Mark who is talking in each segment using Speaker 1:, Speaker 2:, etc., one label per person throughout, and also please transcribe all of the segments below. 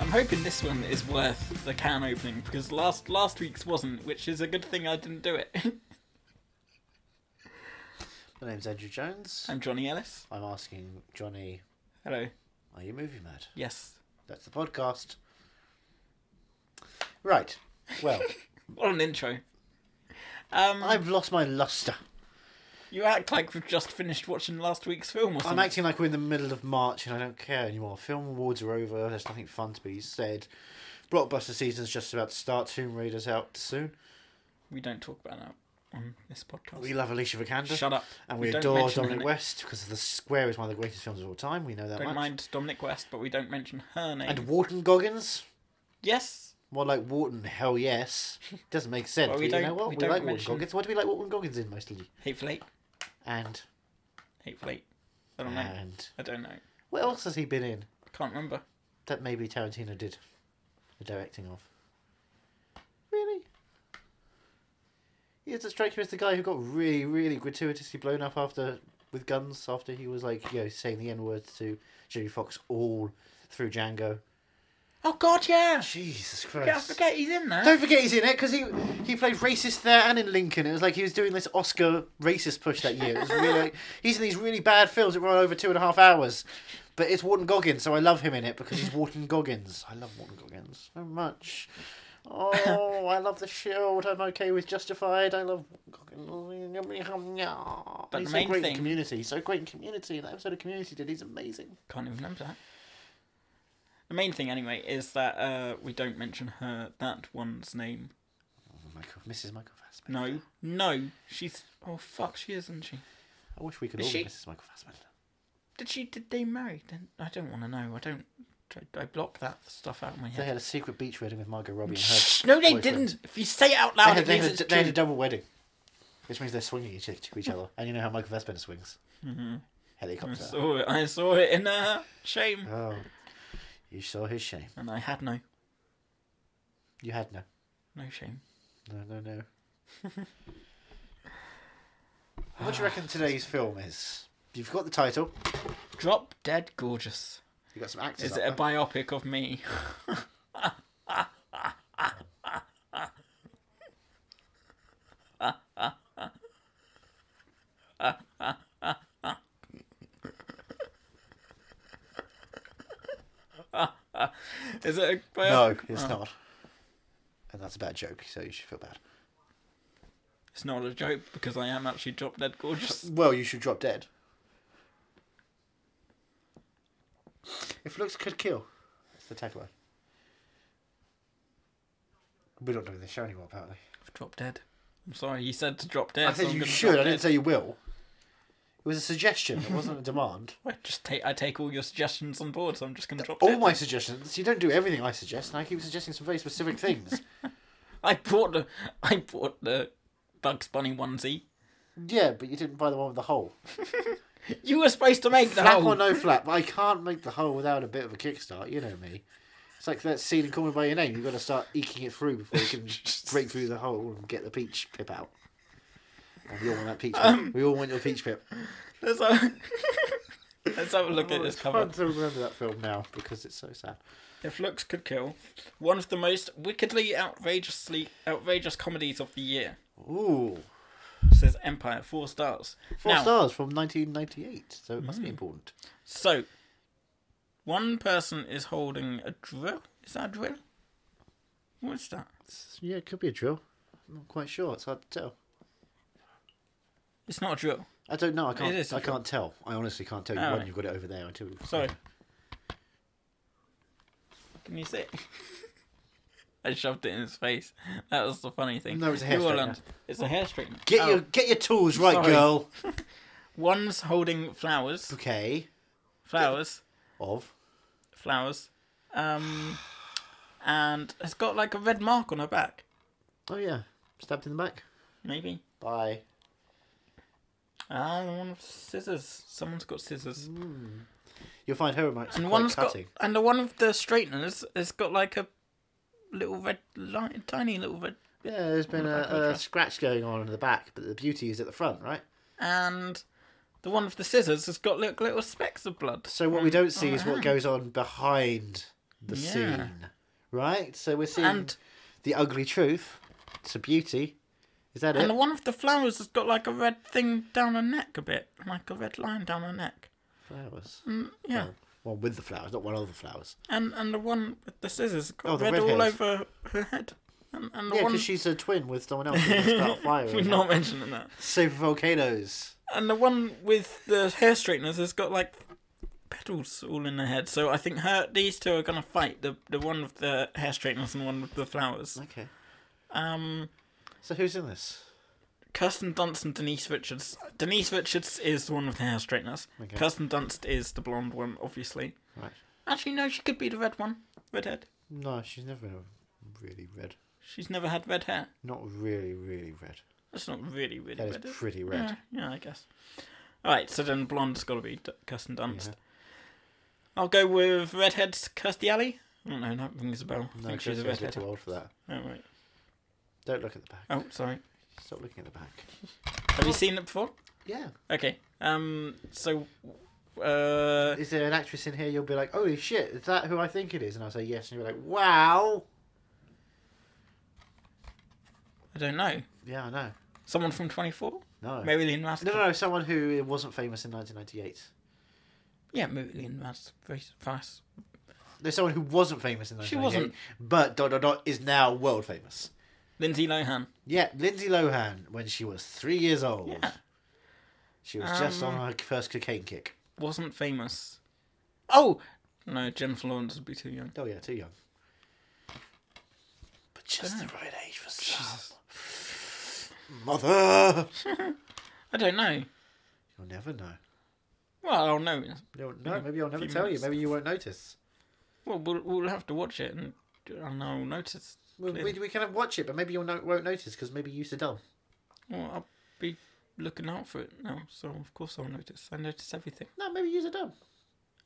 Speaker 1: I'm hoping this one is worth the can opening because last last week's wasn't, which is a good thing I didn't do it.
Speaker 2: My name's Andrew Jones.
Speaker 1: I'm Johnny Ellis.
Speaker 2: I'm asking Johnny,
Speaker 1: Hello.
Speaker 2: are you movie mad?
Speaker 1: Yes.
Speaker 2: That's the podcast. Right. Well,
Speaker 1: What an intro. Um,
Speaker 2: I've lost my luster.
Speaker 1: you act like we've just finished watching last week's film or
Speaker 2: I'm
Speaker 1: something.
Speaker 2: acting like we're in the middle of March and I don't care anymore. Film awards are over. There's nothing fun to be said. Blockbuster season's just about to start. Tomb Raider's out soon.
Speaker 1: we don't talk about that on this podcast.
Speaker 2: We love Alicia Vikander.
Speaker 1: Shut up.
Speaker 2: And we,
Speaker 1: don't
Speaker 2: adore
Speaker 1: mention
Speaker 2: Dominic
Speaker 1: her
Speaker 2: West because The Square is one of the greatest films of all time. We know that
Speaker 1: name. Don't
Speaker 2: much.
Speaker 1: mind Dominic West, but we don't mention her name.
Speaker 2: And Wharton Goggins.
Speaker 1: yes.
Speaker 2: More like Wharton, hell yes. Doesn't make sense.
Speaker 1: Well, we
Speaker 2: but you know
Speaker 1: don't-
Speaker 2: what?
Speaker 1: we
Speaker 2: We,
Speaker 1: don't
Speaker 2: like Wharton
Speaker 1: mention-
Speaker 2: Goggins. What do we like Wharton Goggins in mostly?
Speaker 1: Hateful Eight.
Speaker 2: And
Speaker 1: Hateful Eight. I don't know.
Speaker 2: and
Speaker 1: I don't know.
Speaker 2: what else has he been in
Speaker 1: Can't remember.
Speaker 2: that maybe Tarantino did the directing of? Really? He doesn't strike you as the guy who got really, really gratuitously blown up after with guns after he was like, you know, saying the N words to Jimmy Fox all through Django.
Speaker 1: Oh God, yeah.
Speaker 2: Jesus
Speaker 1: Yeah, I
Speaker 2: Christ.
Speaker 1: forget he's in there.
Speaker 2: Don't forget he's in it because he he played racist there and in Lincoln. It was like he was doing this Oscar racist push that year. It was really like, he's in these really bad films that run over two and a half hours, but it's Wharton Goggins, so I love him in it because he's Wharton Goggins. I love Wharton Goggins so much. Oh, I love the Shield. I'm okay with Justified. I love Wharton Goggins.
Speaker 1: But
Speaker 2: he's
Speaker 1: the
Speaker 2: so
Speaker 1: main
Speaker 2: great
Speaker 1: thing-
Speaker 2: in Community. So great in Community. That episode of Community did. He's amazing.
Speaker 1: Can't even remember that. The main thing, anyway, is that uh, we don't mention her that one's name.
Speaker 2: Oh, Michael, Mrs. Michael Fassbender.
Speaker 1: No, no, she's oh fuck, she is, isn't she?
Speaker 2: I wish we could
Speaker 1: Is
Speaker 2: all
Speaker 1: she-
Speaker 2: be Mrs. Michael Fassbender.
Speaker 1: Did she? Did they marry? Then I don't want to know. I don't. I- I block that stuff out of my
Speaker 2: They
Speaker 1: head.
Speaker 2: had a secret beach wedding with Margot Robbie and her.
Speaker 1: no, they
Speaker 2: boyfriend.
Speaker 1: didn't. If you say it out
Speaker 2: They
Speaker 1: loud,
Speaker 2: had,
Speaker 1: it
Speaker 2: they,
Speaker 1: means
Speaker 2: had
Speaker 1: Oh, it's
Speaker 2: a, they had a
Speaker 1: true.
Speaker 2: double wedding, which means they're swinging each, to each other. And you know how Michael Fassbender swings?
Speaker 1: I
Speaker 2: Helicopter.
Speaker 1: saw it. I saw it in uh, shame,
Speaker 2: Oh, you saw his shame.
Speaker 1: and I had no,
Speaker 2: You had no,
Speaker 1: no shame.
Speaker 2: no, no, no. what do you
Speaker 1: Ah,
Speaker 2: reckon today's film is? You've got the title.
Speaker 1: Drop dead gorgeous.
Speaker 2: You've got some actors.
Speaker 1: Is
Speaker 2: up
Speaker 1: it a
Speaker 2: there.
Speaker 1: biopic of me? Is it a
Speaker 2: No,
Speaker 1: biopic?
Speaker 2: it's
Speaker 1: Oh,
Speaker 2: not. And that's a bad joke, so you should feel bad.
Speaker 1: It's not a joke because I am actually drop dead gorgeous.
Speaker 2: Well, you should drop dead. If looks could kill, that's the tagline. We're not doing the show anymore, apparently.
Speaker 1: I've dropped dead. I'm sorry, you said to drop dead.
Speaker 2: I said
Speaker 1: so I'm
Speaker 2: you
Speaker 1: gonna
Speaker 2: should.
Speaker 1: drop
Speaker 2: I didn't
Speaker 1: dead.
Speaker 2: say you will. It was a suggestion. It wasn't a demand.
Speaker 1: I just take I take all your suggestions on board, so I'm just gonna drop
Speaker 2: All
Speaker 1: dead.
Speaker 2: my suggestions. You don't do everything I suggest, and I keep suggesting some very specific things.
Speaker 1: I bought the I bought the Bugs Bunny onesie.
Speaker 2: yeah, but you didn't buy the one with the hole.
Speaker 1: You were supposed to make the
Speaker 2: flap
Speaker 1: hole.
Speaker 2: or no flap, I can't make the hole without a bit of a kickstart. You know me. It's like that scene in Call Me by Your Name. You've got to start eking it through before you can break through the hole and get the peach pip out. And we all want that peach pip.
Speaker 1: Um,
Speaker 2: we all want your peach pip.
Speaker 1: Let's have, let's have a look at this
Speaker 2: Oh, it's
Speaker 1: cover.
Speaker 2: fun to remember that film now because it's so sad.
Speaker 1: If looks could kill, one of the most wickedly outrageously outrageous comedies of the year
Speaker 2: Ooh,
Speaker 1: says Empire four stars.
Speaker 2: four
Speaker 1: now, Hmm.
Speaker 2: stars from 1998, so it must be important.
Speaker 1: so one person is holding a drill. Is that a drill? What's that?
Speaker 2: It's- yeah, it could be a drill. I'm not quite sure. It's hard to tell.
Speaker 1: It's not a drill.
Speaker 2: I don't know. I can't.
Speaker 1: is a
Speaker 2: I can't tell. I honestly can't tell you
Speaker 1: All
Speaker 2: when
Speaker 1: right.
Speaker 2: you've got it over there until.
Speaker 1: Sorry. Can you see? it? I shoved it in his face. That was the funny thing.
Speaker 2: No, it's a hair
Speaker 1: New
Speaker 2: straightener.
Speaker 1: Orleans. It's a hair straightener.
Speaker 2: Get
Speaker 1: Oh,
Speaker 2: your get your tools right,
Speaker 1: Sorry.
Speaker 2: girl.
Speaker 1: One's holding flowers.
Speaker 2: Okay.
Speaker 1: Flowers.
Speaker 2: Of.
Speaker 1: flowers. Um, and it's got like a red mark on her back,
Speaker 2: Oh yeah, stabbed in the back
Speaker 1: maybe.
Speaker 2: by
Speaker 1: Ah, one of scissors. Someone's got scissors.
Speaker 2: You'll find her remarks
Speaker 1: And
Speaker 2: quite
Speaker 1: one's got,
Speaker 2: cutting.
Speaker 1: and the one with the straighteners has got like a little red line, tiny little red,
Speaker 2: Yeah, there's been a, a scratch going on in the back, but the beauty is at the front, right?
Speaker 1: and the one with the scissors has got like little specks of blood.
Speaker 2: So what we don't see is what goes on behind the
Speaker 1: Um, Yeah.
Speaker 2: scene, right? So we're seeing
Speaker 1: And
Speaker 2: the ugly truth to beauty. Is that
Speaker 1: and the
Speaker 2: it?
Speaker 1: one with the flowers has got like a red thing down her neck a bit, like a red line down her neck.
Speaker 2: Flowers.
Speaker 1: Mm, yeah,
Speaker 2: One with the flowers, not one of the flowers.
Speaker 1: and and the one with the scissors has got
Speaker 2: Oh, the
Speaker 1: red
Speaker 2: red
Speaker 1: all
Speaker 2: hairs.
Speaker 1: over her head. And, and the
Speaker 2: Yeah,
Speaker 1: one
Speaker 2: because she's a twin with someone else. who's gonna start
Speaker 1: we're
Speaker 2: firing.
Speaker 1: not mentioning that.
Speaker 2: Super volcanoes.
Speaker 1: And the one with the hair straighteners has got like petals all in her head. So I think her these two are gonna fight the the one with the hair straighteners and the one with the flowers.
Speaker 2: Okay.
Speaker 1: Um,
Speaker 2: So who's in this?
Speaker 1: Kirsten Dunst and Denise Richards. Denise Richards is the one with the hair straighteners.
Speaker 2: Okay.
Speaker 1: Kirsten Dunst is the blonde one, obviously.
Speaker 2: Right.
Speaker 1: Actually, no, she could be the red one, redhead.
Speaker 2: No, she's never really red.
Speaker 1: She's never had red hair.
Speaker 2: Not really, really red.
Speaker 1: That's not really really
Speaker 2: That is
Speaker 1: red. is it?
Speaker 2: pretty red.
Speaker 1: Yeah, yeah, I guess. All right, so then blonde's got to be D- Kirsten Dunst. I'll go with redhead's Kirstie Alley. I don't know, that rings a bell. I
Speaker 2: No,
Speaker 1: think she's a
Speaker 2: Kirsten's a bit
Speaker 1: redhead.
Speaker 2: too old for that.
Speaker 1: Oh, right.
Speaker 2: Don't look at the back.
Speaker 1: oh, sorry.
Speaker 2: Stop looking at the back.
Speaker 1: Have you seen it before?
Speaker 2: Yeah.
Speaker 1: Okay. Um. So, uh,
Speaker 2: Is there an actress in here? You'll be like, holy shit, is that who I think it is? And I'll say yes, and you'll be like, wow.
Speaker 1: I don't know.
Speaker 2: Yeah, I know.
Speaker 1: Someone from Twenty Four?
Speaker 2: No.
Speaker 1: Marilyn Manson.
Speaker 2: No, no, no. Someone who wasn't famous in 1998.
Speaker 1: Yeah, Marilyn Manson. Very fast.
Speaker 2: There's someone who wasn't famous in
Speaker 1: She
Speaker 2: 1998. But dot dot dot is now world famous.
Speaker 1: Lindsay Lohan.
Speaker 2: Yeah, Lindsay Lohan when she was three years old.
Speaker 1: Yeah.
Speaker 2: She was just
Speaker 1: Um,
Speaker 2: on her first cocaine kick.
Speaker 1: Wasn't famous. Oh no, Jennifer Lawrence would be too young.
Speaker 2: Oh yeah, too young. But just
Speaker 1: Ah.
Speaker 2: the right age for some. Mother.
Speaker 1: I don't know.
Speaker 2: You'll never know.
Speaker 1: Well, I'll know.
Speaker 2: You'll, no, maybe I'll never
Speaker 1: Few
Speaker 2: tell you.
Speaker 1: minutes.
Speaker 2: Maybe you won't notice.
Speaker 1: Well, we'll we'll have to watch it and and I'll notice.
Speaker 2: We, we,
Speaker 1: clearly.
Speaker 2: we can watch it, but maybe you will no, won't notice because maybe you're so dull.
Speaker 1: Well, I'll be looking out for it now, so of course I'll notice. I notice everything.
Speaker 2: No, maybe you're so dumb.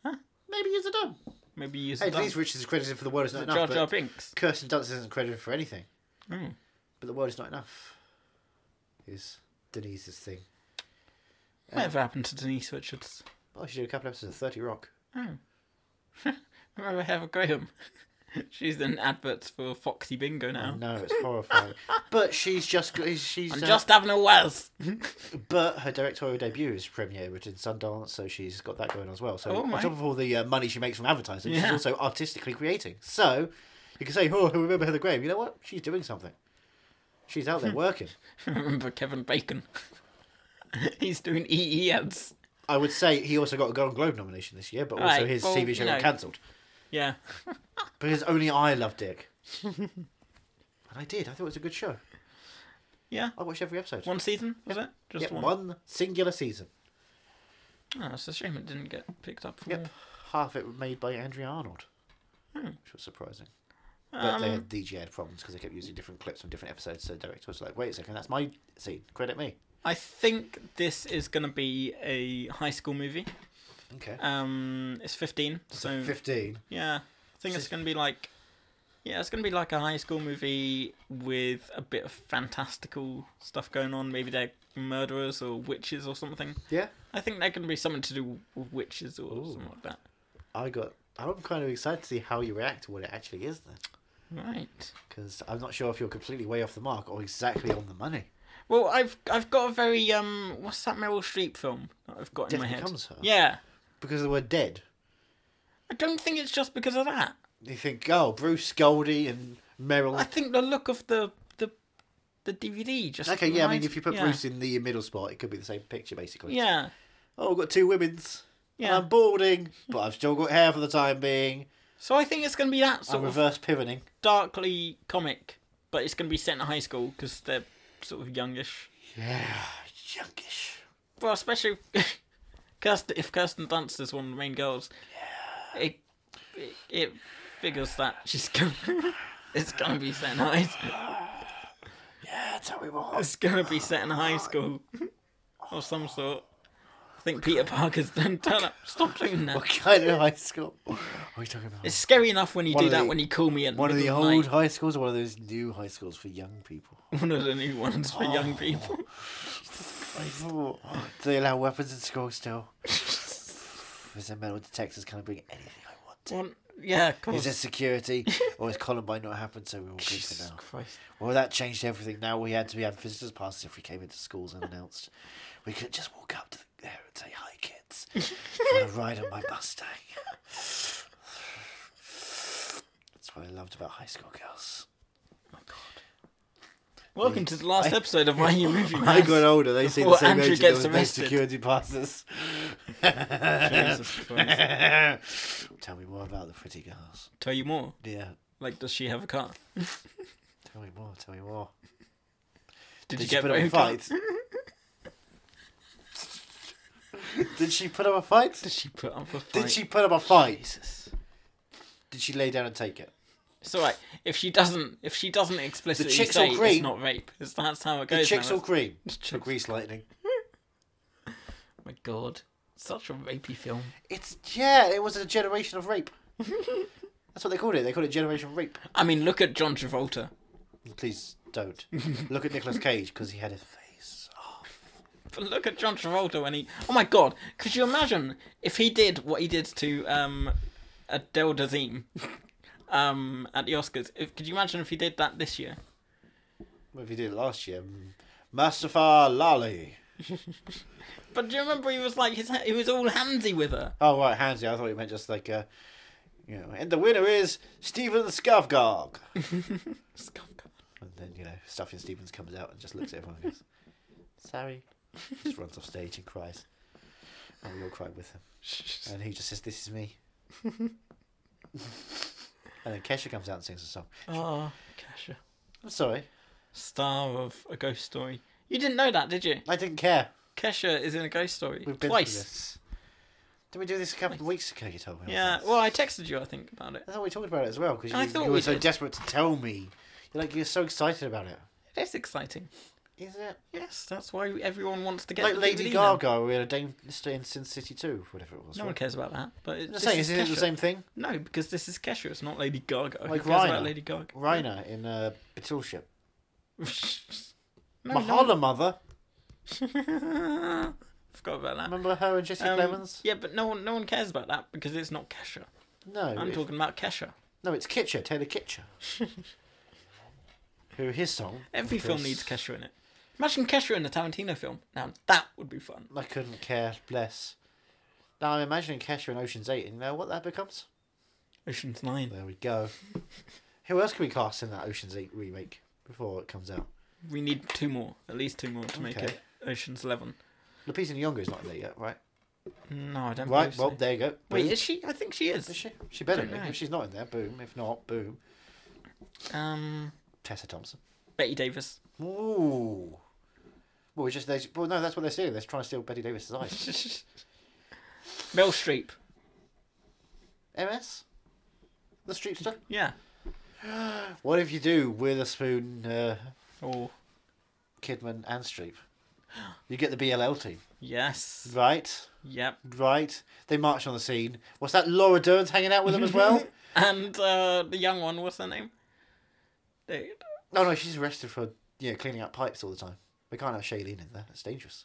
Speaker 1: Huh?
Speaker 2: Maybe you're so dumb.
Speaker 1: Maybe use
Speaker 2: Hey,
Speaker 1: hey,
Speaker 2: Denise Richards is credited for the world is not
Speaker 1: Jar
Speaker 2: enough.
Speaker 1: Jar
Speaker 2: But
Speaker 1: Binks.
Speaker 2: Kirsten Dunst isn't credited for anything.
Speaker 1: Oh.
Speaker 2: But the world is not enough. Is Denise's thing.
Speaker 1: Whatever happened to Denise Richards?
Speaker 2: Oh, she did a couple episodes of Thirty Rock.
Speaker 1: Oh. Remember Heather Graham? She's in adverts for Foxy Bingo now.
Speaker 2: Oh, No, it's horrifying. but she's just go- she's
Speaker 1: Oh. I'm
Speaker 2: uh,
Speaker 1: just having a whiz.
Speaker 2: but her directorial debut is premiere which in Sundance, so she's got that going on as well. So
Speaker 1: Oh,
Speaker 2: on
Speaker 1: my.
Speaker 2: top of all the uh, money she makes from advertising, she's
Speaker 1: Yeah.
Speaker 2: also artistically creating. So you can say, "Oh, I remember Heather Graham?" You know what? She's doing something. She's out there working.
Speaker 1: Remember Kevin Bacon? He's doing EE ads.
Speaker 2: I would say he also got a Golden Globe nomination this year, but also
Speaker 1: Right,
Speaker 2: his
Speaker 1: well,
Speaker 2: TV show
Speaker 1: you
Speaker 2: got
Speaker 1: know.
Speaker 2: cancelled
Speaker 1: Yeah.
Speaker 2: because only I love Dick. and I did. I thought it was a good show.
Speaker 1: Yeah.
Speaker 2: I watched every episode.
Speaker 1: One season, was it? Just
Speaker 2: Yep,
Speaker 1: one.
Speaker 2: one singular season.
Speaker 1: Oh, it's a shame it didn't get picked up. For
Speaker 2: Yep.
Speaker 1: more.
Speaker 2: half it were made by Andrew Arnold,
Speaker 1: Hmm.
Speaker 2: which was surprising. But
Speaker 1: Um,
Speaker 2: they had DJ had problems because they kept using different clips from different episodes. So the director was like, "Wait a second, that's my scene. Credit me."
Speaker 1: I think this is going to be a high school movie.
Speaker 2: Okay.
Speaker 1: Um, it's 15, so
Speaker 2: Fifteen.
Speaker 1: yeah, I think it's going to be like, yeah, it's going to be like a high school movie with a bit of fantastical stuff going on. Maybe they're murderers or witches or something.
Speaker 2: Yeah,
Speaker 1: I think they're going to be something to do with witches or something like that.
Speaker 2: I got. I'm kind of excited to see how you react to what it actually is then,
Speaker 1: Right.
Speaker 2: because I'm not sure if you're completely way off the mark or exactly on the money.
Speaker 1: Well, I've I've got a very um, what's that Meryl Streep film that I've got in
Speaker 2: Death
Speaker 1: my head?
Speaker 2: Becomes Her.
Speaker 1: Yeah,
Speaker 2: Because they were dead.
Speaker 1: I don't think it's just because of that.
Speaker 2: You think, oh, Bruce Goldie and Meryl.
Speaker 1: I think the look of the the the DVD just
Speaker 2: okay, yeah. I mean,
Speaker 1: reminds-
Speaker 2: if you put
Speaker 1: yeah.
Speaker 2: Bruce in the middle spot, it could be the same picture basically.
Speaker 1: yeah,
Speaker 2: Oh, I've got two women's.
Speaker 1: yeah.
Speaker 2: And I'm balding, but I've still got hair for the time being.
Speaker 1: So I think it's going to be that sort
Speaker 2: I'm
Speaker 1: of
Speaker 2: reverse pivoting.
Speaker 1: darkly comic, but it's going to be set in high school because they're sort of youngish.
Speaker 2: Yeah, junkish.
Speaker 1: Well, especially if Kirsten, if Kirsten Dunst is one of the main girls, yeah. it, it it figures that she's going. to It's going to be set in high. school.
Speaker 2: Yeah, that's how we want.
Speaker 1: It's going to be set in high school of some sort. I think Peter Parker's done done up. Stop doing that.
Speaker 2: What kind of high school? What are you talking about?
Speaker 1: It's scary enough when you
Speaker 2: One
Speaker 1: do
Speaker 2: of
Speaker 1: that
Speaker 2: the-
Speaker 1: when you call me at
Speaker 2: one of the
Speaker 1: middle
Speaker 2: old
Speaker 1: night.
Speaker 2: high schools or one of those new high schools for young people?
Speaker 1: one of the new ones
Speaker 2: Oh.
Speaker 1: for young people.
Speaker 2: Do they allow weapons in school still? Is there metal detectors? Can I bring anything I want?
Speaker 1: One, yeah, of
Speaker 2: Is
Speaker 1: course.
Speaker 2: there security? or has Columbine not happened so we're all good for
Speaker 1: Jesus
Speaker 2: now?
Speaker 1: Christ.
Speaker 2: Well, that changed everything. Now we had to have visitors passes if we came into schools unannounced. we could just walk up to the there and say, Hi, kids. Want to ride on my Mustang? That's what I loved about high school girls.
Speaker 1: Welcome to the last episode of Why You Movie
Speaker 2: I
Speaker 1: Mass.
Speaker 2: got older. They see the
Speaker 1: Before
Speaker 2: same
Speaker 1: Andrew gets
Speaker 2: age. There was no
Speaker 1: arrested.
Speaker 2: security passes.
Speaker 1: Jesus Christ.
Speaker 2: Tell me more about the pretty girls.
Speaker 1: Tell you more.
Speaker 2: Yeah.
Speaker 1: Like, does she have a car?
Speaker 2: Tell me more. Tell me more.
Speaker 1: Did,
Speaker 2: Did,
Speaker 1: you
Speaker 2: she
Speaker 1: get
Speaker 2: put up a
Speaker 1: broke up?
Speaker 2: fight? Did she put up a fight?
Speaker 1: Did she put up a fight?
Speaker 2: Did she put up a fight?
Speaker 1: Jesus.
Speaker 2: Did she lay down and take it?
Speaker 1: It's all right. If she doesn't, if she doesn't explicitly
Speaker 2: chicks
Speaker 1: say
Speaker 2: all green.
Speaker 1: it's not rape, it's, that's how it
Speaker 2: The
Speaker 1: goes.
Speaker 2: chicks
Speaker 1: now.
Speaker 2: all cream.
Speaker 1: Chicks.
Speaker 2: For grease lightning.
Speaker 1: My God, such a rapey film.
Speaker 2: It's yeah. It was a generation of rape. That's what they called it. They called it generation rape.
Speaker 1: I mean, look at John Travolta.
Speaker 2: Please don't look at Nicolas Cage because he had his face.
Speaker 1: But look at John Travolta when he. Oh my God! Could you imagine if he did what he did to um, Adele Dazeem um, at the Oscars? If, could you imagine if he did that this year?
Speaker 2: What if he did it last year? Mm. Mustafa Lali.
Speaker 1: But do you remember he was like his ha- he was all handsy with her.
Speaker 2: Oh right, handsy. I thought you meant just like uh, you know. And the winner is Stephen Scuffgog. And then you know, Stephen Stevens comes out and just looks at everyone and goes, "Sorry." Just runs off stage and cries, and we all cry with him. And he just says, "This is me." and then Kesha comes out and sings a song.
Speaker 1: Oh, Kesha,
Speaker 2: I'm sorry,
Speaker 1: star of a ghost story. You didn't know that, did you?
Speaker 2: I didn't care.
Speaker 1: Kesha is in a ghost story
Speaker 2: We've been through
Speaker 1: twice.
Speaker 2: this. Did we do this a couple of weeks ago? You told me.
Speaker 1: Yeah. Well, I texted you, I think, about it.
Speaker 2: I thought we talked about it as well because
Speaker 1: I
Speaker 2: you,
Speaker 1: thought
Speaker 2: you
Speaker 1: we
Speaker 2: were so
Speaker 1: did.
Speaker 2: desperate to tell me. You're like you're so excited about it.
Speaker 1: It is exciting.
Speaker 2: Is it?
Speaker 1: Yes, that's why everyone wants to get
Speaker 2: Like
Speaker 1: the
Speaker 2: Lady
Speaker 1: DVD now.
Speaker 2: Gaga, we had a Dame stay in Sin City 2, whatever it was.
Speaker 1: No one
Speaker 2: right?
Speaker 1: cares about that. But it,
Speaker 2: I'm
Speaker 1: this
Speaker 2: saying,
Speaker 1: is
Speaker 2: isn't it the
Speaker 1: Kesha.
Speaker 2: same thing?
Speaker 1: No, because this is Kesha. It's not Lady Gaga. Who
Speaker 2: Like
Speaker 1: cares about
Speaker 2: Rhino.
Speaker 1: Lady Gaga?
Speaker 2: Reiner in uh, Battleship.
Speaker 1: no, no.
Speaker 2: Mahala Mother.
Speaker 1: Forgot about that.
Speaker 2: Remember her and Jesse
Speaker 1: Um,
Speaker 2: Plemons?
Speaker 1: yeah, but no one, no one cares about that because it's not Kesha.
Speaker 2: No.
Speaker 1: I'm
Speaker 2: it-
Speaker 1: talking about Kesha.
Speaker 2: No, it's Kitcher, Taylor Kitcher. Who his song.
Speaker 1: Every
Speaker 2: of
Speaker 1: film
Speaker 2: course,
Speaker 1: needs Kesha in it. Imagine Kesha in a Tarantino film. Now that would be fun.
Speaker 2: I couldn't care less. Now I'm imagining Kesha in Ocean's 8, and you know what that becomes?
Speaker 1: Ocean's Nine
Speaker 2: There we go. Who else can we cast in that Ocean's 8 remake before it comes out?
Speaker 1: We need two more, at least two more, to make
Speaker 2: Okay.
Speaker 1: it Ocean's Eleven.
Speaker 2: Lupita Nyong'o's not in there yet, right?
Speaker 1: No, I don't.
Speaker 2: Right,
Speaker 1: believe
Speaker 2: well,
Speaker 1: so.
Speaker 2: there you go.
Speaker 1: Um, Wait,
Speaker 2: Boom.
Speaker 1: is she? I think she is.
Speaker 2: Is she? She better
Speaker 1: Don't
Speaker 2: be.
Speaker 1: know.
Speaker 2: If she's not in there, boom. If not, boom.
Speaker 1: Um,
Speaker 2: Tessa Thompson.
Speaker 1: Betty Davis.
Speaker 2: Ooh. Well, it's just they. Well, no, that's what they're stealing. They're trying to steal Betty Davis's eyes.
Speaker 1: Meryl Streep.
Speaker 2: MS. The streetster.
Speaker 1: Yeah.
Speaker 2: What if you do Witherspoon, uh,
Speaker 1: Or
Speaker 2: Kidman, and Streep? You get the BLL team,
Speaker 1: yes.
Speaker 2: right?
Speaker 1: Yep.
Speaker 2: Right. They march on the scene. What's that? Laura Dern's hanging out with them as well.
Speaker 1: And uh, the young one, what's her name? They-
Speaker 2: No, no, she's arrested for yeah cleaning out pipes all the time. We can't have Shailene in there. That's dangerous.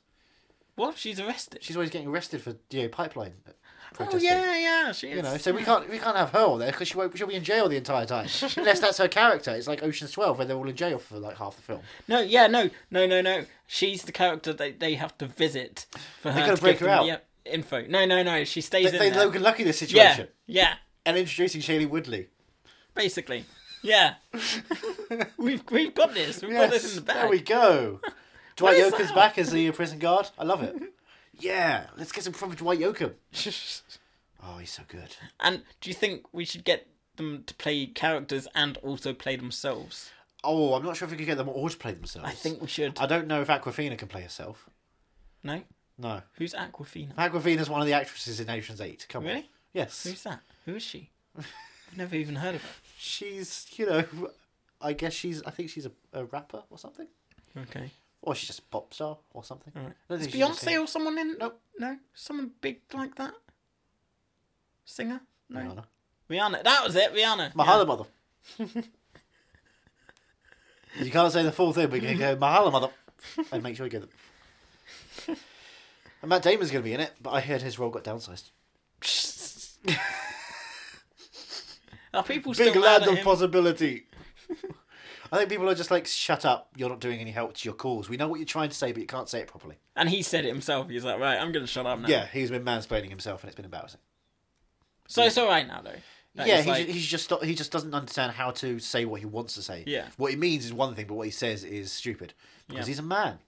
Speaker 1: What? She's arrested.
Speaker 2: She's always getting arrested for yeah pipeline.
Speaker 1: Oh
Speaker 2: protesting.
Speaker 1: yeah, yeah. She is.
Speaker 2: You know, so we can't we can't have her on there because she won't she'll be in jail the entire time unless that's her character. It's like Ocean's Twelve where they're all in jail for like half the film.
Speaker 1: No, yeah, no, no, no, no. She's the character that they have to visit for her.
Speaker 2: gotta
Speaker 1: to
Speaker 2: break
Speaker 1: give
Speaker 2: her
Speaker 1: them
Speaker 2: out.
Speaker 1: the up- info. No, no, no. She stays
Speaker 2: They,
Speaker 1: in
Speaker 2: they
Speaker 1: there.
Speaker 2: Logan Lucky this
Speaker 1: yeah,
Speaker 2: situation
Speaker 1: yeah.
Speaker 2: and introducing Shailene Woodley.
Speaker 1: Basically, yeah. we've we've got this. We've got this in the bag.
Speaker 2: there we go. Dwight
Speaker 1: is
Speaker 2: Yoakam's
Speaker 1: that?
Speaker 2: back as the prison guard. I love it. Yeah, let's get some fun for Dwight Yoakam. Oh, he's so good.
Speaker 1: And do you think we should get them to play characters and also play themselves?
Speaker 2: Oh, I'm not sure if we could get them all to play themselves.
Speaker 1: I think we should.
Speaker 2: I don't know if Aquafina can play herself.
Speaker 1: No,
Speaker 2: No,
Speaker 1: who's Aquafina?
Speaker 2: Aquafina's one of the actresses in Ocean's Eight. Come on,
Speaker 1: Really?
Speaker 2: Yes,
Speaker 1: Who's that? Who is she? I've never even heard of her.
Speaker 2: she's you know i guess she's i think she's a, a rapper or something
Speaker 1: Okay.
Speaker 2: Or she's just a pop star or something.
Speaker 1: Alright.
Speaker 2: I don't
Speaker 1: Is
Speaker 2: think she's a
Speaker 1: Beyonce
Speaker 2: singer.
Speaker 1: or someone in?
Speaker 2: Nope.
Speaker 1: No, someone big like that. Singer? No.
Speaker 2: Rihanna.
Speaker 1: Rihanna. That was it. Rihanna.
Speaker 2: Mahala mother. you can't say the full thing, but you can go Mahala mother, and make sure you get it. And Matt Damon's going to be in it, but I heard his role got downsized.
Speaker 1: Yeah. Are people still
Speaker 2: Big
Speaker 1: mad
Speaker 2: land
Speaker 1: at
Speaker 2: of
Speaker 1: him?
Speaker 2: possibility. I think people are just like, shut up. You're not doing any help to your cause. We know what you're trying to say, but you can't say it properly.
Speaker 1: and he said it himself. He's like, right, I'm gonna shut up now.
Speaker 2: Yeah, he's been mansplaining himself, and it's been embarrassing.
Speaker 1: So it's all right now though. Like,
Speaker 2: yeah,
Speaker 1: it's
Speaker 2: he,
Speaker 1: like-
Speaker 2: ju- he's just not, he just doesn't understand how to say what he wants to say.
Speaker 1: Yeah.
Speaker 2: what he means is one thing, but what he says is stupid because
Speaker 1: Yeah.
Speaker 2: he's a man,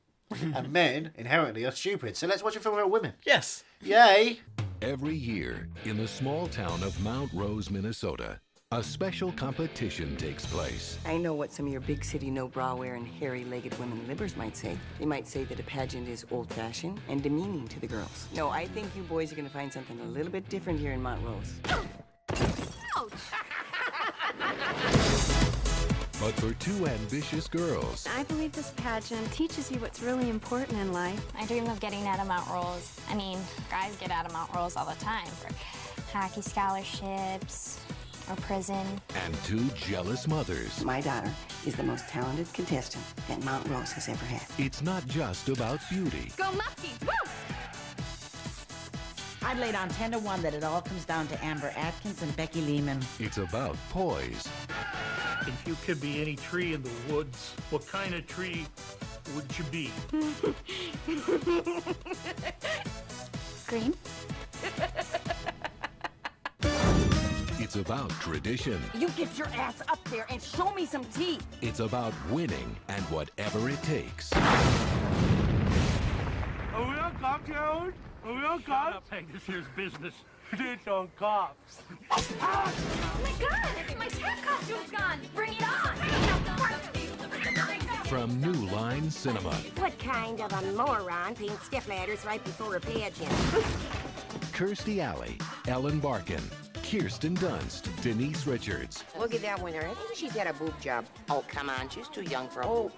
Speaker 2: and men inherently are stupid. So let's watch a film about women.
Speaker 1: yes.
Speaker 2: Yay!
Speaker 3: Every year, in the small town of Mount Rose, Minnesota, a special competition takes place.
Speaker 4: I know what some of your big city no bra wear and hairy legged women libbers might say. They might say that a pageant is old fashioned and demeaning to the girls. No, I think you boys are gonna find something a little bit different here in Montrose.
Speaker 3: But for two ambitious girls,
Speaker 5: I believe this pageant teaches you what's really important in life.
Speaker 6: I dream of getting out of Mount Rolls. I mean, guys get out of Mount Rolls all the time for hockey scholarships or prison.
Speaker 3: and two jealous mothers,
Speaker 4: My daughter is the most talented contestant that Montrose has ever had.
Speaker 3: it's not just about beauty.
Speaker 5: Go Muskies! Woo!
Speaker 7: I'd lay down 10 to 1 that it all comes down to Amber Atkins and Becky Lehman.
Speaker 3: It's about poise
Speaker 8: If you could be any tree in the woods, what kind of tree would you be?
Speaker 6: Green?
Speaker 3: It's about tradition.
Speaker 7: You get your ass up there and show me some teeth.
Speaker 3: It's about winning and whatever it takes.
Speaker 8: Are we on cops, Howard? Are we on cops? Up, Hank, this here's business. It's on cops.
Speaker 5: Oh my god! My tap costume's gone! Bring it on!
Speaker 3: From New Line Cinema,
Speaker 9: What kind of a moron paints stiff ladders right before a pageant?
Speaker 3: Kirstie Alley, Ellen Barkin, Kirsten Dunst, Denise Richards,
Speaker 9: Look at that winner. I think she's had a boob job.
Speaker 4: Oh, come on, she's too young for a
Speaker 9: Oh,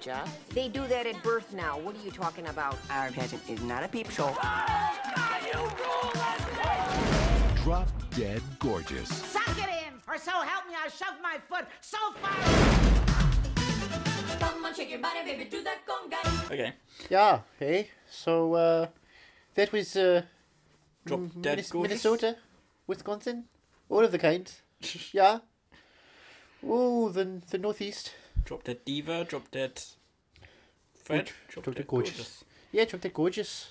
Speaker 9: They do that at birth now. What are you talking about?
Speaker 4: Our pageant is not a peep show.
Speaker 3: Drop Dead Gorgeous.
Speaker 7: Suck it in, or so help me, I'll shove my foot so far.
Speaker 1: Okay.
Speaker 2: Yeah, hey. So uh, that was uh,
Speaker 1: Drop dead
Speaker 2: Minnes-
Speaker 1: gorgeous.
Speaker 2: Minnesota, Wisconsin, all of the kinds. yeah. Oh, the the northeast.
Speaker 1: Drop dead diva. Drop dead. Fred. Drop,
Speaker 2: Drop
Speaker 1: dead
Speaker 2: Dead Gorgeous.
Speaker 1: gorgeous.
Speaker 2: Yeah, drop dead gorgeous.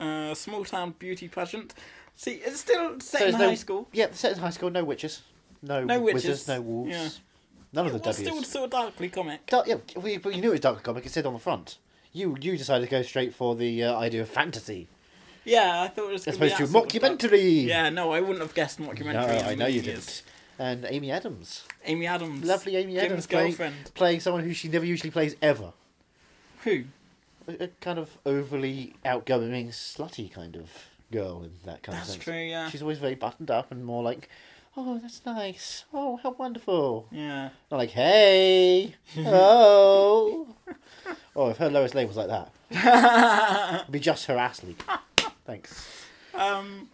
Speaker 1: Uh, small town beauty pageant. See, it's still set in
Speaker 2: it's
Speaker 1: high
Speaker 2: no-
Speaker 1: school.
Speaker 2: Yeah, set in high school. No witches. No,
Speaker 1: No witches.
Speaker 2: wizards. No wolves.
Speaker 1: Yeah.
Speaker 2: None of the
Speaker 1: It was
Speaker 2: W's.
Speaker 1: still sort of darkly comic.
Speaker 2: Dark, yeah, well, you, but you knew it was dark comic. It said on the front. You you decided to go straight for the uh, idea of fantasy
Speaker 1: Yeah, I thought it was.
Speaker 2: as
Speaker 1: gonna be
Speaker 2: opposed to
Speaker 1: that sort of dark-
Speaker 2: mockumentary.
Speaker 1: Yeah, no, I wouldn't have guessed mockumentary.
Speaker 2: no,
Speaker 1: as
Speaker 2: I know you
Speaker 1: it
Speaker 2: didn't.
Speaker 1: is.
Speaker 2: And Amy Adams,
Speaker 1: Amy Adams.
Speaker 2: lovely Amy
Speaker 1: Jim's
Speaker 2: Adams, playing,
Speaker 1: girlfriend.
Speaker 2: playing someone who she never usually plays ever.
Speaker 1: Who?
Speaker 2: A, a kind of overly outgoing, slutty kind of girl in that kind
Speaker 1: That's
Speaker 2: of sense.
Speaker 1: true, yeah.
Speaker 2: She's always very buttoned up and more like, oh, that's nice. Oh, how wonderful.
Speaker 1: Yeah.
Speaker 2: Not like, hey, oh. oh, if her Lois Lane was like that, it'd be just her ass leak. Thanks.
Speaker 1: Um,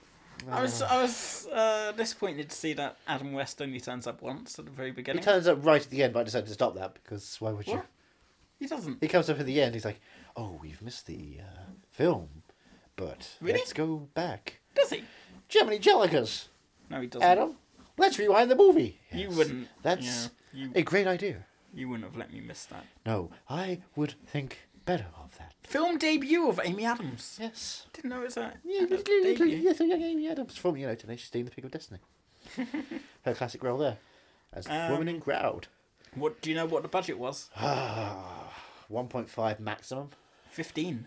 Speaker 1: I was I was uh, disappointed to see that Adam West only turns up once at the very
Speaker 2: He
Speaker 1: beginning.
Speaker 2: turns up right at the end, but I decided to stop that because why would you?
Speaker 1: What? He doesn't.
Speaker 2: He comes up at the end, he's like, oh, we've missed the uh, film, but
Speaker 1: Really?
Speaker 2: let's go back.
Speaker 1: Does he?
Speaker 2: Gemini Jellicus,
Speaker 1: No, he doesn't.
Speaker 2: Adam, let's rewind the movie.
Speaker 1: You
Speaker 2: Yes,
Speaker 1: wouldn't.
Speaker 2: That's
Speaker 1: yeah, you,
Speaker 2: a great idea.
Speaker 1: you wouldn't have let me miss that.
Speaker 2: No, I would think better of that.
Speaker 1: Film debut of Amy Adams.
Speaker 2: Yes.
Speaker 1: Didn't know it was that.
Speaker 2: Yeah, little, little, yes, young Amy Adams from you know Tenacious D and the Pig of Destiny. Her classic role there as the
Speaker 1: Um,
Speaker 2: woman in crowd. Ah,
Speaker 1: What do you know? What the budget was?
Speaker 2: One point five maximum.
Speaker 1: Fifteen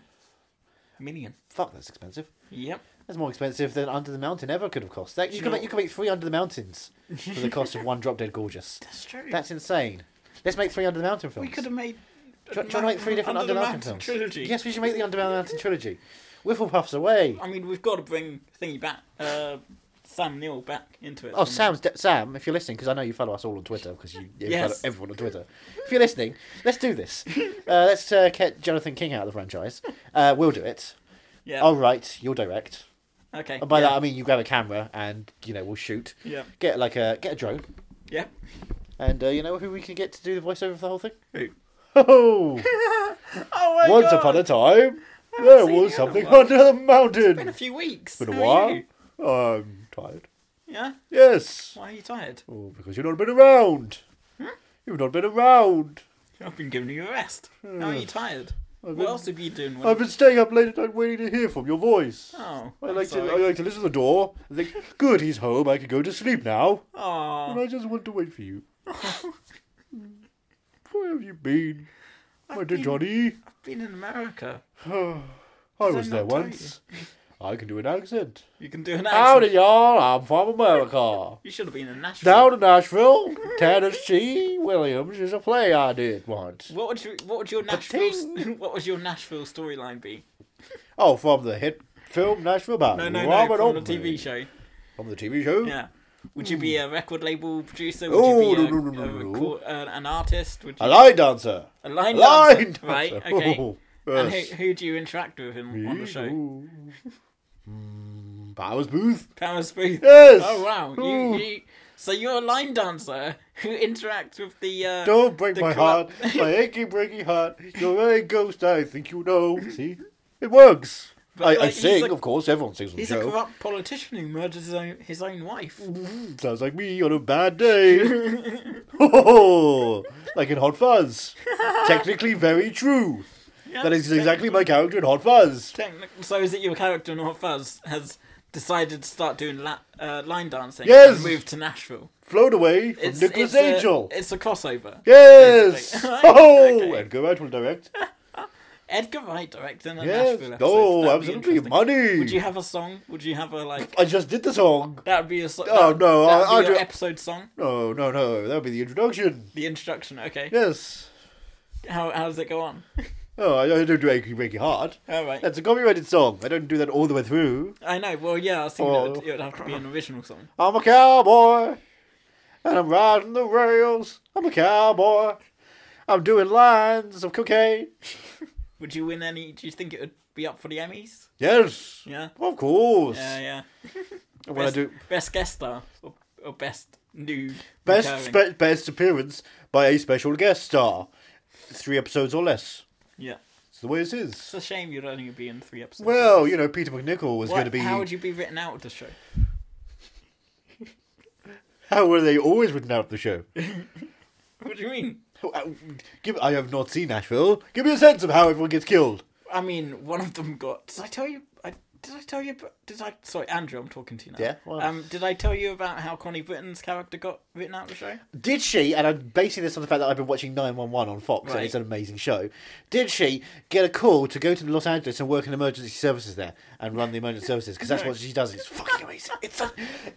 Speaker 1: million.
Speaker 2: Fuck, that's expensive.
Speaker 1: Yep.
Speaker 2: That's more expensive than Under the Mountain ever could have cost. That, you,
Speaker 1: No.
Speaker 2: could make, you could make three Under the Mountains for the cost of one Drop Dead Gorgeous.
Speaker 1: That's true.
Speaker 2: That's insane. Let's make three Under the Mountain films.
Speaker 1: we could have made.
Speaker 2: Do you want to make three different Under, the Mountain, films?
Speaker 1: trilogy.
Speaker 2: Yes, we should make the Under the Mountain trilogy. Whifflepuff's away.
Speaker 1: I mean, we've got to bring Thingy back. Uh, Sam Neill back into it.
Speaker 2: Oh, Sam's de- Sam, if you're listening, because I know you follow us all on Twitter, because you, you
Speaker 1: Yes.
Speaker 2: follow everyone on Twitter. If you're listening, let's do this. Uh, let's uh, get Jonathan King out of the franchise. Uh, we'll do it.
Speaker 1: yeah.
Speaker 2: All right, you'll direct.
Speaker 1: okay.
Speaker 2: And by
Speaker 1: yeah.
Speaker 2: Oh, that I mean you grab a camera and you know we'll shoot.
Speaker 1: Yeah.
Speaker 2: Get like a get a drone,
Speaker 1: yeah.
Speaker 2: and uh, you know who we can get to do the voiceover for the whole thing.
Speaker 1: Who?
Speaker 2: Oh,
Speaker 1: Oh my
Speaker 2: once
Speaker 1: God.
Speaker 2: upon a time, there
Speaker 1: seen
Speaker 2: was
Speaker 1: the
Speaker 2: something
Speaker 1: other one.
Speaker 2: under the
Speaker 1: Been a
Speaker 2: mountain.
Speaker 1: few weeks.
Speaker 2: Been a
Speaker 1: How are
Speaker 2: while.
Speaker 1: you?
Speaker 2: I'm tired.
Speaker 1: Yeah.
Speaker 2: Yes.
Speaker 1: Why are you tired?
Speaker 2: Oh, because you've not been around. You've not been around.
Speaker 1: I've been giving you a rest. How are you tired? What
Speaker 2: Hmm. been-
Speaker 1: else have you done? When...
Speaker 2: I've been staying up late at night waiting to hear from your voice.
Speaker 1: Oh,
Speaker 2: I
Speaker 1: I'm
Speaker 2: like to I
Speaker 1: sorry.
Speaker 2: like to listen to the door. and think, good, he's home. I can go to sleep now.
Speaker 1: Aw.
Speaker 2: And I just want to wait for you. Where have you been, my dear
Speaker 1: been-
Speaker 2: Johnny?
Speaker 1: I've been in America.
Speaker 2: I
Speaker 1: I
Speaker 2: was there
Speaker 1: not tell
Speaker 2: once. I can do an accent.
Speaker 1: You can do an
Speaker 2: Howdy,
Speaker 1: accent.
Speaker 2: y'all. I'm from America.
Speaker 1: You should have been in Nashville.
Speaker 2: Down in Nashville, Tennessee, Williams is a play I did once.
Speaker 1: What would you, what would your Nashville s- what would your Nashville storyline be?
Speaker 2: Oh, from the hit film Nashville by
Speaker 1: No, no,
Speaker 2: Robert
Speaker 1: no, from
Speaker 2: Altman.
Speaker 1: the TV show.
Speaker 2: From the TV show?
Speaker 1: Yeah. Would you be a record label producer? Would
Speaker 2: Hmm. Oh,
Speaker 1: you be a,
Speaker 2: no, no, no,
Speaker 1: a
Speaker 2: no, no.
Speaker 1: record- an- an artist? Would you
Speaker 2: A line dancer.
Speaker 1: a line
Speaker 2: line
Speaker 1: dancer?
Speaker 2: dancer.
Speaker 1: Right. Okay.
Speaker 2: Oh,
Speaker 1: And
Speaker 2: yes.
Speaker 1: who, who do you interact with in, on the show?
Speaker 2: Mm, Powers Booth.
Speaker 1: Powers Booth.
Speaker 2: Yes.
Speaker 1: Oh wow. You,
Speaker 2: Ooh.
Speaker 1: you, so you're a line dancer who interacts with the. Uh,
Speaker 2: Don't break
Speaker 1: the
Speaker 2: my
Speaker 1: co-op-
Speaker 2: heart, my achy breaky heart. You're a ghost, I think you know. See, it works.
Speaker 1: But,
Speaker 2: I, I
Speaker 1: like, he's
Speaker 2: sing,
Speaker 1: like-
Speaker 2: of course. Everyone sings on the
Speaker 1: He's a
Speaker 2: show.
Speaker 1: corrupt politician who murders his own, his own wife.
Speaker 2: Sounds like me on a bad day. oh, like in Hot Fuzz. Technically, very true. That is exactly my character in Hot Fuzz.
Speaker 1: Technic- So is it your character in Hot Fuzz has decided to start doing la- uh, line dancing?
Speaker 2: Yes.
Speaker 1: And move to Nashville.
Speaker 2: Float away from
Speaker 1: it's
Speaker 2: Nicholas Angel.
Speaker 1: A, it's a crossover.
Speaker 2: yes.
Speaker 1: basically.
Speaker 2: Oh,
Speaker 1: Okay.
Speaker 2: Edgar Wright will direct.
Speaker 1: Edgar Wright directing a
Speaker 2: Yes.
Speaker 1: Nashville episode. That'd
Speaker 2: Oh,
Speaker 1: be
Speaker 2: absolutely.
Speaker 1: interesting.
Speaker 2: Money.
Speaker 1: Would you have a song? Would you have a like?
Speaker 2: I just did the song.
Speaker 1: That would be a song.
Speaker 2: Oh, no,
Speaker 1: That
Speaker 2: I-
Speaker 1: would be
Speaker 2: I
Speaker 1: your
Speaker 2: do-
Speaker 1: episode song.
Speaker 2: No, no, no. That would be the introduction.
Speaker 1: The introduction. Okay.
Speaker 2: Yes.
Speaker 1: How how does it go on?
Speaker 2: Oh, I I don't do Achy Breaky Heart.
Speaker 1: All right.
Speaker 2: That's a copyrighted song. I don't do that all the way through.
Speaker 1: I know. Well, yeah. I was thinking it, would,
Speaker 2: Oh.
Speaker 1: it would have to be an original song.
Speaker 2: I'm a cowboy, and I'm riding the rails. I'm a cowboy. I'm doing lines of cocaine.
Speaker 1: Would you win any? Do you think it would be up for the Emmys?
Speaker 2: Yes.
Speaker 1: Yeah.
Speaker 2: Of course.
Speaker 1: Yeah, yeah.
Speaker 2: And when I
Speaker 1: Best,
Speaker 2: do
Speaker 1: best guest star or, or best new
Speaker 2: best
Speaker 1: recurring.
Speaker 2: spe- best appearance by a special guest star, three episodes or less.
Speaker 1: yeah.
Speaker 2: It's the way it is.
Speaker 1: It's a shame you'd only be in three episodes.
Speaker 2: Well, you know, Peter McNichol was
Speaker 1: What-
Speaker 2: going to be.
Speaker 1: How would you be written out of the show?
Speaker 2: How were they always written out of the show? uh,
Speaker 1: What do you mean?
Speaker 2: Give, I have not seen Nashville. Give me a sense of how everyone gets killed.
Speaker 1: I mean, one of them got. Did I tell you? I did I tell you? ab- Did I? Sorry, Andrew, I'm talking to you now.
Speaker 2: Yeah, well-
Speaker 1: Um, did I tell you about how Connie Britton's character got written out of the show?
Speaker 2: Did she, and I'm basing this on the fact that I've been watching 911 on Fox,
Speaker 1: Right.
Speaker 2: and it's an amazing show, did she get a call to go to Los Angeles and work in emergency services there and run the emergency services? Because that's what she does. It's fucking amazing. It's a...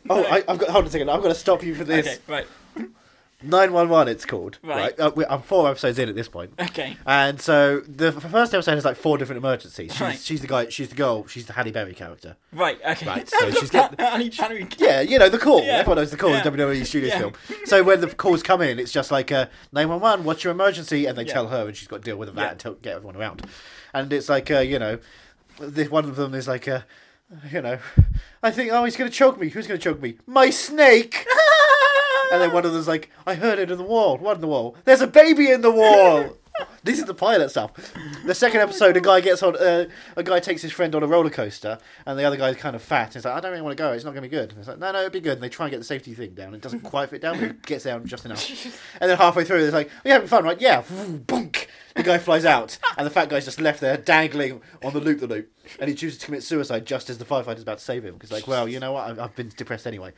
Speaker 2: Oh, I, I've got... Hold on a second. I've got to stop you for this.
Speaker 1: Okay, right.
Speaker 2: 911 it's called.
Speaker 1: Right.
Speaker 2: Uh, we- I'm four episodes in at this point.
Speaker 1: Okay.
Speaker 2: And so the f- first episode has like four different emergencies. She's,
Speaker 1: Right.
Speaker 2: she's the guy, she's the girl, she's the Halle Berry character.
Speaker 1: Right. Okay.
Speaker 2: Right, so she's got-
Speaker 1: Are you trying to be-
Speaker 2: Yeah, you know the call.
Speaker 1: Yeah.
Speaker 2: Everyone knows the call
Speaker 1: Yeah.
Speaker 2: in WWE Studios
Speaker 1: Yeah.
Speaker 2: film. So when the calls come in, it's just like uh, nine one one. What's your emergency? And they
Speaker 1: Yeah.
Speaker 2: tell her, and she's got to deal with that
Speaker 1: Yeah.
Speaker 2: and tell, get everyone around. And it's like uh, you know, this one of them is like, uh, you know, I think oh he's gonna choke me. Who's gonna choke me? My snake. and then one of them's like, I heard it in the wall. What in the wall? There's a baby in the wall. This is the pilot stuff. The second episode, a guy gets on. Uh, a guy takes his friend on a roller coaster, and the other guy's kind of fat. He's like, "I don't really want to go. It's not going to be good." And it's like, "No, no, it'll be good." And they try and get the safety thing down. It doesn't quite fit down, but it gets down just enough. And then halfway through, it's like, "Are you having fun, right?" Yeah. Boonk. The guy flies out, and the fat guy's just left there dangling on the loop the loop, and he chooses to commit suicide just as the firefighter's about to save him. Because like, well, you know what? I've, I've been depressed anyway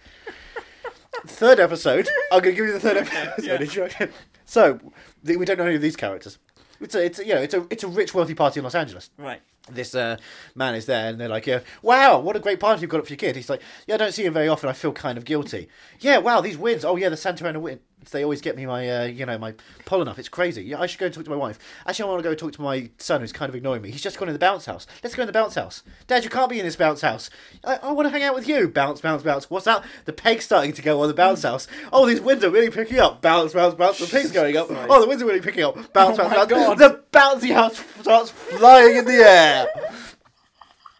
Speaker 2: third episode. I'm going to give you the third episode
Speaker 1: yeah.
Speaker 2: introduction. So th- we don't know any of these characters. It's a, it's a, you know, it's a, it's a rich, wealthy party in Los Angeles.
Speaker 1: Right.
Speaker 2: this uh, man is there, and they're like, "Yeah, wow, what a great party you've got up for your kid." He's like, "Yeah, I don't see him very often. I feel kind of guilty." Yeah, wow, these wins. Oh yeah, the Santa Ana wins. They always get me my, uh, you know, my pollen up. It's crazy. Yeah, I should go and talk to my wife. Actually, I want to go talk to my son who's kind of ignoring me. He's just gone in the bounce house. Let's go in the bounce house. Dad, you can't be in this bounce house. I, I want to hang out with you. Bounce, bounce, bounce. What's that? The peg's starting to go on the bounce
Speaker 1: Hmm.
Speaker 2: house. Oh, these winds are really picking up. Bounce, bounce, bounce. The peg's going up. Oh, the winds are really picking up. Bounce, bounce,
Speaker 1: Oh my
Speaker 2: bounce.
Speaker 1: God.
Speaker 2: The bouncy house starts flying in the air.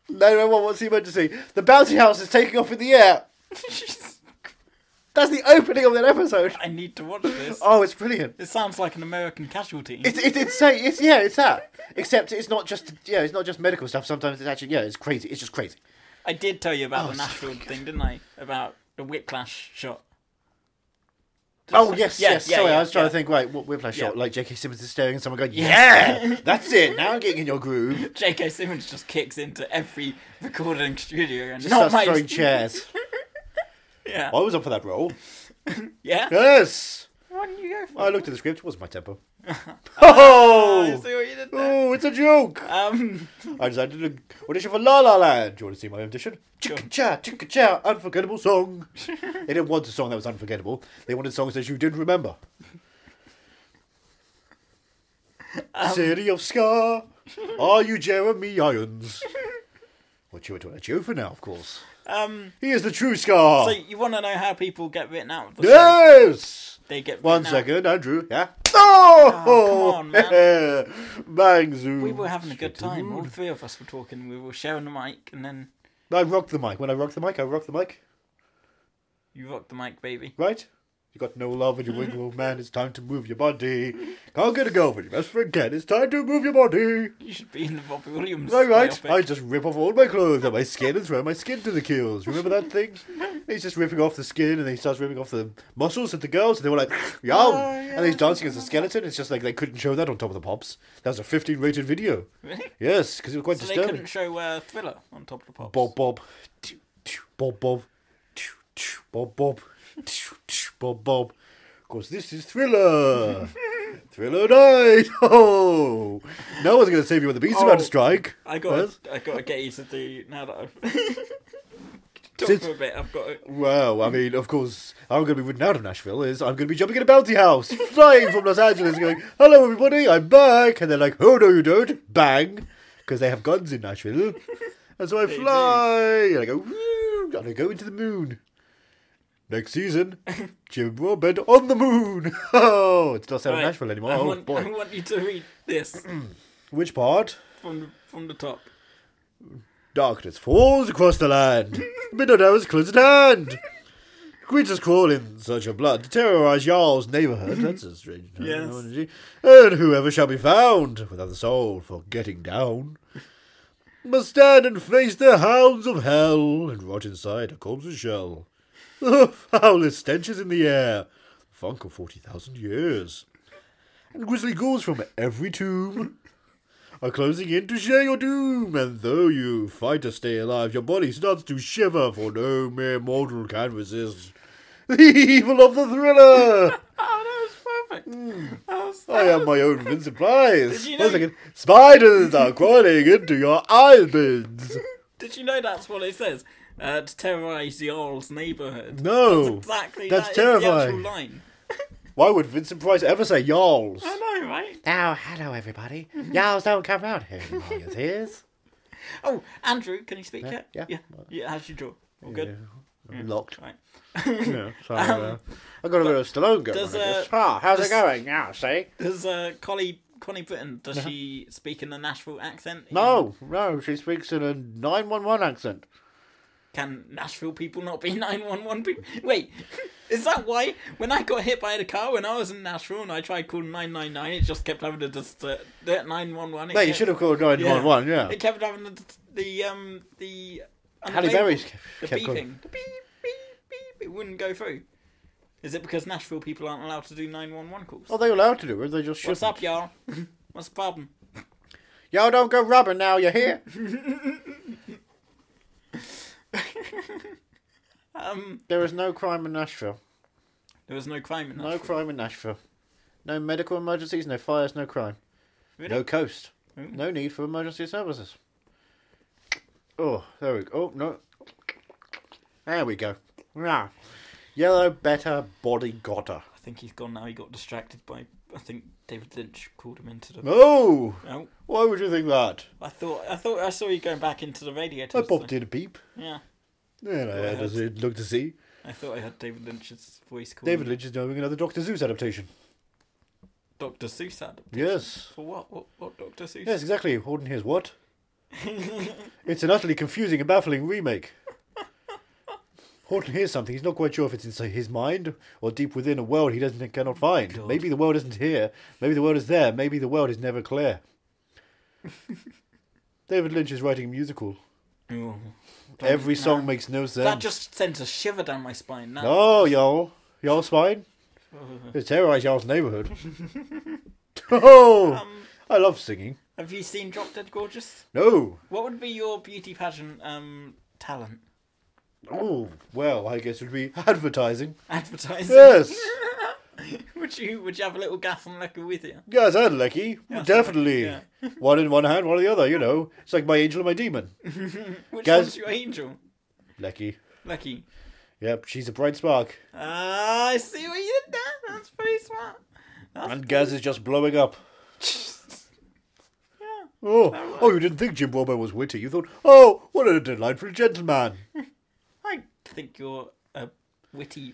Speaker 2: 911, what's the emergency? The bouncy house is taking off in the air. That's the opening of that episode.
Speaker 1: I need to watch this.
Speaker 2: Oh, it's brilliant.
Speaker 1: It sounds like an American casualty.
Speaker 2: It's it's insane. It's yeah, it's that. Except it's not just yeah, it's not just medical stuff. Sometimes it's actually yeah, it's crazy. It's just crazy.
Speaker 1: I did tell you about
Speaker 2: Oh,
Speaker 1: the Nashville thing, didn't I? About the whiplash shot.
Speaker 2: Oh yes,
Speaker 1: Yeah,
Speaker 2: yes.
Speaker 1: yeah,
Speaker 2: Sorry,
Speaker 1: yeah,
Speaker 2: I was trying
Speaker 1: yeah.
Speaker 2: to think. Right, what whiplash shot?
Speaker 1: Yeah.
Speaker 2: Like J.K. Simmons is staring at someone going, "Yeah, that's it. Now I'm getting in your groove."
Speaker 1: J.K. Simmons just kicks into every recording studio and
Speaker 2: Just
Speaker 1: not
Speaker 2: starts
Speaker 1: my
Speaker 2: throwing chairs.
Speaker 1: Yeah.
Speaker 2: I was up for that role.
Speaker 1: Yeah.
Speaker 2: Yes.
Speaker 1: Why didn't you go for
Speaker 2: I looked at the script. It wasn't my tempo. oh,
Speaker 1: I see what you did there.
Speaker 2: oh, it's a joke.
Speaker 1: Um,
Speaker 2: I decided to audition for La La Land. Do you want to see my audition? Chicka cha, chicka cha, unforgettable song. they didn't want a song that was unforgettable. They wanted songs that you didn't remember.
Speaker 1: Um,
Speaker 2: City of Scar, are you Jeremy Irons? What you were doing at you for now, of course.
Speaker 1: um,
Speaker 2: He is the true Scar.
Speaker 1: so you want to know how people get written out? Of the show?
Speaker 2: yes.
Speaker 1: They get
Speaker 2: One
Speaker 1: written out-
Speaker 2: second, Andrew. Yeah. Oh,
Speaker 1: come on, man.
Speaker 2: Bang zoom.
Speaker 1: We were having a good time. All three of us were talking. We were sharing the mic, and then
Speaker 2: I rocked the mic. When I rocked the mic, I rocked the mic.
Speaker 1: you rocked the mic, baby.
Speaker 2: right? You got no love in your wiggle, oh, man. It's time to move your body. Can't get a go with your best friend Ken. It's time to move your body.
Speaker 1: You should be in the Bobby Williams.
Speaker 2: All right,
Speaker 1: biopic.
Speaker 2: I just rip off all my clothes and my skin and throw my skin to the kills. Remember that thing? He's just ripping off the skin and then he starts ripping off the muscles at the girls and they were like, yum.
Speaker 1: Oh,
Speaker 2: And he's dancing as a skeleton. It's just like they couldn't show that on Top of the Pops. That was a 15 rated video.
Speaker 1: Really?
Speaker 2: Yes, because it was quite
Speaker 1: So they
Speaker 2: disturbing.
Speaker 1: couldn't show uh, Thriller on top of the pops.
Speaker 2: Bob Bob. Bob Bob. Bob Bob. Bob Bob. Because this is Thriller. Thriller died. Oh, no one's going to save you when the beast is about to
Speaker 1: Oh,
Speaker 2: strike.
Speaker 1: I got.
Speaker 2: Yes?
Speaker 1: I got to get you to do now that I've. Talk
Speaker 2: Since-
Speaker 1: for a bit. I've got. To...
Speaker 2: Well, I mean, of course, I'm going to be ridden out of Nashville. Is I'm going to be jumping in a bounty house, flying from Los Angeles, going, "Hello, everybody, I'm back," and they're like, "Oh no, you don't!" Bang, because they have guns in Nashville, and so I fly and I go, "Woo," and I go into the moon. Next season, Jim Broadbent on the moon. Oh, it's not set in
Speaker 1: Right,
Speaker 2: Nashville anymore.
Speaker 1: I
Speaker 2: Oh
Speaker 1: want, I
Speaker 2: boy,
Speaker 1: want you to read this
Speaker 2: which part?
Speaker 1: from the, from the top.
Speaker 2: Darkness falls across the land. Midnight hours close at hand. Creatures crawl in search of blood to terrorize Jarl's neighborhood. That's a strange time.
Speaker 1: Yes.
Speaker 2: And whoever shall be found without the soul for getting down must stand and face the hounds of hell and rot inside a corpse's shell. The foulest stenches in the air, funk of 40,000 years. And grisly ghouls from every tomb are closing in to share your doom, and though you fight to stay alive, your body starts to shiver, for no mere mortal can resist the evil of the thriller.
Speaker 1: Oh, that was perfect.
Speaker 2: Hmm.
Speaker 1: That was.
Speaker 2: I am my own Vincent
Speaker 1: Did
Speaker 2: Price.
Speaker 1: you
Speaker 2: One
Speaker 1: know-
Speaker 2: second, spiders are crawling into your eyelids.
Speaker 1: Did you know that's what it says? Uh, to terrorize the Earl's neighborhood.
Speaker 2: No,
Speaker 1: Exactly.
Speaker 2: that's
Speaker 1: that is The actual
Speaker 2: terrifying.
Speaker 1: line.
Speaker 2: Why would Vincent Price ever say y'alls?
Speaker 1: I know, Mhm. right?
Speaker 2: Now, hello everybody. Y'alls don't come out here. Yes, yes.
Speaker 1: Oh, Andrew, can you speak
Speaker 2: Yeah,
Speaker 1: yet?
Speaker 2: yeah.
Speaker 1: yeah. Yeah, How's your jaw? All good.
Speaker 2: I'm locked.
Speaker 1: Right. Um,
Speaker 2: Yeah, sorry. uh, I got a bit of Stallone going.
Speaker 1: does,
Speaker 2: on, I
Speaker 1: uh,
Speaker 2: guess. Ah, how's
Speaker 1: does-
Speaker 2: it going now? See.
Speaker 1: Does uh, Connie Connie Britton does she speak in the Nashville accent?
Speaker 2: Uh-huh. No, no, she speaks in a 911 accent.
Speaker 1: Can Nashville people not be nine one one people? Wait, is that why when I got hit by the car when I was in Nashville and I tried calling nine nine nine, it just kept having to just uh, nine one one.
Speaker 2: No, you should have called 911, yeah.
Speaker 1: It kept having the the um the
Speaker 2: Halle
Speaker 1: unavailable-
Speaker 2: Berry's kept,
Speaker 1: the
Speaker 2: kept calling.
Speaker 1: beeping. The beep beep beep. It wouldn't go through. Is it because Nashville people aren't allowed to do nine one one calls?
Speaker 2: Oh, they were allowed to do it, they just
Speaker 1: What's
Speaker 2: shouldn't.
Speaker 1: up, y'all? What's the problem?
Speaker 2: Y'all don't go rubbing now, you hear?
Speaker 1: Um,
Speaker 2: there is no crime in Nashville.
Speaker 1: There was no crime in
Speaker 2: No
Speaker 1: Nashville.
Speaker 2: crime in Nashville. No medical emergencies, no fires, no crime.
Speaker 1: Really?
Speaker 2: No coast.
Speaker 1: Mm.
Speaker 2: No need for emergency services. Oh, there we go. Oh, no. There we go. Now, yellow better body gotter.
Speaker 1: I think he's gone now. He got distracted by. I think David Lynch called him into the.
Speaker 2: Oh,
Speaker 1: Oh,
Speaker 2: why would you think that?
Speaker 1: I thought I thought I saw you going back into the radiator.
Speaker 2: I popped in a peep.
Speaker 1: Yeah,
Speaker 2: And I had a look to see.
Speaker 1: I thought I heard David Lynch's voice call.
Speaker 2: David Lynch is doing another Doctor Zeus adaptation.
Speaker 1: Doctor Seuss ad.
Speaker 2: Yes.
Speaker 1: For what? What? What? Doctor Seuss.
Speaker 2: Yes, exactly. Horton hears what? it's an utterly confusing and baffling remake. Horton hears something. He's not quite sure if it's inside his mind or deep within a world he doesn't cannot find. Maybe the world isn't here. Maybe the world is there. Maybe the world is never clear. David Lynch is writing a musical.
Speaker 1: Ooh.
Speaker 2: Every song makes no sense.
Speaker 1: That just sends a shiver down my spine. Now.
Speaker 2: Oh, y'all. Y'all's fine? It terrorized y'all's neighborhood. oh! I love singing.
Speaker 1: Have you seen Drop Dead Gorgeous?
Speaker 2: No.
Speaker 1: What would be your beauty pageant um talent?
Speaker 2: Oh, well, I guess it would be advertising.
Speaker 1: Advertising.
Speaker 2: Yes.
Speaker 1: would you Would you have a little gas and liquor with you?
Speaker 2: Yes, and lucky. Definitely.
Speaker 1: yeah.
Speaker 2: one in one hand, one in the other, you know. It's like my angel and my demon.
Speaker 1: Which
Speaker 2: Gas-
Speaker 1: one's your angel?
Speaker 2: Lucky.
Speaker 1: Lucky.
Speaker 2: Yep, she's a bright spark.
Speaker 1: Ah, I see what you did there. That's pretty smart.
Speaker 2: And Gaz is just blowing up. Oh, oh, you didn't think Jim Bobo was witty. You thought, oh, what a delightful gentleman.
Speaker 1: I think you're a witty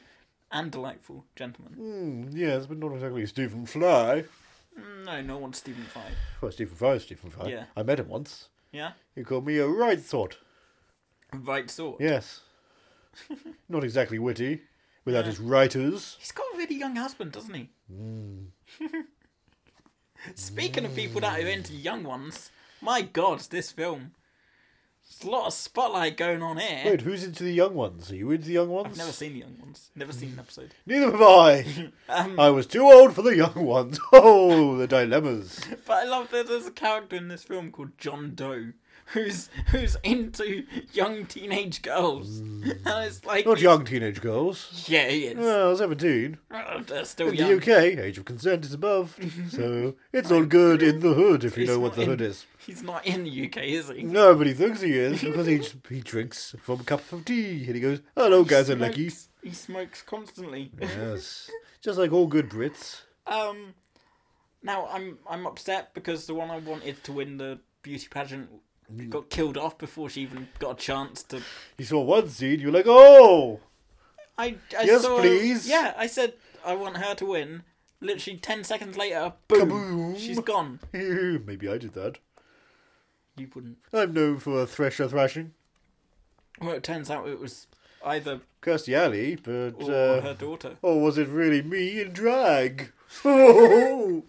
Speaker 1: and delightful gentleman.
Speaker 2: yes, but not exactly Stephen Fry. Mm.
Speaker 1: No, no one's Stephen Fry.
Speaker 2: Well, Stephen Fry is Stephen Fry.
Speaker 1: Yeah.
Speaker 2: I met him once.
Speaker 1: Yeah?
Speaker 2: He called me a right sort.
Speaker 1: Right sort.
Speaker 2: Yes. Not exactly witty, without his writers.
Speaker 1: He's got a really young husband, doesn't he?
Speaker 2: Hmm.
Speaker 1: Speaking of people that are into young ones, my god, this film. There's a lot of spotlight going on here.
Speaker 2: Wait, who's into the young ones? Are you into the young ones?
Speaker 1: I've never seen the young ones. Never seen an episode.
Speaker 2: Neither have I.
Speaker 1: Um,
Speaker 2: I was too old for the young ones. Oh, the dilemmas.
Speaker 1: But I love that there's a character in this film called John Doe. Who's who's into young teenage girls? And it's like
Speaker 2: Hmm. Not young teenage girls.
Speaker 1: Yeah, he is.
Speaker 2: Well, 17.
Speaker 1: Oh, they're still
Speaker 2: In
Speaker 1: young.
Speaker 2: the UK, age of consent is above. So it's all good in the hood if you
Speaker 1: He's
Speaker 2: know what
Speaker 1: not
Speaker 2: the
Speaker 1: in-
Speaker 2: hood is.
Speaker 1: He's not in the UK, is he?
Speaker 2: No, but he thinks he is because he, he drinks from a cup of tea and he goes, hello, guys and lucky.
Speaker 1: Smokes- He smokes constantly.
Speaker 2: Yes. Just like all good Brits.
Speaker 1: Um, now I'm I'm upset because the one I wanted to win the beauty pageant
Speaker 2: Mm.
Speaker 1: got killed off before she even got a chance to.
Speaker 2: You saw one scene, you're like, oh!
Speaker 1: I, I
Speaker 2: Yes,
Speaker 1: saw-
Speaker 2: please.
Speaker 1: Yeah, I said I want her to win. Literally ten seconds later, boom,
Speaker 2: Kaboom.
Speaker 1: she's gone.
Speaker 2: Maybe I did that.
Speaker 1: You wouldn't.
Speaker 2: I'm known for thresher thrashing.
Speaker 1: Well, it turns out it was either
Speaker 2: Kirsty Alley, but.
Speaker 1: or
Speaker 2: uh,
Speaker 1: her daughter.
Speaker 2: Or was it really me in drag? Oh,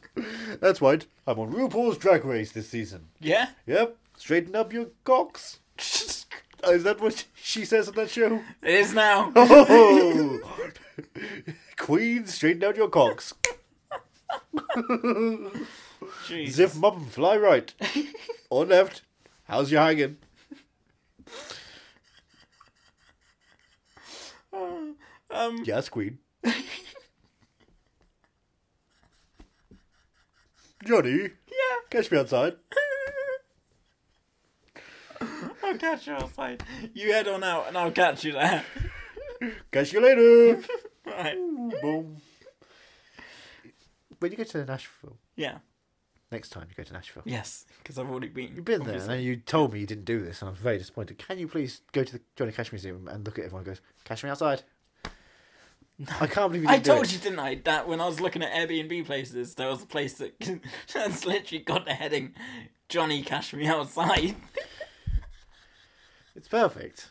Speaker 2: that's right. I'm on RuPaul's Drag Race this season.
Speaker 1: Yeah.
Speaker 2: Yep. Straighten up your cocks.
Speaker 1: it
Speaker 2: Is that what she says on that show?
Speaker 1: is now.
Speaker 2: Oh, Queen, straighten out your cocks.
Speaker 1: Jeez.
Speaker 2: Zip 'em up and fly right or left. How's your hanging? yes, Queen. Johnny,
Speaker 1: Yeah.
Speaker 2: catch me outside.
Speaker 1: I'll catch you outside. You head on out, and I'll catch you there.
Speaker 2: Catch you later.
Speaker 1: right.
Speaker 2: Boom. When you go to Nashville
Speaker 1: Yeah.
Speaker 2: next time, you go to Nashville.
Speaker 1: Yes, because I've already been.
Speaker 2: You've been there, and you told me you didn't do this, and I'm very disappointed. Can you please go to the Johnny Cash Museum and look at everyone? who Goes Cash me outside. I can't believe you
Speaker 1: I
Speaker 2: didn't do
Speaker 1: told
Speaker 2: it.
Speaker 1: you, didn't I, that when I was looking at Airbnb places, there was a place that that's literally got the heading "Johnny Cash me outside."
Speaker 2: It's perfect.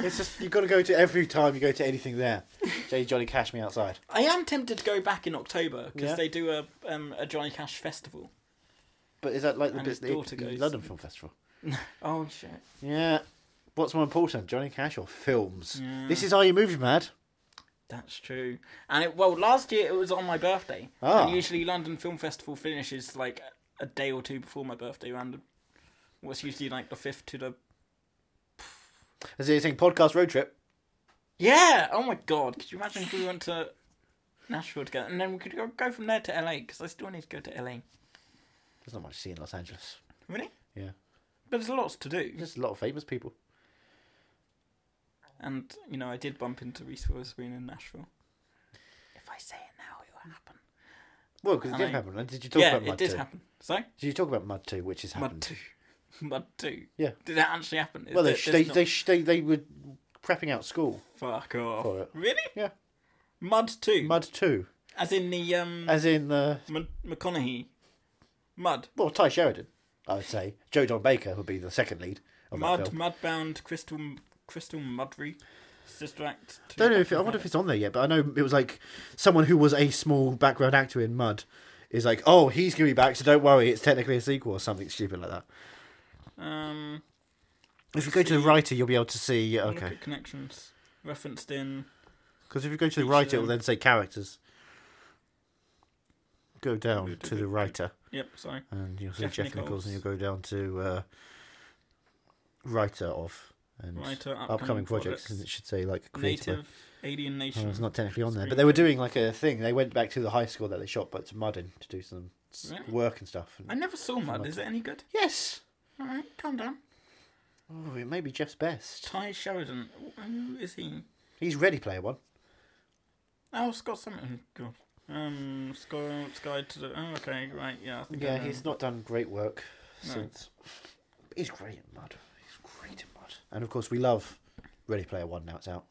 Speaker 2: It's just you've got to go to every time you go to anything there. Jay Johnny Cash me outside.
Speaker 1: I am tempted to go back in October because
Speaker 2: Yeah.
Speaker 1: they do a um, a Johnny Cash festival.
Speaker 2: But is that like the
Speaker 1: And
Speaker 2: bits
Speaker 1: his daughter
Speaker 2: that the
Speaker 1: goes.
Speaker 2: London Film Festival?
Speaker 1: Oh shit!
Speaker 2: Yeah. What's more important, Johnny Cash or films? This is Are You Movie Mad?
Speaker 1: That's true. And it, well, last year it was on my birthday.
Speaker 2: Ah.
Speaker 1: And usually London Film Festival finishes like a day or two before my birthday. Around what's usually like the fifth to the
Speaker 2: Is it saying podcast road trip?
Speaker 1: Yeah. Oh my god. Could you imagine if we went to Nashville together, and then we could go, go from there to LA? Because I still need to go to LA.
Speaker 2: There's not much to see in Los Angeles.
Speaker 1: Really?
Speaker 2: Yeah.
Speaker 1: But there's lots to do.
Speaker 2: There's a lot of famous people.
Speaker 1: And you know, I did bump into Reese Witherspoon in Nashville. If I say it now, it will happen.
Speaker 2: Well, because it
Speaker 1: And
Speaker 2: did
Speaker 1: I-
Speaker 2: happen. And did you talk
Speaker 1: yeah,
Speaker 2: about
Speaker 1: it
Speaker 2: Mud
Speaker 1: did
Speaker 2: 2?
Speaker 1: happen. So
Speaker 2: Did you talk about Mud 2, which has happened?
Speaker 1: Mud two, Mud two.
Speaker 2: Yeah.
Speaker 1: Did that actually happen? Is
Speaker 2: Well, they,
Speaker 1: it-
Speaker 2: sh-
Speaker 1: it's
Speaker 2: they,
Speaker 1: not-
Speaker 2: they, sh- they, they were prepping out school.
Speaker 1: fuck off.
Speaker 2: for it.
Speaker 1: Really?
Speaker 2: Yeah.
Speaker 1: Mud two.
Speaker 2: Mud 2.
Speaker 1: As in the um
Speaker 2: As in, uh,
Speaker 1: M- McConaughey. Mud.
Speaker 2: well, Ty Sheridan, I would say. Joe Don Baker would be the second lead of that
Speaker 1: Mud,
Speaker 2: film.
Speaker 1: Mudbound, Crystal, Crystal Mudry, Sister Act. two,
Speaker 2: don't know if it, I
Speaker 1: Black
Speaker 2: wonder if
Speaker 1: Panther.
Speaker 2: it's on there yet, but I know it was like someone who was a small background actor in Mud is like, oh, he's gonna be back, so don't worry, it's technically a sequel or something stupid like that.
Speaker 1: Um,
Speaker 2: If you go to the writer, you'll be able to see.
Speaker 1: look
Speaker 2: Okay,
Speaker 1: at connections referenced in.
Speaker 2: because if you go to the writer, it will
Speaker 1: them.
Speaker 2: then say characters. Go down to the writer,
Speaker 1: Yep, sorry.
Speaker 2: and you'll see
Speaker 1: Jeff
Speaker 2: Jeff, Nichols,
Speaker 1: Nichols.
Speaker 2: and you'll go down to uh, writer of and
Speaker 1: Writer, upcoming
Speaker 2: projects,
Speaker 1: projects.
Speaker 2: and it should say like creative.
Speaker 1: Native, alien nation.
Speaker 2: Oh, it's not technically on there, but they were doing like a thing. They went back to the high school that they shot, but to mud in to do some s-
Speaker 1: Really?
Speaker 2: work and stuff.
Speaker 1: I never saw Mud. Is it any good?
Speaker 2: Yes.
Speaker 1: All right, calm down.
Speaker 2: Oh, it may be Jeff's best.
Speaker 1: Ty Sheridan. Who is he?
Speaker 2: He's Ready Player One.
Speaker 1: Oh, Scott something. God. Um, Scott's Guide to the. Oh, okay, right, yeah. I think I
Speaker 2: Yeah,
Speaker 1: know.
Speaker 2: he's not done great work
Speaker 1: No.
Speaker 2: since. He's great in mud. He's great in mud. And of course, we love Ready Player One. Now it's out.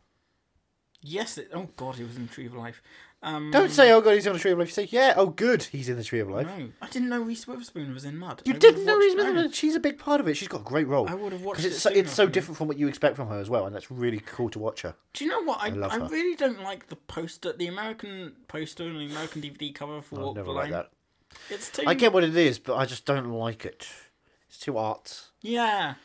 Speaker 1: Yes, it... oh god, he was in Tree of Life. Um,
Speaker 2: Don't say, "Oh God, he's on the Tree of Life." You say, "Yeah, oh good, he's in the Tree of Life."
Speaker 1: No, I didn't know Reese Witherspoon was in Mud.
Speaker 2: You
Speaker 1: I
Speaker 2: didn't
Speaker 1: would've
Speaker 2: know he's
Speaker 1: watched-
Speaker 2: been.
Speaker 1: no.
Speaker 2: in it. She's a big part of it. She's got a great role.
Speaker 1: I would've
Speaker 2: 'Cause
Speaker 1: watched
Speaker 2: it's
Speaker 1: it
Speaker 2: so,
Speaker 1: sooner
Speaker 2: it's so
Speaker 1: if I-
Speaker 2: different from what you expect from her as well, and that's really cool to watch her.
Speaker 1: Do you know what? I,
Speaker 2: love
Speaker 1: I,
Speaker 2: her.
Speaker 1: really don't like the poster, the American poster and the American DVD cover for
Speaker 2: I've
Speaker 1: Walk
Speaker 2: never
Speaker 1: the
Speaker 2: liked
Speaker 1: Line.
Speaker 2: that.
Speaker 1: It's too.
Speaker 2: I get what it is, but I just don't like it. It's too art,
Speaker 1: Yeah.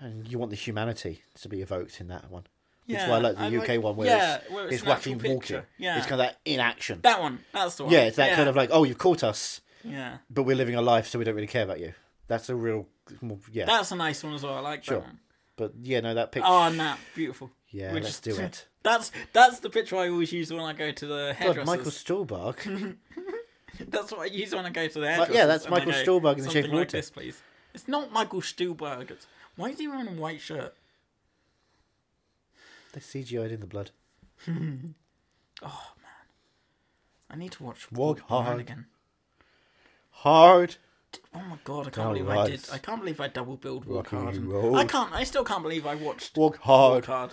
Speaker 2: and you want the humanity to be evoked in that one.
Speaker 1: Yeah.
Speaker 2: That's why I like the UK one where
Speaker 1: yeah,
Speaker 2: it's,
Speaker 1: where
Speaker 2: it's
Speaker 1: an actual
Speaker 2: wacky
Speaker 1: picture.
Speaker 2: walking.
Speaker 1: Yeah.
Speaker 2: It's kind of that inaction.
Speaker 1: That one. That's the one.
Speaker 2: yeah, it's that
Speaker 1: yeah.
Speaker 2: kind of like, oh, you've caught us,
Speaker 1: Yeah.
Speaker 2: but we're living our life, so we don't really care about you. That's a real, more- yeah.
Speaker 1: That's a nice one as well. I like
Speaker 2: Sure.
Speaker 1: that one.
Speaker 2: But yeah, no, that picture.
Speaker 1: Oh, nah. Beautiful.
Speaker 2: yeah,
Speaker 1: We're
Speaker 2: let's
Speaker 1: just-
Speaker 2: do it.
Speaker 1: That's that's the picture I always use when I go to the
Speaker 2: God,
Speaker 1: hairdressers.
Speaker 2: Michael Stuhlbarg.
Speaker 1: That's what I use when I go to the
Speaker 2: yeah,
Speaker 1: hairdressers.
Speaker 2: that's
Speaker 1: and I
Speaker 2: Michael
Speaker 1: go,
Speaker 2: Stuhlbarg in The Shape
Speaker 1: "Something
Speaker 2: of
Speaker 1: like
Speaker 2: Water."
Speaker 1: this, please. It's not Michael Stuhlbarg. It's, why is he wearing a white shirt?
Speaker 2: they CGI'd in the blood.
Speaker 1: I need to watch
Speaker 2: Walk
Speaker 1: Walk, the Line
Speaker 2: hard.
Speaker 1: again.
Speaker 2: Hard.
Speaker 1: Oh my god! I can't
Speaker 2: All
Speaker 1: believe I
Speaker 2: right.
Speaker 1: did. I can't believe I double billed Walk
Speaker 2: Rocky
Speaker 1: Hard. and-
Speaker 2: Road.
Speaker 1: I can't. I still can't believe I watched
Speaker 2: Walk
Speaker 1: Walk
Speaker 2: hard.
Speaker 1: Hard.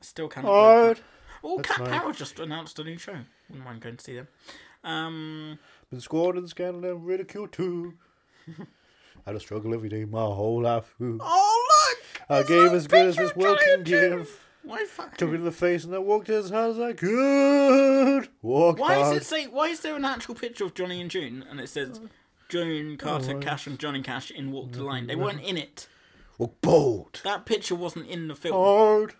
Speaker 1: I still can't.
Speaker 2: Oh, Hard.
Speaker 1: Oh, Cat
Speaker 2: nice.
Speaker 1: Power just announced a new show. Wouldn't mind going to see them. Um,
Speaker 2: Been scorned and scandal and ridiculed too. I had a struggle every day my whole life. through.
Speaker 1: oh look!
Speaker 2: I
Speaker 1: It's
Speaker 2: gave
Speaker 1: a
Speaker 2: as good as
Speaker 1: picture
Speaker 2: this
Speaker 1: of
Speaker 2: world
Speaker 1: Johnny
Speaker 2: can
Speaker 1: and Jim.
Speaker 2: give.
Speaker 1: Why fuck?
Speaker 2: Took it in the face and I walked as hard as I could. Walked
Speaker 1: Why
Speaker 2: hard.
Speaker 1: is it say? Why is there an actual picture of Johnny and June and it says June
Speaker 2: Oh,
Speaker 1: Carter Cash and Johnny Cash in Walk the Line?
Speaker 2: Mm-hmm.
Speaker 1: They weren't in it.
Speaker 2: Walk bold.
Speaker 1: That picture wasn't in the film.
Speaker 2: Hard.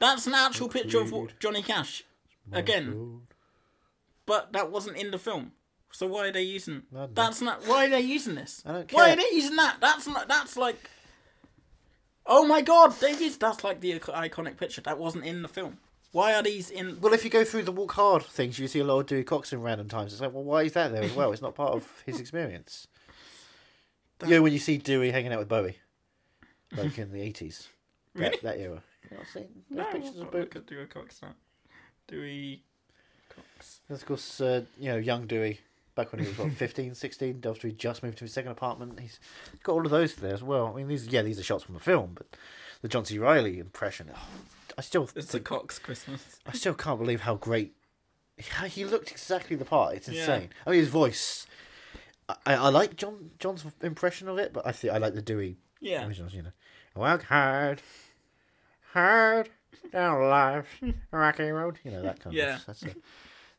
Speaker 1: That's an actual picture of Wa- Johnny Cash. Again,
Speaker 2: Bold.
Speaker 1: but that wasn't in the film. So why are they using?
Speaker 2: don't know.
Speaker 1: That's not. Why are they using this?
Speaker 2: I don't
Speaker 1: Why are
Speaker 2: care.
Speaker 1: they using that? That's not. That's like. Oh my God! They used. That's like the ic- iconic picture. That wasn't in the film. Why are these in?
Speaker 2: Well, if you go through the walk hard things, you see a lot of Dewey Cox in random times. It's like, well, why is that there as well? It's not part of his experience. You know, when you see Dewey hanging out with Bowie, like in the 80s, that,
Speaker 1: Really?
Speaker 2: that era. You're not seeing those pictures of Bowie.
Speaker 1: look at Dewey Cox now. Dewey Cox.
Speaker 2: And of course, uh, you know, young Dewey, back when he was, what, 15, 16, after he just moved to his second apartment, he's got all of those there as well. I mean, these, yeah, these are shots from the film, but the John C. Riley impression, oh, I still,
Speaker 1: It's a Cox Christmas.
Speaker 2: I still can't believe how great how he looked exactly the part. It's
Speaker 1: Yeah.
Speaker 2: insane. I mean, his voice. I, I I like John John's impression of it, but I think I like the Dewey
Speaker 1: Yeah.
Speaker 2: originals. You know, work hard, hard down life, rocky road. You know that kind
Speaker 1: Yeah.
Speaker 2: of. That's a,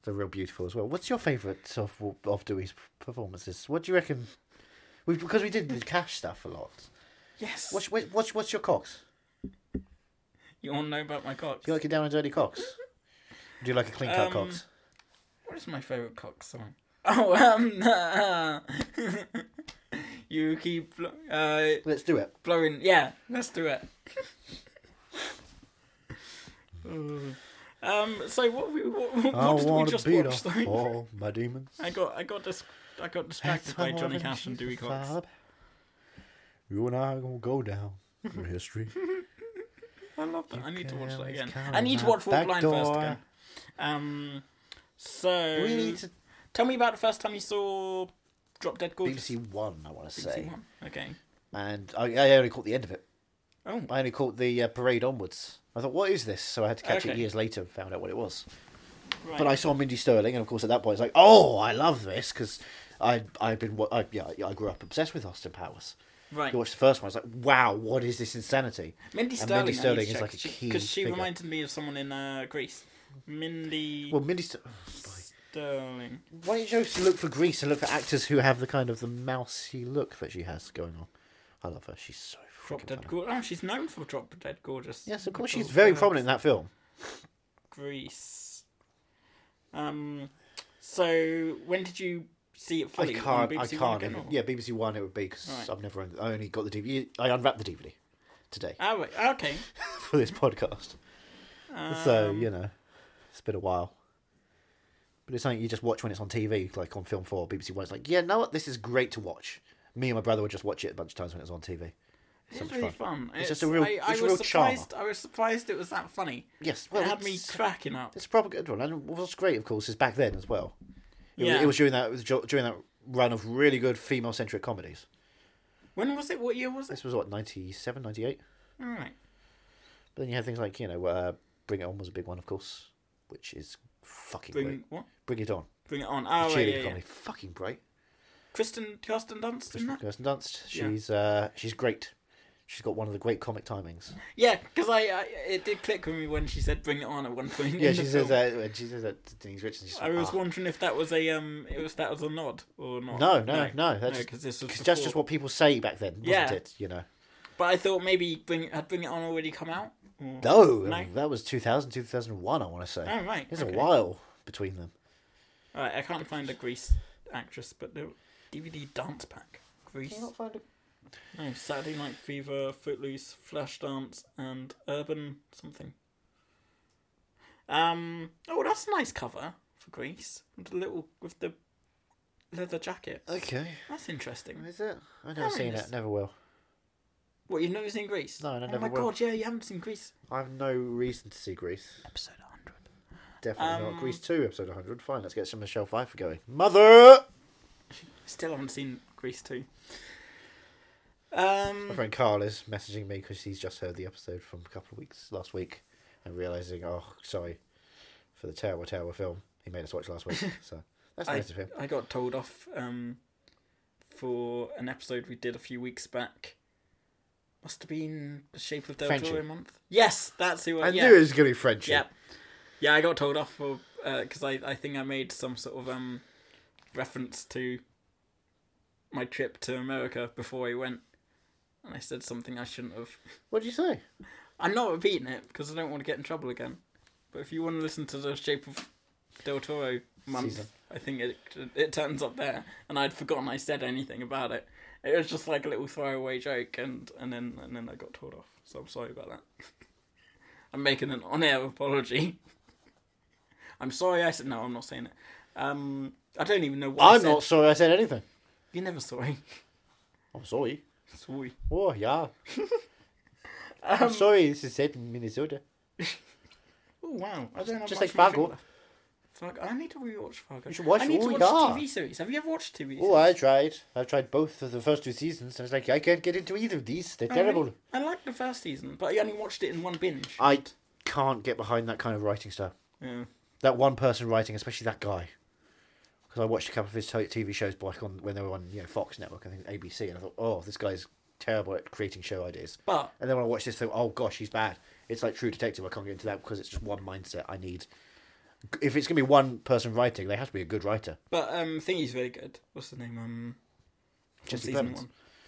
Speaker 2: they're real beautiful as well. What's your favourite of of Dewey's performances? What do you reckon? We because we did the cash stuff a lot.
Speaker 1: Yes.
Speaker 2: What's what's what's your Cox?
Speaker 1: You want to know about my Cox?
Speaker 2: Do you like your down and dirty Cox? Do you like a clean cut
Speaker 1: Um,
Speaker 2: Cox?
Speaker 1: What is my favorite Cox song? Oh, um, you keep bl- uh,
Speaker 2: Let's do it.
Speaker 1: blowing. Yeah, let's do it. um. So what we what, what, what did we
Speaker 2: wanna
Speaker 1: just watch?
Speaker 2: off
Speaker 1: Sorry?
Speaker 2: all my demons.
Speaker 1: I got I got dis- I got distracted by Johnny Cash and Dewey Cox.
Speaker 2: You and I are gonna go down in history.
Speaker 1: I love that. I need to watch that again.
Speaker 2: count
Speaker 1: I need to
Speaker 2: on that
Speaker 1: watch Walk
Speaker 2: back
Speaker 1: Blind first
Speaker 2: door.
Speaker 1: again. Um, so
Speaker 2: We need to
Speaker 1: tell me about the first time you saw Drop Dead Gorgeous.
Speaker 2: BBC One, I want to say,
Speaker 1: One. Okay.
Speaker 2: and I, I only caught the end of it.
Speaker 1: Oh,
Speaker 2: I only caught the uh, parade onwards. I thought, what is this? So I had to catch it
Speaker 1: Okay.
Speaker 2: years later and found out what it was.
Speaker 1: right.
Speaker 2: But I saw Mindy Sterling, and of course at that point, it's like, oh, I love this because I I've been wa- I, yeah I grew up obsessed with Austin Powers.
Speaker 1: right.
Speaker 2: You watched the first one, it's like, wow, what is this insanity?
Speaker 1: Mindy
Speaker 2: And
Speaker 1: Sterling.
Speaker 2: Mindy Sterling is like a key
Speaker 1: because she
Speaker 2: figure.
Speaker 1: reminded me of someone in uh, Greece. Mindy
Speaker 2: Well, Mindy Sterling.
Speaker 1: Sterling.
Speaker 2: Why don't you just look for Greece and look for actors who have the kind of the mousy look that she has going on? I love her. She's so
Speaker 1: Drop
Speaker 2: freaking
Speaker 1: Dead
Speaker 2: funny.
Speaker 1: Gorgeous. Oh, she's known for Drop Dead Gorgeous.
Speaker 2: Yes, of course,
Speaker 1: Because
Speaker 2: she's very
Speaker 1: of
Speaker 2: prominent in that film.
Speaker 1: Greece. Um. So when did you see it
Speaker 2: I
Speaker 1: fully? On
Speaker 2: can't.
Speaker 1: BBC
Speaker 2: I
Speaker 1: One
Speaker 2: can't.
Speaker 1: again,
Speaker 2: even-
Speaker 1: or-
Speaker 2: yeah, BBC One it would be because
Speaker 1: Right.
Speaker 2: I've never. Owned, I only got the DVD. I unwrapped the DVD today
Speaker 1: Oh, wait, okay.
Speaker 2: for this podcast. so
Speaker 1: Um,
Speaker 2: you know, it's been a while. But it's something you just watch when it's on TV, like on Film Four, BBC One. It's like, yeah, you know what? This is great to watch. Me and my brother would just watch it a bunch of times when it was on TV.
Speaker 1: It's
Speaker 2: much
Speaker 1: really
Speaker 2: fun.
Speaker 1: fun.
Speaker 2: It's just a real-
Speaker 1: I, I
Speaker 2: it's a
Speaker 1: was
Speaker 2: real charmer.
Speaker 1: surprised. I was surprised it was that funny.
Speaker 2: Yes, well,
Speaker 1: it had me
Speaker 2: it's-
Speaker 1: cracking up.
Speaker 2: It's a proper good one, and what's great, of course, is back then as well. It, yeah.
Speaker 1: Yeah.
Speaker 2: was, it was during that it was ju- during that run of really good female-centric comedies.
Speaker 1: When was it? What year was it?
Speaker 2: This was what 97, 98?
Speaker 1: All right.
Speaker 2: But then you had things like you know, uh, Bring It On was a big one, of course, which is fucking
Speaker 1: Bring
Speaker 2: great.
Speaker 1: what?
Speaker 2: Bring It On,
Speaker 1: Bring it on.
Speaker 2: the
Speaker 1: Oh, yeah,
Speaker 2: cheerleader
Speaker 1: yeah, yeah.
Speaker 2: comedy, fucking great.
Speaker 1: Kristen Kirsten Dunst in that.
Speaker 2: Kirsten Dunst,
Speaker 1: Yeah.
Speaker 2: she's uh, she's great. She's got one of the great comic timings.
Speaker 1: Yeah, because I, I it did click with me when she said "Bring it on" at one point.
Speaker 2: Yeah,
Speaker 1: in
Speaker 2: she
Speaker 1: the film.
Speaker 2: says that. when she says that to Denise Richards. She's
Speaker 1: I Oh, was
Speaker 2: ah.
Speaker 1: wondering if that was a um, it was that was a nod or not.
Speaker 2: No, no, no. That's
Speaker 1: because this was
Speaker 2: cause that's just
Speaker 1: before.
Speaker 2: what people say back then, wasn't
Speaker 1: Yeah.
Speaker 2: it? You know.
Speaker 1: But I thought maybe bring had Bring It On already come out. Or-
Speaker 2: No,
Speaker 1: No?
Speaker 2: um, that was 2000, 2001, I want to say.
Speaker 1: Oh, right,
Speaker 2: There's
Speaker 1: okay.
Speaker 2: a while between them.
Speaker 1: Alright, I can't find a Grease actress, but the DVD dance pack. Grease. No, Saturday Night Fever, Footloose, Flashdance, and Urban something. Um. Oh, that's a nice cover for Grease with the little with the leather jacket.
Speaker 2: Okay.
Speaker 1: That's interesting.
Speaker 2: Is it? I've never
Speaker 1: Aaron
Speaker 2: seen
Speaker 1: is-
Speaker 2: it. Never will.
Speaker 1: What you've never seen Grease?
Speaker 2: No, and I
Speaker 1: oh
Speaker 2: never
Speaker 1: my
Speaker 2: will.
Speaker 1: god, yeah, you haven't seen Grease.
Speaker 2: I have no reason to see Greece.
Speaker 1: Episode 100.
Speaker 2: Definitely
Speaker 1: Um,
Speaker 2: not. Greece 2, episode 100. Fine, let's get some Michelle Pfeiffer going. Mother!
Speaker 1: Still haven't seen Grease too. Um.
Speaker 2: My friend Carl is messaging me because he's just heard the episode from a couple of weeks, last week, and realising, oh, sorry for the terrible, terrible film he made us watch last week. so that's
Speaker 1: I,
Speaker 2: nice of him.
Speaker 1: I got told off um, for an episode we did a few weeks back. Must have been the Shape of Del
Speaker 2: Frenchy.
Speaker 1: Toro month. Yes, that's who I,
Speaker 2: I
Speaker 1: yeah.
Speaker 2: knew it was going to be friendship.
Speaker 1: Yeah, yeah. I got told off for because I I think I made some sort of um reference to my trip to America before I went, and I said something I shouldn't have.
Speaker 2: What did you say?
Speaker 1: I'm not repeating it because I don't want to get in trouble again. But if you want to listen to the Shape of Del Toro month,
Speaker 2: Season.
Speaker 1: I think it it turns up there, and I'd forgotten I said anything about it. It was just like a little throwaway joke, and and then and then I got told off. So I'm sorry about that. I'm making an on-air apology. I'm sorry. I said no. I'm not saying it. Um, I don't even know what I
Speaker 2: I'm
Speaker 1: said.
Speaker 2: not sorry I said anything.
Speaker 1: You're never sorry.
Speaker 2: I'm sorry.
Speaker 1: sorry.
Speaker 2: Oh yeah. I'm sorry, this is set in Minnesota.
Speaker 1: Oh wow! I don't have much of
Speaker 2: Just like
Speaker 1: a drink
Speaker 2: Fargo.
Speaker 1: left. Fargo. I need to rewatch Fargo. You
Speaker 2: should watch
Speaker 1: I need to
Speaker 2: all
Speaker 1: watch
Speaker 2: ya.
Speaker 1: TV series. Have you ever watched TV?
Speaker 2: Oh, I tried. I tried both of the first two seasons. I was like, I can't get into either of these. They're terrible.
Speaker 1: I liked the first season, but I only watched it in one binge.
Speaker 2: I can't get behind that kind of writing style.
Speaker 1: yeah.
Speaker 2: That one person writing, especially that guy. Because I watched a couple of his t- TV shows back on when they were on you know Fox Network and I think ABC, and I thought, oh, this guy's terrible at creating show ideas.
Speaker 1: But
Speaker 2: And then when I watched this, thing, oh gosh, he's bad. It's like True Detective. I can't get into that because it's just one mindset. I need. If it's gonna be one person writing, they have to be a good writer.
Speaker 1: but um, thingy's really good. What's the name? Um, from
Speaker 2: Jesse
Speaker 1: season
Speaker 2: Plemons.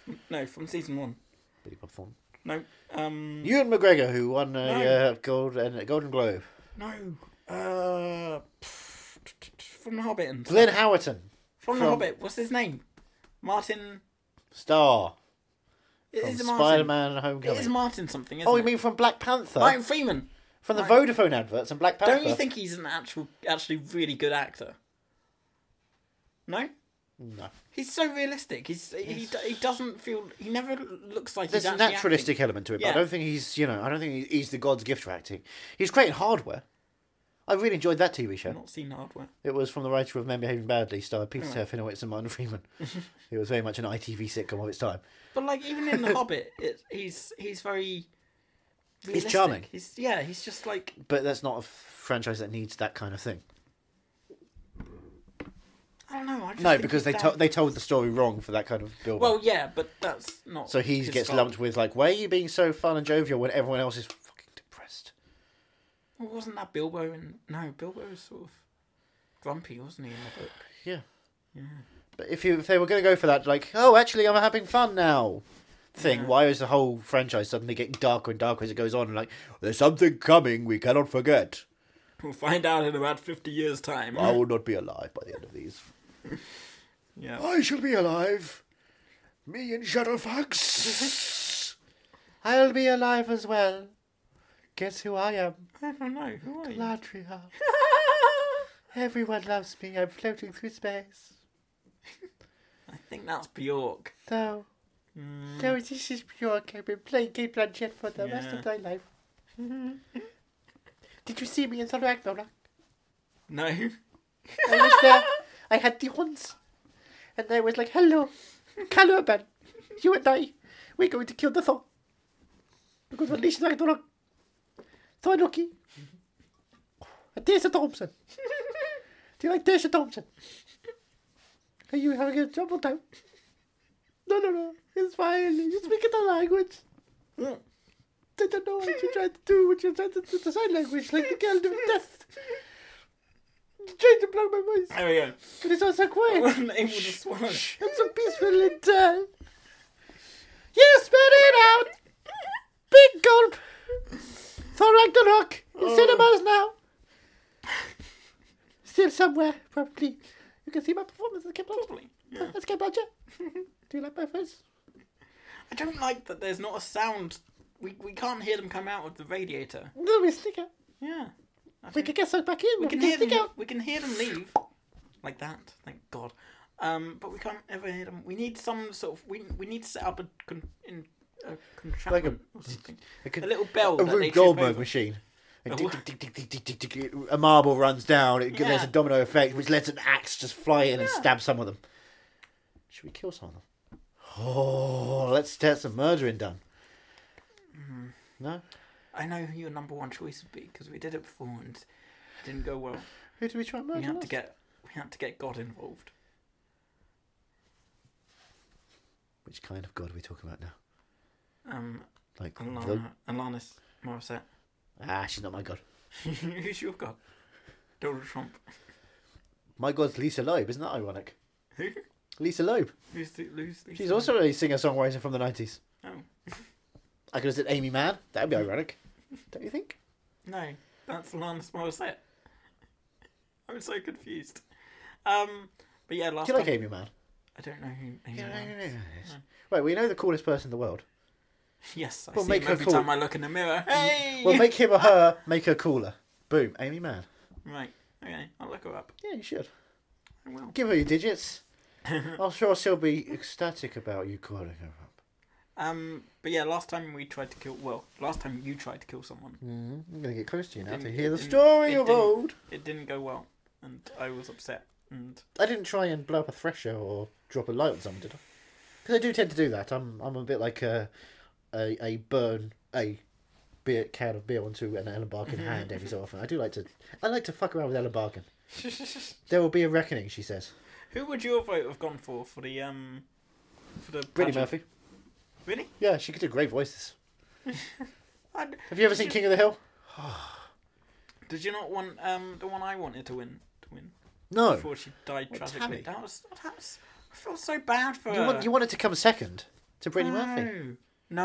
Speaker 1: one. No, from season one.
Speaker 2: Billy Bob Thornton.
Speaker 1: No. Um,
Speaker 2: Ewan McGregor, who won a
Speaker 1: No.
Speaker 2: uh, gold and a Golden Globe.
Speaker 1: no. Uh, pff, t- t- t- from the Hobbit. and-
Speaker 2: Glenn Howerton,
Speaker 1: From the
Speaker 2: from-
Speaker 1: Hobbit. What's his name? Martin.
Speaker 2: star
Speaker 1: It
Speaker 2: from
Speaker 1: is it Martin.
Speaker 2: Spider-Man:
Speaker 1: It
Speaker 2: Homecoming.
Speaker 1: is Martin something. Isn't
Speaker 2: oh, you
Speaker 1: it?
Speaker 2: mean from Black Panther?
Speaker 1: Martin Freeman?
Speaker 2: from the
Speaker 1: Martin-
Speaker 2: Vodafone adverts and Black Panther.
Speaker 1: Don't you think he's an actual, actually really good actor? No.
Speaker 2: No.
Speaker 1: He's so realistic. He's he, d- he doesn't feel he never looks like
Speaker 2: There's
Speaker 1: he's
Speaker 2: a
Speaker 1: actually
Speaker 2: naturalistic
Speaker 1: acting.
Speaker 2: element to it, but
Speaker 1: Yeah.
Speaker 2: I don't think he's, you know, I don't think he- he's the god's gift for acting. He's creating hardware. I really enjoyed that TV show.
Speaker 1: I've not seen hardware.
Speaker 2: It was from the writer of Men Behaving Badly, starred Peter Finowitz and Martin Freeman. it was very much an ITV sitcom of its time.
Speaker 1: But like even in the Hobbit, it, he's he's very. Realistic.
Speaker 2: charming.
Speaker 1: He's yeah. He's just like
Speaker 2: But that's not a franchise that needs that kind of thing.
Speaker 1: I don't know. I just
Speaker 2: No,
Speaker 1: think
Speaker 2: because
Speaker 1: he's
Speaker 2: they
Speaker 1: down-
Speaker 2: to- they told the story wrong for that kind of build.
Speaker 1: Well, yeah, but that's not.
Speaker 2: so he
Speaker 1: his
Speaker 2: gets
Speaker 1: fault.
Speaker 2: lumped with like, why are you being so fun and jovial when everyone else is fucking depressed?
Speaker 1: Well, wasn't that Bilbo? And no, Bilbo was sort of grumpy, wasn't he in the book?
Speaker 2: Yeah. But if you if they were going to go for that, like, oh, actually, I'm having fun now, thing. Why is the whole franchise suddenly getting darker and darker as it goes on? And like, there's something coming we cannot forget.
Speaker 1: We'll find out in about fifty years' time.
Speaker 2: I will not be alive by the end of these.
Speaker 1: yeah.
Speaker 2: I shall be alive. Me and Shadowfax. I'll be alive as well. Guess who I am?
Speaker 1: I don't know. Who are you?
Speaker 2: Latria. Everyone loves me. I'm floating through space.
Speaker 1: I think that's Bjork.
Speaker 2: No. No, this is pure. I've been playing Kate Blanchett for the rest of
Speaker 1: Yeah.
Speaker 2: my life. Did you see me in the Ragnarok?
Speaker 1: No.
Speaker 2: I was there. I had the horns. And I was like, hello, Caliban, you and I, we're going to kill the Thor. We're going to unleash Ragnarok. Thor Loki. And Tessa Thompson. Do you like Tessa Thompson? Are you having a trouble time? No, no, no. It's fine. You speak in the language. I don't know what you're trying to do, what you're trying to do, the sign language, like the girl doing death. Trying to block my voice.
Speaker 1: There we go.
Speaker 2: But it's all so
Speaker 1: I
Speaker 2: quiet.
Speaker 1: wasn't able to swallow.
Speaker 2: It's so peaceful and uh, You spit it out! Big gulp! Thor Ragnarok! In
Speaker 1: Oh.
Speaker 2: cinemas now! Still somewhere, probably. You can see my performance at Kip Probably. Let's get budget. Do you like my face?
Speaker 1: I don't like that there's not a sound. We, we can't hear them come out of the radiator.
Speaker 2: No, we stick out.
Speaker 1: Yeah.
Speaker 2: We could get sucked back in.
Speaker 1: We
Speaker 2: We
Speaker 1: can
Speaker 2: can
Speaker 1: hear
Speaker 2: stick
Speaker 1: them.
Speaker 2: out.
Speaker 1: We can hear them leave, like that. Thank God. Um, but we can't ever hear them. We need some sort of. We we need to set up a con, in a contraption or something. A little bell.
Speaker 2: a
Speaker 1: that they
Speaker 2: Rube
Speaker 1: trip
Speaker 2: Goldberg
Speaker 1: over.
Speaker 2: machine. And
Speaker 1: Oh.
Speaker 2: tick, tick, tick, tick, tick, tick, tick, tick, A marble runs down. It, There's
Speaker 1: Yeah.
Speaker 2: a domino effect, which lets an axe just fly in and stab some of them. Should we kill some of them? Oh, let's get some murdering done.
Speaker 1: Mm.
Speaker 2: No,
Speaker 1: I know who your number one choice would be because we did it before and it didn't go well.
Speaker 2: who do we try and murder?
Speaker 1: We had to
Speaker 2: last?
Speaker 1: get we had to get God involved.
Speaker 2: Which kind of god are we talking about now?
Speaker 1: Um,
Speaker 2: Like the-
Speaker 1: Alana, Alanis Morissette.
Speaker 2: ah, she's not my god.
Speaker 1: Who's your God? Donald Trump.
Speaker 2: My god's Lisa Loeb. Isn't that ironic?
Speaker 1: Who?
Speaker 2: Lisa Loeb.
Speaker 1: Who's the, who's the
Speaker 2: She's also a singer-songwriter from the nineties.
Speaker 1: Oh.
Speaker 2: I could have said Amy Mann. That would be ironic, don't you think?
Speaker 1: No, that's Alanis Morissette. I'm so confused. Um, but yeah, last
Speaker 2: Do you like
Speaker 1: time,
Speaker 2: Amy Mann?
Speaker 1: I don't know who. Amy Winehouse is.
Speaker 2: Right, we know the coolest person in the world.
Speaker 1: Yes, I
Speaker 2: Well,
Speaker 1: see
Speaker 2: make
Speaker 1: him
Speaker 2: her
Speaker 1: every
Speaker 2: cool.
Speaker 1: time I look in the mirror. Hey.
Speaker 2: Well, make him or her, make her cooler. Boom, Amy Mann.
Speaker 1: Right. Okay, I'll look her up.
Speaker 2: Yeah, you should.
Speaker 1: I will.
Speaker 2: Give her your digits. I'm sure she'll be ecstatic about you calling her up.
Speaker 1: Um, but yeah, last time we tried to kill. Well, last time you tried to kill someone.
Speaker 2: I'm going to get close to you now to
Speaker 1: Didn't-
Speaker 2: hear the
Speaker 1: didn't-
Speaker 2: story
Speaker 1: it
Speaker 2: of
Speaker 1: didn't-
Speaker 2: old.
Speaker 1: It didn't go well, and I was upset. And
Speaker 2: I didn't try and blow up a thresher or drop a light on someone, did I? Because I do tend to do that. I'm I'm a bit like a a, a burn a beer can of beer onto an Ellen Barkin hand every so often. I do like to I like to fuck around with Ellen Barkin. there will be a reckoning, she says.
Speaker 1: who would your vote have gone for for the um for the
Speaker 2: Brittany
Speaker 1: pageant?
Speaker 2: Murphy.
Speaker 1: Really?
Speaker 2: Yeah, she could do great voices.
Speaker 1: I'd-
Speaker 2: Have you ever seen King of the Hill?
Speaker 1: Did you not want um the one I wanted to win to win?
Speaker 2: No.
Speaker 1: before she died tragically.
Speaker 2: Tammy?
Speaker 1: That was that was. I feel so bad for
Speaker 2: You,
Speaker 1: her.
Speaker 2: want, you wanted to come second to Brittany Murphy.
Speaker 1: no.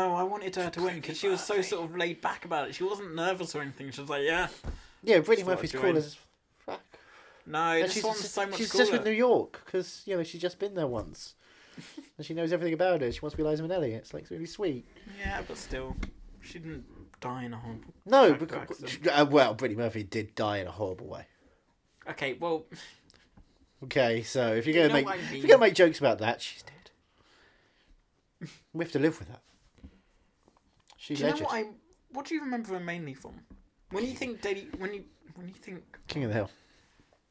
Speaker 1: No, I wanted her to win because she was so sort of laid back about it. She wasn't nervous or anything. She was like, "Yeah,
Speaker 2: Yeah, Brittany
Speaker 1: thought I'd
Speaker 2: Murphy's
Speaker 1: join.
Speaker 2: cool as fuck.
Speaker 1: no,
Speaker 2: And
Speaker 1: this
Speaker 2: she's
Speaker 1: one's
Speaker 2: obs-
Speaker 1: so much
Speaker 2: she's
Speaker 1: cooler."
Speaker 2: obsessed with New York because you know she's just been there once, and she knows everything about it. She wants to be Liza Minnelli. It's like really sweet.
Speaker 1: Yeah, but still, she didn't die in a horrible.
Speaker 2: No,
Speaker 1: Back- back
Speaker 2: because,
Speaker 1: then.
Speaker 2: uh, well, Brittany Murphy did die in a horrible way.
Speaker 1: Okay, well,
Speaker 2: Okay, so if you're gonna
Speaker 1: know
Speaker 2: make
Speaker 1: what I
Speaker 2: if
Speaker 1: mean.
Speaker 2: you're gonna make jokes about that, she's dead. We have to live with that. She's
Speaker 1: Do you know
Speaker 2: legend.
Speaker 1: what I? What do you remember her mainly from? When you think Daily, when you when you think
Speaker 2: King of the Hill.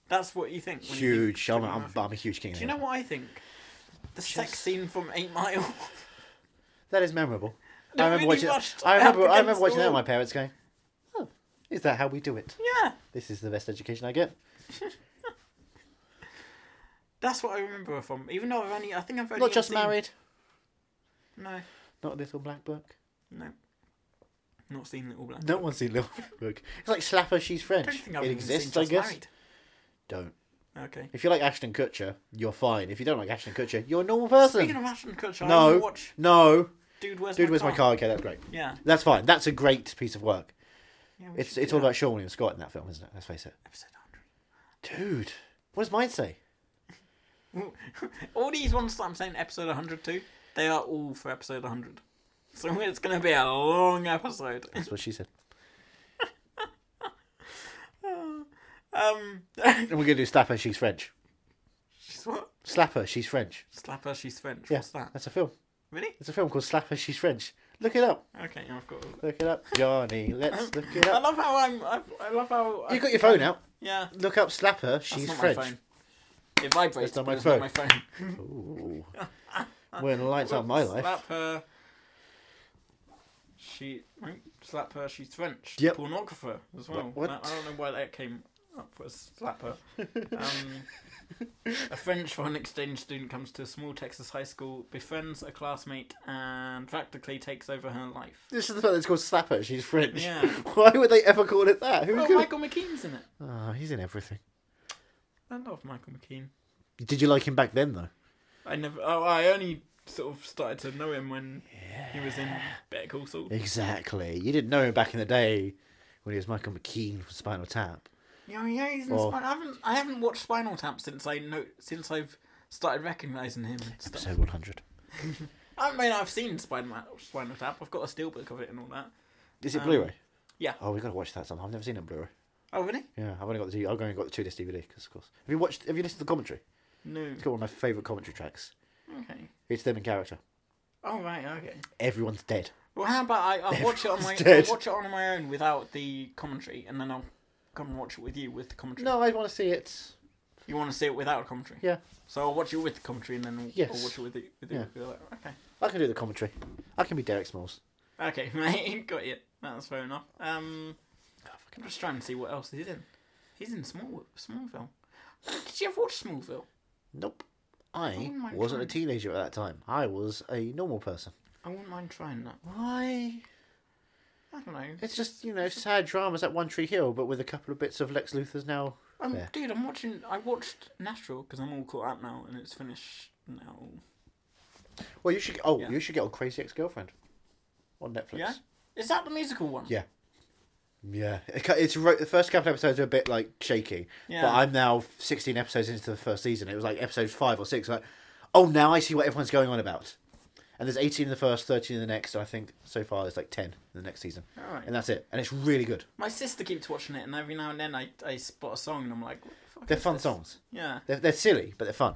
Speaker 1: that's what you think. when you think
Speaker 2: Huge. I'm,
Speaker 1: Killian
Speaker 2: I'm,
Speaker 1: Murphy.
Speaker 2: I'm a huge King
Speaker 1: Do
Speaker 2: of the
Speaker 1: you
Speaker 2: Hill.
Speaker 1: know what I think? The sex scene from Eight Mile.
Speaker 2: That is memorable.
Speaker 1: They
Speaker 2: I remember
Speaker 1: really
Speaker 2: watching.
Speaker 1: rushed
Speaker 2: I remember.
Speaker 1: up
Speaker 2: I remember
Speaker 1: against
Speaker 2: watching
Speaker 1: the
Speaker 2: that. with
Speaker 1: wall.
Speaker 2: My parents going, "Oh, is that how we do it?
Speaker 1: yeah,
Speaker 2: This is the best education I get."
Speaker 1: that's what I remember her from. Even though I've only, I think I've only
Speaker 2: Not just
Speaker 1: seen-
Speaker 2: married.
Speaker 1: No,
Speaker 2: Not a Little Black Book.
Speaker 1: no, not seen Little Black.
Speaker 2: No one's seen Little Black Book. It's like Slapper. She's French.
Speaker 1: I don't think I've
Speaker 2: it
Speaker 1: even seen
Speaker 2: exists,
Speaker 1: Just
Speaker 2: I guess.
Speaker 1: Married.
Speaker 2: Don't.
Speaker 1: Okay.
Speaker 2: If you like Ashton Kutcher, you're fine. If you don't like Ashton Kutcher, you're a normal person.
Speaker 1: Speaking of Ashton Kutcher, I
Speaker 2: no,
Speaker 1: wanna watch
Speaker 2: no,
Speaker 1: Dude, where's
Speaker 2: dude,
Speaker 1: my
Speaker 2: where's
Speaker 1: car?
Speaker 2: my car? Okay, that's great.
Speaker 1: Yeah.
Speaker 2: That's fine. That's a great piece of work.
Speaker 1: yeah we
Speaker 2: It's
Speaker 1: should
Speaker 2: it's
Speaker 1: do
Speaker 2: all
Speaker 1: that.
Speaker 2: about Sean William Scott in that film, isn't it? Let's face it.
Speaker 1: Episode 100.
Speaker 2: Dude, what does mine say?
Speaker 1: all these ones that I'm saying episode 100 to, they are all for episode 100. So it's going to be a long episode.
Speaker 2: That's what she said.
Speaker 1: Um,
Speaker 2: And we're gonna do slap her. She's French.
Speaker 1: she's what?
Speaker 2: Slap her. She's French.
Speaker 1: Slap her, she's French.
Speaker 2: Yeah,
Speaker 1: What's that?
Speaker 2: That's a film.
Speaker 1: Really?
Speaker 2: It's a film called Slap her. She's French. Look it up.
Speaker 1: Okay, I've got.
Speaker 2: Look it up, Johnny. Let's look it
Speaker 1: I
Speaker 2: up.
Speaker 1: love how I'm. I, I love how.
Speaker 2: You got your phone out.
Speaker 1: Yeah.
Speaker 2: Look up Slap her. She's
Speaker 1: It's not
Speaker 2: French.
Speaker 1: my phone. It vibrates.
Speaker 2: That's not
Speaker 1: but
Speaker 2: my
Speaker 1: it's
Speaker 2: phone.
Speaker 1: Not my phone.
Speaker 2: Ooh. When it lights up my life.
Speaker 1: Slap her. She wait, slap her. She's French.
Speaker 2: Yep.
Speaker 1: Pornographer as well.
Speaker 2: What- what?
Speaker 1: I, I don't know why that came up as slap her. Um, a French foreign exchange student comes to a small Texas high school, befriends a classmate, and practically takes over her life.
Speaker 2: This is the fact that it's called Slap her. She's French.
Speaker 1: Yeah.
Speaker 2: Why would they ever call it that? Who
Speaker 1: Oh,
Speaker 2: could?
Speaker 1: Michael McKean's in it.
Speaker 2: Oh, he's in everything.
Speaker 1: I love Michael McKean.
Speaker 2: Did you like him back then though?
Speaker 1: I never. Oh, I only sort of started to know him when he was in Better Call Saul.
Speaker 2: Exactly. You didn't know him back in the day when he was Michael McKean from Spinal Tap.
Speaker 1: Yeah, Oh, yeah, he's in
Speaker 2: Or-
Speaker 1: Spinal. I haven't, I haven't watched Spinal Tap since I know since I've started recognizing him. And stuff.
Speaker 2: Episode 100.
Speaker 1: I mean, I've seen Spinal Spinal Tap. I've got a steelbook of it and all that.
Speaker 2: Is it Blu-ray?
Speaker 1: Um, yeah.
Speaker 2: Oh, we've got to watch that sometime. I've never seen it on Blu-ray.
Speaker 1: Oh, really?
Speaker 2: Yeah, I've only got the I've only got the two disc DVD because of course. Have you watched? Have you listened to the commentary?
Speaker 1: No.
Speaker 2: It's got one of my favourite commentary tracks.
Speaker 1: Okay.
Speaker 2: It's them in character.
Speaker 1: Oh right. Okay.
Speaker 2: Everyone's dead.
Speaker 1: Well, how about I, I'll watch it on my
Speaker 2: Dead.
Speaker 1: I'll watch it on my own without the commentary, and then I'll come and watch it with you with the commentary.
Speaker 2: No, I want to see it.
Speaker 1: You want to see it without commentary?
Speaker 2: Yeah,
Speaker 1: So I'll watch it with the commentary, and then I'll,
Speaker 2: Yes.
Speaker 1: I'll watch it with you. With you
Speaker 2: Yeah.
Speaker 1: with that. Okay.
Speaker 2: I can do the commentary. I can be Derek Smalls.
Speaker 1: Okay, mate, got you. That's fair enough. Um, I'm just trying to see what else he's in. He's in Small Smallville. Did you ever watch Smallville?
Speaker 2: Nope. I
Speaker 1: Oh my
Speaker 2: wasn't a
Speaker 1: God.
Speaker 2: teenager at that time. I was a normal person.
Speaker 1: I wouldn't mind trying that.
Speaker 2: Why?
Speaker 1: I don't know.
Speaker 2: It's just you know sad dramas at One Tree Hill, but with a couple of bits of Lex Luthor's now.
Speaker 1: Um,
Speaker 2: there.
Speaker 1: Dude, I'm watching. I watched Natural because I'm all caught up now, and it's finished now.
Speaker 2: Well, you should. Oh,
Speaker 1: Yeah.
Speaker 2: you should get on Crazy Ex-Girlfriend on Netflix.
Speaker 1: Yeah, is that the musical one?
Speaker 2: Yeah. Yeah, It ca- it's ro- the first couple episodes are a bit like shaky, but
Speaker 1: Yeah.
Speaker 2: I'm now 16 episodes into the first season. It was like episodes five or six. Like, oh, now I see what everyone's going on about. And there's 18 in the first, 13 in the next. And I think so far there's like 10 in the next season,
Speaker 1: Alright.
Speaker 2: and that's it. And it's really good.
Speaker 1: My sister keeps watching it, and every now and then I, I spot a song, and I'm like, what the fuck
Speaker 2: They're
Speaker 1: is
Speaker 2: fun
Speaker 1: this?
Speaker 2: songs.
Speaker 1: Yeah.
Speaker 2: They're, they're silly, but they're fun.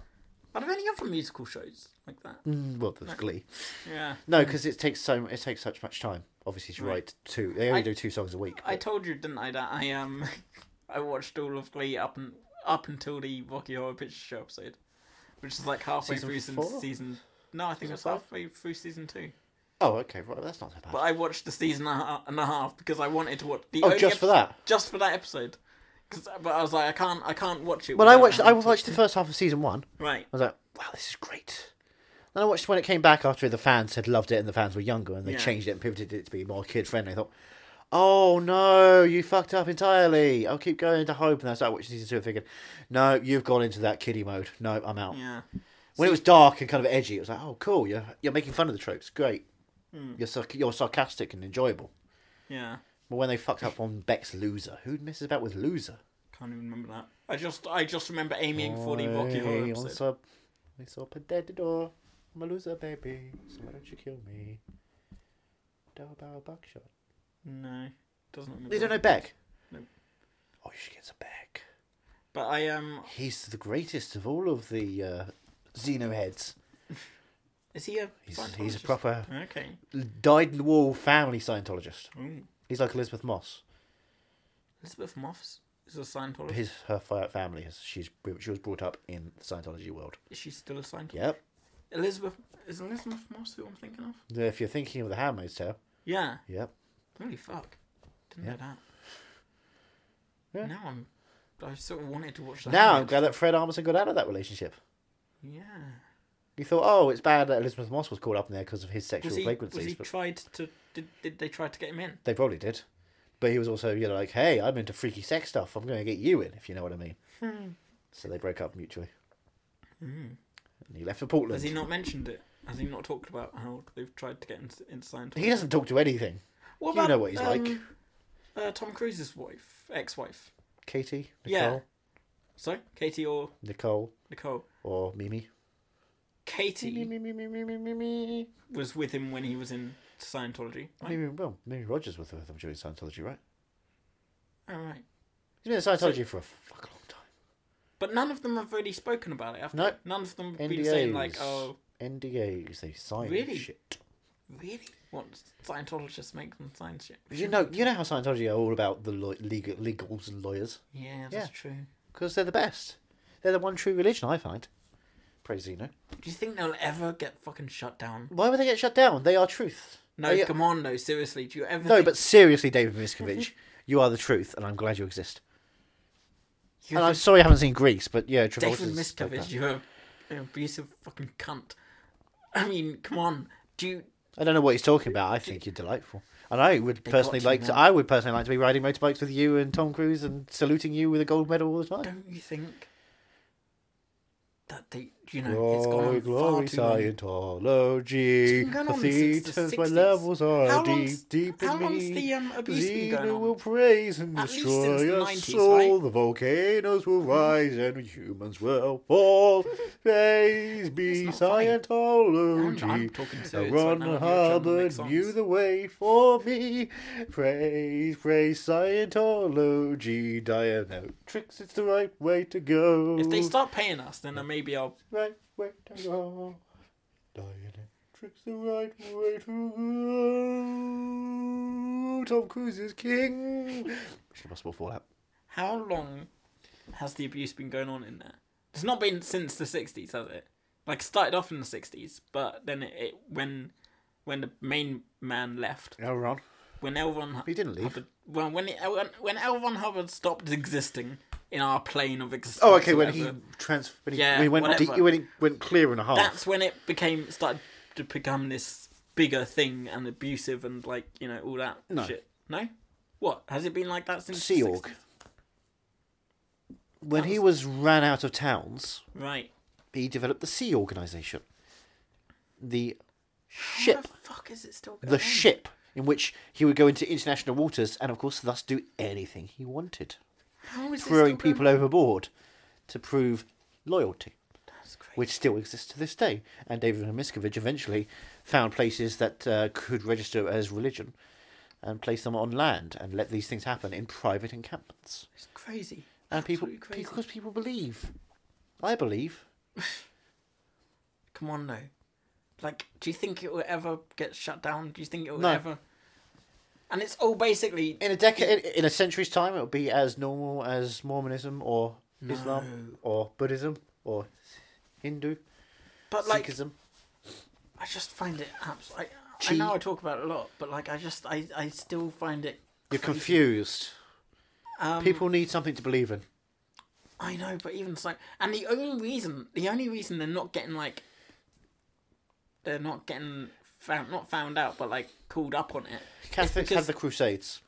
Speaker 1: Are there any other musical shows like that?
Speaker 2: Mm, Well, there's Glee.
Speaker 1: Yeah.
Speaker 2: No, because it takes so it takes such much time. Obviously, to
Speaker 1: Hmm. Right.
Speaker 2: write two. They only
Speaker 1: I-
Speaker 2: do two songs a week.
Speaker 1: I
Speaker 2: but-
Speaker 1: told you, didn't I, that I um I watched all of Glee up and up until the Rocky Horror Picture Show episode, which is like halfway
Speaker 2: Season
Speaker 1: through since
Speaker 2: four?
Speaker 1: season. No, I think it was
Speaker 2: five?
Speaker 1: halfway through season two.
Speaker 2: oh, okay. Right, that's not so bad.
Speaker 1: But I watched the season and a ha- and a half because I wanted to watch the.
Speaker 2: Oh,
Speaker 1: only
Speaker 2: just for
Speaker 1: episode-
Speaker 2: that?
Speaker 1: Just for that episode. 'Cause- but I was like, I can't, I can't watch it.
Speaker 2: Well, I
Speaker 1: without
Speaker 2: watched. I
Speaker 1: having to-
Speaker 2: watched the first half of season one.
Speaker 1: Right.
Speaker 2: I was like, wow, this is great. Then I watched when it came back after the fans had loved it and the fans were younger and they
Speaker 1: Yeah.
Speaker 2: changed it and pivoted it to be more kid friendly. I thought, oh no, you fucked up entirely. I'll keep going to hope. And then I started watching season two and figured, no, you've gone into that kiddie mode. No, I'm out.
Speaker 1: Yeah.
Speaker 2: When it was dark and kind of edgy, it was like, oh cool, you're, you're making fun of the tropes. Great.
Speaker 1: Hmm.
Speaker 2: You're, sarc- you're sarcastic and enjoyable.
Speaker 1: Yeah.
Speaker 2: But when they fucked up on Beck's loser, who messes about with loser?
Speaker 1: Can't even remember that. I just, I just remember aiming for the Rocky Horror
Speaker 2: Hey,
Speaker 1: episode.
Speaker 2: what's up? What's up at that door? I'm a loser, baby. So why don't you kill me? Dow bow buckshot.
Speaker 1: No, doesn't remember.
Speaker 2: You don't
Speaker 1: that.
Speaker 2: know Beck?
Speaker 1: Nope.
Speaker 2: Oh, you should get some Beck.
Speaker 1: But I um,
Speaker 2: He's the greatest of all of the uh, Xenoheads.
Speaker 1: is he a?
Speaker 2: He's, he's a
Speaker 1: Scientologist?
Speaker 2: proper
Speaker 1: Okay.
Speaker 2: died in the wall family Scientologist. He's like Elizabeth Moss.
Speaker 1: Mm. Elizabeth Moss is a Scientologist.
Speaker 2: His her fi- family is she's she was brought up in the Scientology world.
Speaker 1: Is she still a Scientologist?
Speaker 2: Yep.
Speaker 1: Elizabeth is Elizabeth Moss who I'm thinking of?
Speaker 2: If you're thinking of the Handmaid's Tale,
Speaker 1: Yeah.
Speaker 2: yep.
Speaker 1: Holy fuck! Didn't
Speaker 2: Yeah.
Speaker 1: know that.
Speaker 2: Yeah.
Speaker 1: Now I'm. I sort of wanted to watch that.
Speaker 2: Now I'm glad that Fred Armisen got out of that relationship.
Speaker 1: Yeah.
Speaker 2: You thought, oh, it's bad that Elizabeth Moss was caught up in there because of his sexual
Speaker 1: Was he? Was
Speaker 2: frequencies,
Speaker 1: he
Speaker 2: but
Speaker 1: tried to? Did, did they try to get him in?
Speaker 2: they probably did. But he was also, you know, like, hey, I'm into freaky sex stuff. I'm going to get you in, if you know what I mean.
Speaker 1: Hmm.
Speaker 2: so they broke up mutually. And he left for Portland.
Speaker 1: Has Hmm. he not mentioned it? Has he not talked about how they've tried to get into, into Scientology?
Speaker 2: He doesn't talk to anything.
Speaker 1: What
Speaker 2: you know what he's like.
Speaker 1: um, Uh, Tom Cruise's wife, ex-wife.
Speaker 2: Katie, Nicole,
Speaker 1: Yeah. So Katie or
Speaker 2: Nicole,
Speaker 1: Nicole.
Speaker 2: or Mimi.
Speaker 1: Katie
Speaker 2: Mimi, Mimi, Mimi, Mimi.
Speaker 1: was with him when he was in Scientology. Right?
Speaker 2: Mimi, well, Mimi Rogers was with them during Scientology, right?
Speaker 1: All right.
Speaker 2: He's been in Scientology for a fuck long time.
Speaker 1: But none of them have really spoken about it. Have they?
Speaker 2: No.
Speaker 1: None of them have been
Speaker 2: NDAs.
Speaker 1: saying like, "Oh,
Speaker 2: NDAs, they sign
Speaker 1: Really?
Speaker 2: shit.
Speaker 1: really? What Scientologists make them sign shit?"
Speaker 2: You know, you know how Scientology are all about the lo- legal, legals and lawyers
Speaker 1: Yeah, that's
Speaker 2: Yeah.
Speaker 1: true.
Speaker 2: because they're the best. They're the one true religion I find. Praise Zeno.
Speaker 1: Do you think they'll ever get fucking shut down?
Speaker 2: Why would they get shut down? They are truth.
Speaker 1: No,
Speaker 2: They-
Speaker 1: come on, no, seriously. Do you ever?
Speaker 2: Oh, no.
Speaker 1: think-
Speaker 2: But seriously, David Miscavige, you are the truth, and I'm glad you exist.
Speaker 1: you
Speaker 2: and
Speaker 1: ever-
Speaker 2: I'm sorry I haven't seen Greece, but yeah, Travolta's
Speaker 1: David
Speaker 2: like
Speaker 1: Miscavige,
Speaker 2: that.
Speaker 1: you're a- an abusive fucking cunt. I mean, come on. Do you?
Speaker 2: I don't know what he's talking about. I think you're delightful, and I would
Speaker 1: They
Speaker 2: personally
Speaker 1: got you,
Speaker 2: like to.
Speaker 1: man.
Speaker 2: I would personally like to be riding motorbikes with you and Tom Cruise and saluting you with a gold medal all the time.
Speaker 1: Don't you think that they? You know, it's gone on far
Speaker 2: glory,
Speaker 1: too long.
Speaker 2: Scientology.
Speaker 1: It's been going
Speaker 2: The
Speaker 1: on since the
Speaker 2: theatres where
Speaker 1: 60s.
Speaker 2: levels are
Speaker 1: How
Speaker 2: deep,
Speaker 1: long's-
Speaker 2: deep in
Speaker 1: how
Speaker 2: me.
Speaker 1: long's the, um, abuse been going
Speaker 2: Xena
Speaker 1: on?
Speaker 2: will praise and
Speaker 1: At least since
Speaker 2: destroy
Speaker 1: the
Speaker 2: us
Speaker 1: 90s,
Speaker 2: all.
Speaker 1: right?
Speaker 2: The volcanoes will rise and we humans will fall. Praise be
Speaker 1: It's not funny.
Speaker 2: Scientology.
Speaker 1: I'm- I'm talking serious right
Speaker 2: Ron
Speaker 1: now, you're trying to make
Speaker 2: Hubbard
Speaker 1: songs.
Speaker 2: knew the way for me. Praise, praise Scientology. Dianatrix, it's the right way to go.
Speaker 1: If they start paying us, then maybe I'll.
Speaker 2: Right way to go. Dianatrix, the right way to go. Tom Cruise is king. Mission Impossible Fallout.
Speaker 1: How long has the abuse been going on in there? It's not been since the '60s, has it? Like it started off in the '60s, but then it, it when when the main man left,
Speaker 2: Now we're on.
Speaker 1: when L. Ron Hu-
Speaker 2: He didn't leave.
Speaker 1: Hubbard, well, when it, when- when L. Ron Hubbard stopped existing in our plane of existence.
Speaker 2: Oh, okay. When
Speaker 1: whatever,
Speaker 2: he trans, when he,
Speaker 1: Yeah,
Speaker 2: when he went
Speaker 1: whatever.
Speaker 2: deep, when he went clear and a half.
Speaker 1: that's when it became started to become this bigger thing and abusive and like you know all that
Speaker 2: No.
Speaker 1: shit. No, what has it been like that since the
Speaker 2: Sea Org.
Speaker 1: 60s?
Speaker 2: When he was ran out of towns,
Speaker 1: Right.
Speaker 2: he developed the Sea Organization. The
Speaker 1: How
Speaker 2: ship,
Speaker 1: the fuck is it still going
Speaker 2: the
Speaker 1: on?
Speaker 2: ship, in which he would go into international waters and, of course, thus do anything he wanted.
Speaker 1: How is it still going
Speaker 2: throwing people
Speaker 1: on?
Speaker 2: overboard to prove loyalty,
Speaker 1: That's crazy.
Speaker 2: which still exists to this day. And David Miscavige eventually found places that uh, could register as religion and place them on land and let these things happen in private encampments.
Speaker 1: It's crazy.
Speaker 2: And people,
Speaker 1: Absolutely crazy.
Speaker 2: because people believe. I believe.
Speaker 1: Come on, though. Like, do you think it will ever get shut down? Do you think it will
Speaker 2: No.
Speaker 1: ever? And it's all basically
Speaker 2: In a decade, in, in a century's time, it will be as normal as Mormonism or Islam or Buddhism or Hindu,
Speaker 1: But like,
Speaker 2: Sikhism.
Speaker 1: I just find it abs- I, I
Speaker 2: Chi.
Speaker 1: know I talk about it a lot, but like, I just, I, I still find it.
Speaker 2: You're
Speaker 1: crazy. Um,
Speaker 2: confused. people need something to believe in.
Speaker 1: I know, but even so, and the only reason, the only reason they're not getting like, they're not getting found, not found out, but like called up on it. is
Speaker 2: Catholics
Speaker 1: because
Speaker 2: had the Crusades.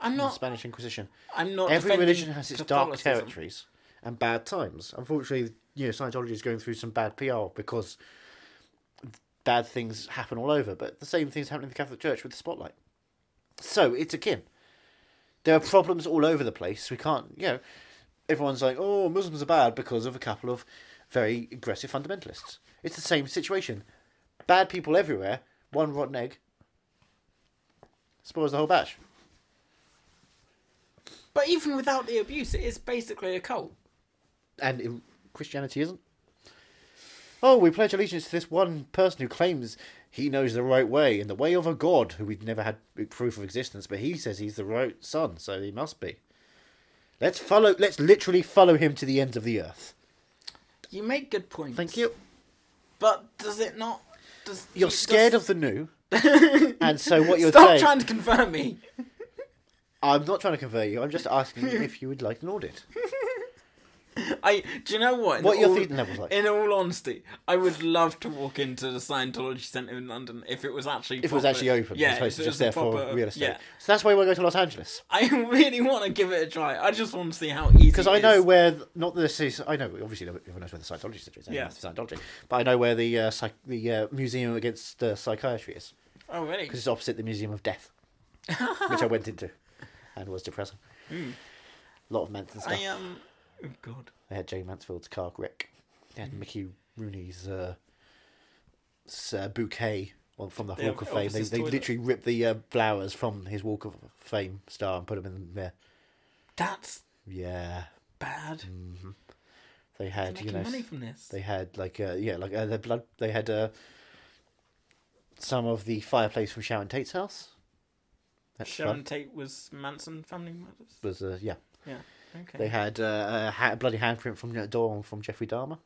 Speaker 1: I'm
Speaker 2: the
Speaker 1: not.
Speaker 2: Spanish Inquisition.
Speaker 1: I'm not.
Speaker 2: Every
Speaker 1: defending
Speaker 2: religion has its dark
Speaker 1: Catholicism.
Speaker 2: territories and bad times. Unfortunately, you know, Scientology is going through some bad PR because bad things happen all over. But the same things happen in the Catholic Church with the spotlight. So it's akin. There are problems all over the place. We can't, you know, everyone's like, oh, Muslims are bad because of a couple of very aggressive fundamentalists. It's the same situation. Bad people everywhere. One rotten egg spoils the whole batch.
Speaker 1: But even without the abuse, it is basically a cult.
Speaker 2: and it- Christianity isn't. Oh, we pledge allegiance to this one person who claims he knows the right way, in the way of a god who we've never had proof of existence, but he says he's the right son, so he must be. Let's follow. Let's literally follow him to the ends of the earth.
Speaker 1: You make good points.
Speaker 2: Thank you.
Speaker 1: But does it not? Does
Speaker 2: You're
Speaker 1: does-
Speaker 2: scared of the new, and so what you're
Speaker 1: Stop
Speaker 2: saying.
Speaker 1: trying to confirm me.
Speaker 2: I'm not trying to convey you. I'm just asking if you would like an audit.
Speaker 1: I do you know what? In
Speaker 2: What are your feeding levels like?
Speaker 1: In all honesty, I would love to walk into the Scientology Centre in London if it was actually
Speaker 2: If it was
Speaker 1: proper-
Speaker 2: actually open,
Speaker 1: Yeah,
Speaker 2: as opposed
Speaker 1: if
Speaker 2: to
Speaker 1: it
Speaker 2: just
Speaker 1: was a
Speaker 2: there for
Speaker 1: proper-
Speaker 2: real estate.
Speaker 1: Yeah.
Speaker 2: So that's why we're going to Los Angeles.
Speaker 1: I really want to give it a try. I just want to see how easy.
Speaker 2: Because
Speaker 1: it
Speaker 2: I know
Speaker 1: is.
Speaker 2: where, th- not the, Cis- I know obviously everyone knows where the Scientology Center is.
Speaker 1: Yeah.
Speaker 2: Yeah, Scientology. But I know where the uh, psych- the uh, museum against uh, psychiatry is
Speaker 1: Oh really?
Speaker 2: because it's opposite the Museum of Death, which I went into, and was depressing. A lot of Manson stuff.
Speaker 1: Hmm. I um. Oh god.
Speaker 2: They had Jay Mansfield's car wreck. They had Mickey Rooney's uh, s- uh, bouquet on, from the
Speaker 1: They
Speaker 2: Walk
Speaker 1: have
Speaker 2: of Fame. They,
Speaker 1: Elvis's
Speaker 2: they
Speaker 1: toilet.
Speaker 2: literally ripped the uh, flowers from his Walk of Fame star and put them in there.
Speaker 1: That's
Speaker 2: Yeah,
Speaker 1: bad.
Speaker 2: they had
Speaker 1: Making
Speaker 2: Mm, you know.
Speaker 1: money from this.
Speaker 2: They had like uh, yeah, like uh, their blood. They had uh, some of the fireplace from Sharon Tate's house. That's
Speaker 1: Sharon
Speaker 2: fun.
Speaker 1: Tate was Manson family murders.
Speaker 2: was uh, yeah.
Speaker 1: Yeah. Okay.
Speaker 2: They had uh, a ha- bloody handprint from the door from Jeffrey Dahmer.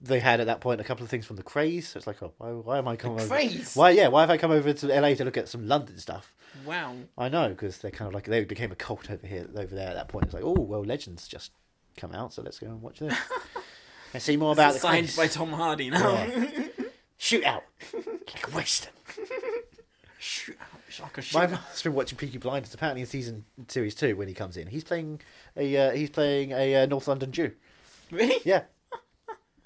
Speaker 2: They had at that point a couple of things from the craze. So it's like, oh, why, why am I coming over?
Speaker 1: Craze?
Speaker 2: Why, yeah, why have I come over to LA to look at some London stuff?
Speaker 1: Wow.
Speaker 2: I know because they're kind of like they became a cult over here, over there at that point. It's like, oh, well, Legends just come out, so let's go and watch this and see more about the
Speaker 1: Signed
Speaker 2: craze.
Speaker 1: by Tom Hardy now.
Speaker 2: Shoot out like a western.
Speaker 1: Shoot out, oh, shocker, shoot
Speaker 2: My
Speaker 1: out.
Speaker 2: mother's been watching Peaky Blinders. Apparently, in season series two, when he comes in, he's playing a uh, he's playing a uh, North London Jew.
Speaker 1: Really?
Speaker 2: Yeah,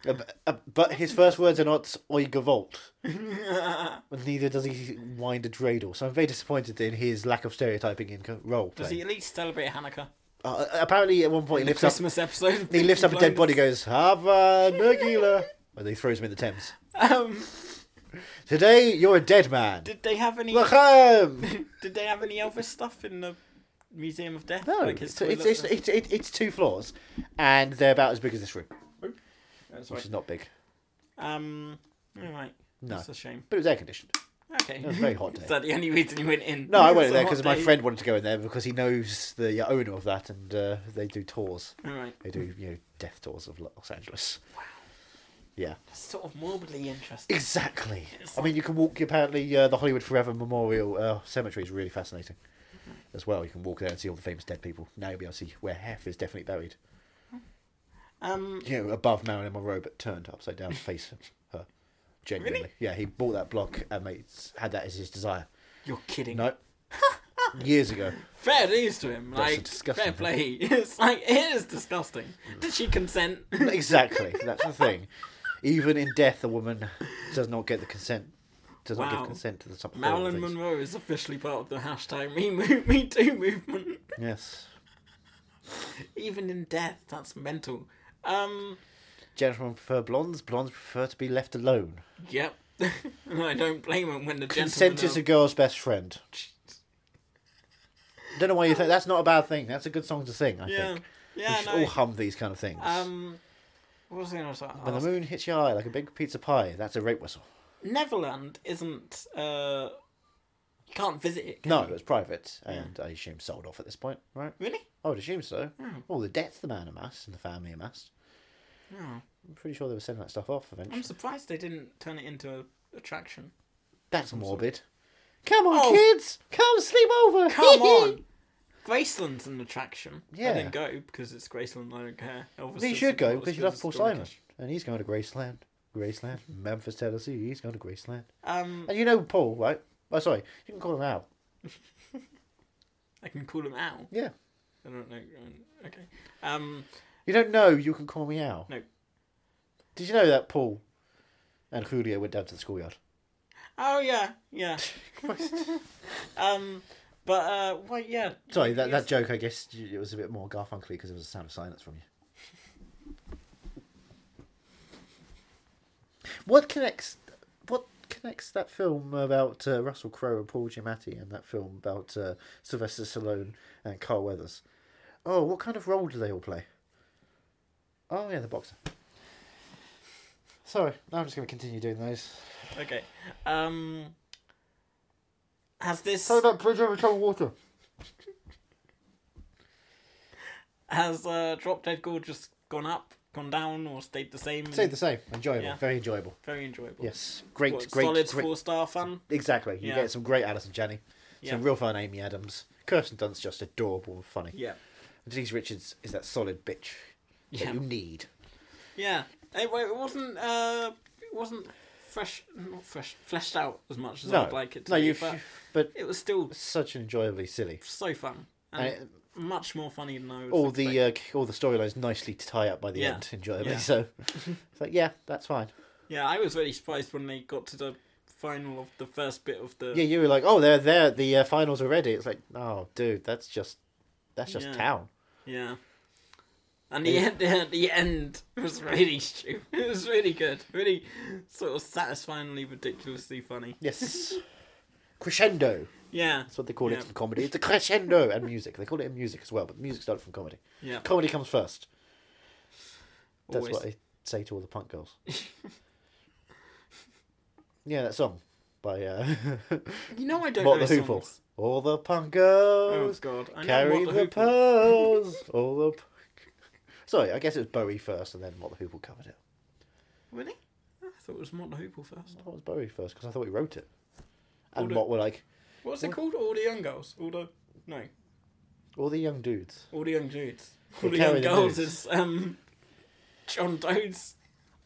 Speaker 2: Uh, b- uh, but his first words are not "Oi Gavolt," but neither does he wind a dreidel. So I'm very disappointed in his lack of stereotyping in co- role
Speaker 1: Does
Speaker 2: play.
Speaker 1: he at least celebrate Hanukkah?
Speaker 2: Uh, apparently, at one point, he
Speaker 1: The
Speaker 2: lifts up
Speaker 1: Christmas episode. of
Speaker 2: he lifts up a
Speaker 1: Peaky
Speaker 2: dead body, goes "Hava Nagila," and he throws him in the Thames.
Speaker 1: Blinders. Um,
Speaker 2: Today, you're a dead man.
Speaker 1: did they have any?
Speaker 2: Lachem!
Speaker 1: Did they have any Elvis stuff in the Museum of Death?
Speaker 2: No,
Speaker 1: like his
Speaker 2: it's, it's,
Speaker 1: toilet-
Speaker 2: it's, it's, it's, it's two floors, and they're about as big as this room,
Speaker 1: That's
Speaker 2: which
Speaker 1: right.
Speaker 2: is not big.
Speaker 1: Um, all right.
Speaker 2: No.
Speaker 1: That's a shame.
Speaker 2: But it was air conditioned.
Speaker 1: Okay.
Speaker 2: It was a very hot
Speaker 1: Is
Speaker 2: day.
Speaker 1: that the only reason you went in?
Speaker 2: No, I went
Speaker 1: It's a
Speaker 2: there
Speaker 1: hot
Speaker 2: because my
Speaker 1: day.
Speaker 2: friend wanted to go in there because he knows the owner of that, and uh, they do tours.
Speaker 1: All right.
Speaker 2: They do you know death tours of Los Angeles. Wow. Yeah.
Speaker 1: That's sort of morbidly interesting.
Speaker 2: Exactly. I mean, you can walk. Apparently, uh, the Hollywood Forever Memorial uh, Cemetery is really fascinating, as well. You can walk there and see all the famous dead people. Now you'll be able to see where Hef is definitely buried.
Speaker 1: Um,
Speaker 2: you know, above Marilyn Monroe, but turned upside down to face her. Genuinely,
Speaker 1: Really?
Speaker 2: yeah, he bought that block and made, had that as his desire.
Speaker 1: you're kidding.
Speaker 2: No, years ago.
Speaker 1: Fair dues to him. Like
Speaker 2: disgusting
Speaker 1: fair
Speaker 2: thing. Mm.
Speaker 1: play. It's like it is disgusting. Did she consent?
Speaker 2: Exactly, that's the thing. Even in death, a woman does not get the consent. Does not
Speaker 1: Wow.
Speaker 2: give consent to the something.
Speaker 1: Marilyn Monroe is officially part of the hashtag Me, Mo- Me Too movement.
Speaker 2: Yes,
Speaker 1: Even in death, that's mental. Um,
Speaker 2: gentlemen prefer blondes. Blondes prefer to be left alone.
Speaker 1: yep. And I don't blame him when the gentleman.
Speaker 2: Consent is a girl's best friend. Don't know why you think that's not a bad thing. That's a good song to sing. I
Speaker 1: Yeah,
Speaker 2: think oh, we
Speaker 1: yeah,
Speaker 2: should all
Speaker 1: no.
Speaker 2: hum these kind of things.
Speaker 1: Um, what was I going to
Speaker 2: When the
Speaker 1: ask?
Speaker 2: moon hits your eye like a big pizza pie, that's a rape whistle.
Speaker 1: Neverland isn't. Uh, you can't visit it. can
Speaker 2: No,
Speaker 1: you?
Speaker 2: it's private, and I assume sold off at this point, right?
Speaker 1: Really?
Speaker 2: I would assume so.
Speaker 1: Hmm.
Speaker 2: All the debts the man amassed and the family amassed. I'm pretty sure they were sending that stuff off eventually.
Speaker 1: Hmm. I'm surprised they didn't turn it into an attraction.
Speaker 2: That's morbid. Come on,
Speaker 1: Oh.
Speaker 2: kids! Come sleep over!
Speaker 1: Come on! Graceland's an attraction. I
Speaker 2: Yeah.
Speaker 1: didn't go because it's Graceland. I don't care. Elvis
Speaker 2: you
Speaker 1: is
Speaker 2: should go
Speaker 1: supported
Speaker 2: because you love
Speaker 1: it's
Speaker 2: Paul
Speaker 1: Johnny
Speaker 2: Simon,
Speaker 1: Cash.
Speaker 2: and he's going to Graceland. Graceland, Memphis, Tennessee. He's going to Graceland.
Speaker 1: Hmm. Um,
Speaker 2: And you know Paul, right? Oh, sorry. You can call him out.
Speaker 1: I can call him out.
Speaker 2: Yeah.
Speaker 1: I don't know. uh, Okay. Um,
Speaker 2: You don't know. You can call me out.
Speaker 1: No.
Speaker 2: Did you know that Paul and Julio went down to the schoolyard?
Speaker 1: oh yeah, yeah. um, but uh, well, yeah.
Speaker 2: Sorry, that,
Speaker 1: Yes.
Speaker 2: that joke, I guess, y- it was a bit more Garfunkel because it was a sound of silence from you. What connects. What c- connects that film about uh, Russell Crowe and Paul Giamatti and that film about uh, Sylvester Stallone and Carl Weathers? Oh, what kind of role do they all play? Oh, yeah, the boxer. Sorry, I'm just going to continue doing those.
Speaker 1: Okay. Um. Has this
Speaker 2: Tell me about Bridge Over Troubled Water.
Speaker 1: has uh, Drop Dead Gorgeous gone up, gone down, or stayed the same?
Speaker 2: Say the same. Enjoyable.
Speaker 1: Yeah.
Speaker 2: Very enjoyable.
Speaker 1: Very enjoyable.
Speaker 2: Yes. Great,
Speaker 1: What,
Speaker 2: great,
Speaker 1: solid
Speaker 2: great.
Speaker 1: four star fun.
Speaker 2: Exactly. You
Speaker 1: Yeah.
Speaker 2: get some great Alison Janney. Some
Speaker 1: Yeah.
Speaker 2: real fun Amy Adams. Kirsten Dunst just adorable and funny.
Speaker 1: Yeah.
Speaker 2: Denise Richards is that solid bitch
Speaker 1: Yeah.
Speaker 2: that you need.
Speaker 1: Yeah. Anyway, it wasn't. Uh, it wasn't fresh, not fresh, fleshed out as much as
Speaker 2: No,
Speaker 1: I'd like it to
Speaker 2: no,
Speaker 1: be.
Speaker 2: you.
Speaker 1: but
Speaker 2: But
Speaker 1: it was still
Speaker 2: such an enjoyably silly.
Speaker 1: so fun and,
Speaker 2: And
Speaker 1: much more funny than I was.
Speaker 2: All the
Speaker 1: expecting.
Speaker 2: uh, all the storylines nicely tie up by the
Speaker 1: Yeah.
Speaker 2: end enjoyably.
Speaker 1: Yeah.
Speaker 2: So it's like yeah, that's fine.
Speaker 1: yeah, I was really surprised when they got to the final of the first bit of the
Speaker 2: Yeah, you were like, oh, they're there. The uh, finals already. It's like, oh, dude, that's just that's just
Speaker 1: Yeah.
Speaker 2: town.
Speaker 1: Yeah. And the end, the, end was really stupid. It was really good, really sort of satisfyingly ridiculously funny.
Speaker 2: Yes. crescendo.
Speaker 1: Yeah,
Speaker 2: That's what they call
Speaker 1: Yeah.
Speaker 2: it in comedy. It's a crescendo and music. They call it in music as well, but music started from comedy.
Speaker 1: yeah.
Speaker 2: Comedy comes first. That's
Speaker 1: Always.
Speaker 2: what I say to all the punk girls. yeah, that song by uh,
Speaker 1: You know I don't
Speaker 2: What
Speaker 1: know
Speaker 2: the Who for.
Speaker 1: songs.
Speaker 2: All the punk
Speaker 1: Oh
Speaker 2: girls
Speaker 1: god, I
Speaker 2: carry
Speaker 1: know what the,
Speaker 2: the
Speaker 1: Who for.
Speaker 2: pearls. All the. Punk... Sorry, I guess it was Bowie first, and then What the Hoople covered it.
Speaker 1: Really? I thought it was Mott the Hoople first.
Speaker 2: I thought it was Bowie first because I thought he wrote it.
Speaker 1: All
Speaker 2: And
Speaker 1: the-
Speaker 2: what were like
Speaker 1: What's it called? All the young girls. All the no,
Speaker 2: all the young dudes?
Speaker 1: all the young dudes. All
Speaker 2: Well,
Speaker 1: the young
Speaker 2: carry the
Speaker 1: girls
Speaker 2: dudes.
Speaker 1: is um, John Doe's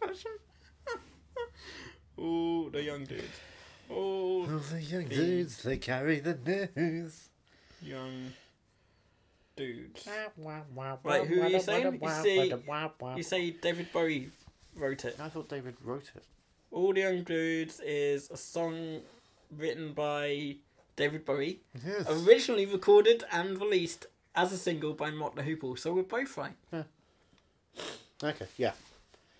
Speaker 1: version. all the young dudes. All
Speaker 2: All the young
Speaker 1: dudes,
Speaker 2: dudes, they carry the news.
Speaker 1: young dudes. Right, who are you saying? You say, you say David Bowie wrote it.
Speaker 2: I thought David wrote it.
Speaker 1: All the Young Dudes is a song written by David Bowie,
Speaker 2: Yes.
Speaker 1: originally recorded and released as a single by Mott the Hoople, so we're both right.
Speaker 2: Okay, yeah.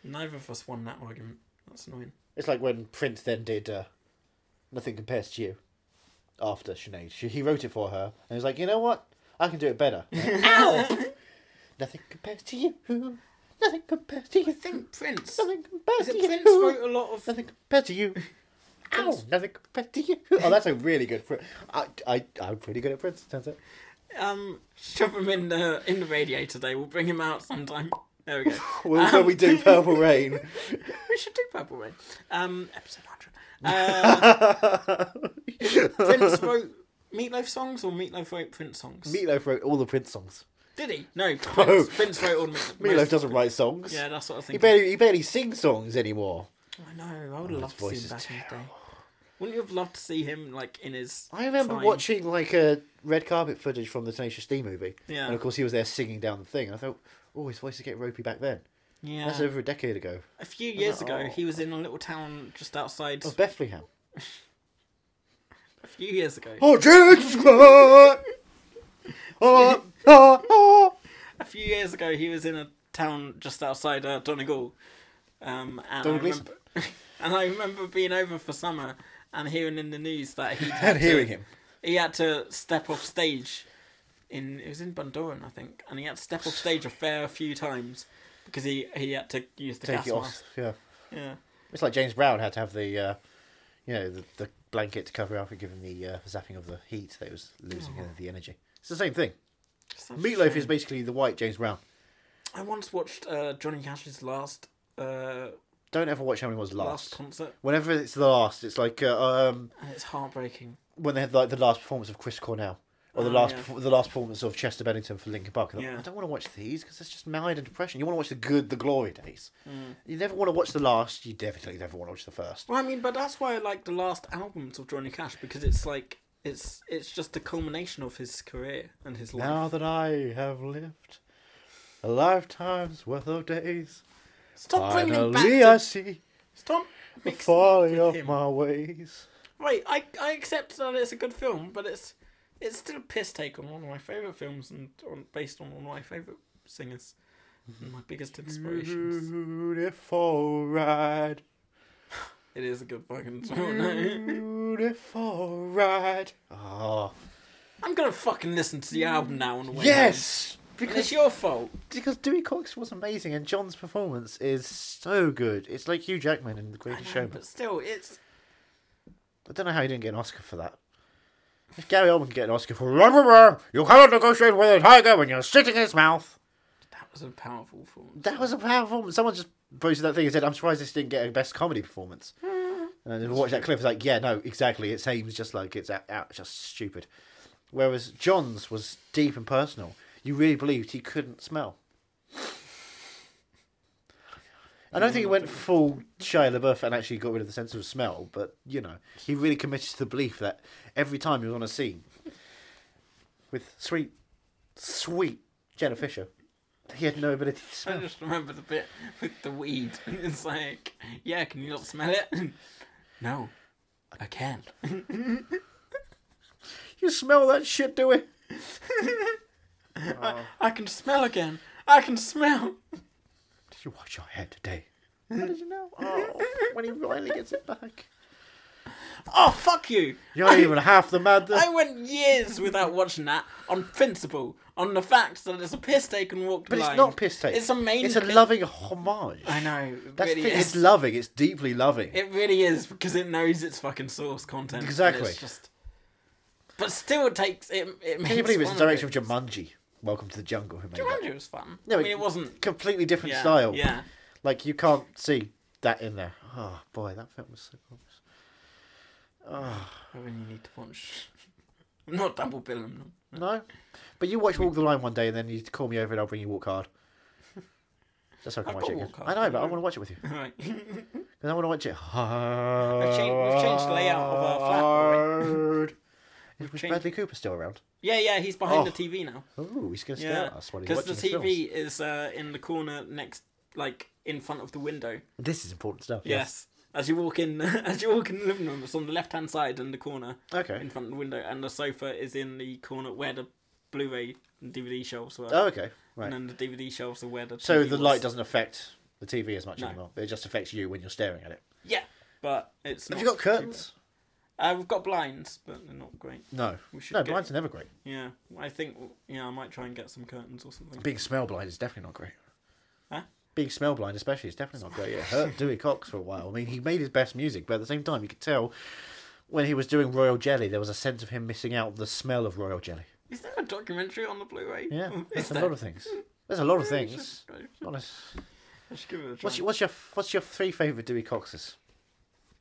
Speaker 1: Neither of us won that argument. That's annoying.
Speaker 2: It's like when Prince then did uh, Nothing Compares to You after Sinead. She, he wrote it for her and he was like, you know what? I can do it better. Ow! Nothing compares to you. Nothing compares to you.
Speaker 1: I think Prince.
Speaker 2: Nothing compares
Speaker 1: Is
Speaker 2: to
Speaker 1: it
Speaker 2: Oh you.
Speaker 1: Prince wrote a lot of.
Speaker 2: Nothing compared to you. Ow! Nothing compared to you. Oh, that's a really good. Pr- I, I, I'm pretty good at Prince, turns out.
Speaker 1: Um, shove him in the in the radiator today. We'll bring him out sometime. There we go.
Speaker 2: Well, when we
Speaker 1: Um.
Speaker 2: do Purple Rain.
Speaker 1: we should do Purple Rain. Um, episode 100. Uh, Prince wrote Meatloaf songs or Meatloaf wrote Prince songs?
Speaker 2: Meatloaf wrote all the Prince songs.
Speaker 1: Did he? No, Prince,
Speaker 2: No.
Speaker 1: Prince wrote all Meatloaf.
Speaker 2: Meatloaf doesn't write songs.
Speaker 1: Yeah, that's what I was
Speaker 2: He
Speaker 1: thinking.
Speaker 2: barely, he barely sings songs anymore.
Speaker 1: I know, I would have loved to
Speaker 2: voice
Speaker 1: see him
Speaker 2: is
Speaker 1: back in the day. Wouldn't you have loved to see him, like, in his.
Speaker 2: I remember
Speaker 1: prime?
Speaker 2: watching like a red carpet footage from the Tenacious D movie.
Speaker 1: Yeah.
Speaker 2: And of course he was there singing down the thing. I thought, oh, his voice is getting ropey back then.
Speaker 1: Yeah.
Speaker 2: That's over a decade ago.
Speaker 1: A few years ago,
Speaker 2: oh.
Speaker 1: he was in a little town just outside.
Speaker 2: Of Bethlehem.
Speaker 1: A few years ago.
Speaker 2: Oh, Jesus Christ! oh, oh, oh.
Speaker 1: A few years ago, he was in a town just outside uh, Donegal. Um, and I
Speaker 2: Donald Gleeson.
Speaker 1: remember, and I remember being over for summer and hearing in the news that he
Speaker 2: And hearing him.
Speaker 1: he had to step off stage. In it was in Bundoran, I think, and he had to step off stage a fair few times because he he had to use the
Speaker 2: Take
Speaker 1: gas
Speaker 2: it off.
Speaker 1: mask.
Speaker 2: Yeah.
Speaker 1: Yeah,
Speaker 2: It's like James Brown had to have the, uh, you know, the, the blanket to cover up and give him the uh, zapping of the heat that he was losing uh, the energy. It's the same thing.
Speaker 1: Such a
Speaker 2: Meatloaf
Speaker 1: shame.
Speaker 2: is basically the white James Brown.
Speaker 1: I once watched uh, Johnny Cash's last uh,
Speaker 2: Don't ever watch How Many Was
Speaker 1: last
Speaker 2: Last.
Speaker 1: concert,
Speaker 2: Whenever it's the last, it's like uh, um,
Speaker 1: and it's heartbreaking.
Speaker 2: when they had like the last performance of Chris Cornell. Or the
Speaker 1: Oh,
Speaker 2: last,
Speaker 1: yeah.
Speaker 2: perf- the last performance of Chester Bennington for Linkin Park. I thought,
Speaker 1: Yeah.
Speaker 2: I don't want to watch these because it's just mild and depression. You want to watch the good, the glory days.
Speaker 1: Mm.
Speaker 2: You never want to watch the last. You definitely never want to watch the first.
Speaker 1: Well, I mean, but that's why I like the last albums of Johnny Cash because it's like it's it's just the culmination of his career and his life.
Speaker 2: Now that I have lived a lifetime's worth of days,
Speaker 1: Stop bringing him back.
Speaker 2: finally
Speaker 1: To,
Speaker 2: I see
Speaker 1: Stop
Speaker 2: the
Speaker 1: mixing
Speaker 2: folly
Speaker 1: with
Speaker 2: of
Speaker 1: him.
Speaker 2: my ways.
Speaker 1: Right, I I accept that it's a good film, but it's it's still a piss take on one of my favorite films and on, based on one of my favorite singers and my biggest inspirations.
Speaker 2: Beautiful ride
Speaker 1: It is a good fucking song.
Speaker 2: Beautiful ride. Oh.
Speaker 1: I'm gonna fucking listen to the album now on the way.
Speaker 2: Yes!
Speaker 1: home. And it's
Speaker 2: Because,
Speaker 1: your fault.
Speaker 2: because Dewey Cox was amazing and John's performance is so good. It's like Hugh Jackman in The Greatest Showman.
Speaker 1: But still, it's
Speaker 2: I don't know how he didn't get an Oscar for that. If Gary Oldman can get an Oscar for "Rah, rah, rah, you cannot negotiate with a tiger when you're sitting in its mouth.
Speaker 1: that was a powerful film.
Speaker 2: That was a powerful performance. Someone just posted that thing and said, I'm surprised this didn't get a best comedy performance. and I just watched that clip. It's like, yeah, no, exactly. It seems just like it's out, out just stupid. Whereas John's was deep and personal. You really believed he couldn't smell. I don't think he went full Shia LaBeouf and actually got rid of the sense of smell, but you know, he really committed to the belief that every time he was on a scene with sweet, sweet Jenna Fisher, he had no ability to
Speaker 1: I
Speaker 2: smell.
Speaker 1: just remember the bit with the weed. It's like, yeah, can you not smell it? No, I can.
Speaker 2: You smell that shit, do we?
Speaker 1: I can smell again. I can smell.
Speaker 2: Did you wash your hair today? How did you know? Oh, when he finally gets it back.
Speaker 1: Oh fuck you!
Speaker 2: You're not even half the man that.
Speaker 1: I went years without watching that on principle, on the fact that it's a piss take and walk the
Speaker 2: But it's
Speaker 1: line.
Speaker 2: not piss take.
Speaker 1: It's a main.
Speaker 2: It's a
Speaker 1: bit.
Speaker 2: loving homage.
Speaker 1: I know. It
Speaker 2: That's
Speaker 1: really
Speaker 2: the thing,
Speaker 1: is.
Speaker 2: It's loving. It's deeply loving.
Speaker 1: It really is because it knows its fucking source content. and
Speaker 2: Exactly.
Speaker 1: It's just... But still, it takes it. it
Speaker 2: Can you believe it's the director of Jumanji? Welcome to the jungle. Who made that?
Speaker 1: Jumanji was fun.
Speaker 2: No,
Speaker 1: I mean, it wasn't
Speaker 2: Completely different
Speaker 1: yeah,
Speaker 2: style.
Speaker 1: Yeah.
Speaker 2: Like you can't see that in there. Oh boy, that film was so close.
Speaker 1: I really need to watch. I'm not double billing them.
Speaker 2: No, but you watch Walk the Line one day, and then you call me over, and I'll bring you Walk Hard. That's how I can
Speaker 1: I've
Speaker 2: watch
Speaker 1: got
Speaker 2: it. again.
Speaker 1: Walk Hard.
Speaker 2: I know, but I want to watch it with you.
Speaker 1: Right.
Speaker 2: Because I want to watch it
Speaker 1: We've
Speaker 2: hard.
Speaker 1: changed, we've changed the layout of our flat. already.
Speaker 2: Is
Speaker 1: changed-
Speaker 2: Bradley Cooper still around?
Speaker 1: Yeah, yeah, he's behind
Speaker 2: Oh.
Speaker 1: the TV now.
Speaker 2: Oh, he's going to stare
Speaker 1: Yeah,
Speaker 2: at us while he's
Speaker 1: because the
Speaker 2: watching his
Speaker 1: TV
Speaker 2: films.
Speaker 1: is uh, in the corner next, like in front of the window.
Speaker 2: This is important stuff.
Speaker 1: Yes. As you walk in, as you walk in the living room, it's on the left hand side in the corner.
Speaker 2: Okay.
Speaker 1: In front of the window, and the sofa is in the corner where the Blu-ray and DVD shelves were.
Speaker 2: Oh, okay. Right.
Speaker 1: And then the DVD shelves are where the.
Speaker 2: so
Speaker 1: TV
Speaker 2: the
Speaker 1: was.
Speaker 2: light doesn't affect the TV as much
Speaker 1: No.
Speaker 2: anymore. It just affects you when you're staring at it.
Speaker 1: Yeah, but it's.
Speaker 2: Have
Speaker 1: not
Speaker 2: you got
Speaker 1: too
Speaker 2: curtains?
Speaker 1: bad. Uh, we've got blinds, but they're not great.
Speaker 2: No.
Speaker 1: We should
Speaker 2: No,
Speaker 1: get-
Speaker 2: blinds are never great.
Speaker 1: Yeah, I think yeah, I might try and get some curtains or something.
Speaker 2: Being smell blind is definitely not great.
Speaker 1: Huh?
Speaker 2: Being smell blind, especially, is definitely not great. It hurt Dewey Cox for a while. I mean, he made his best music, but at the same time, you could tell when he was doing Royal Jelly, there was a sense of him missing out the smell of Royal Jelly.
Speaker 1: Is there a documentary on the Blu-ray?
Speaker 2: Yeah,
Speaker 1: Mm, is
Speaker 2: there's a
Speaker 1: there?
Speaker 2: lot of things. There's a lot of things.
Speaker 1: should- I should-
Speaker 2: Honest.
Speaker 1: I should give it a try.
Speaker 2: What's your, what's your what's your three favourite Dewey Coxes?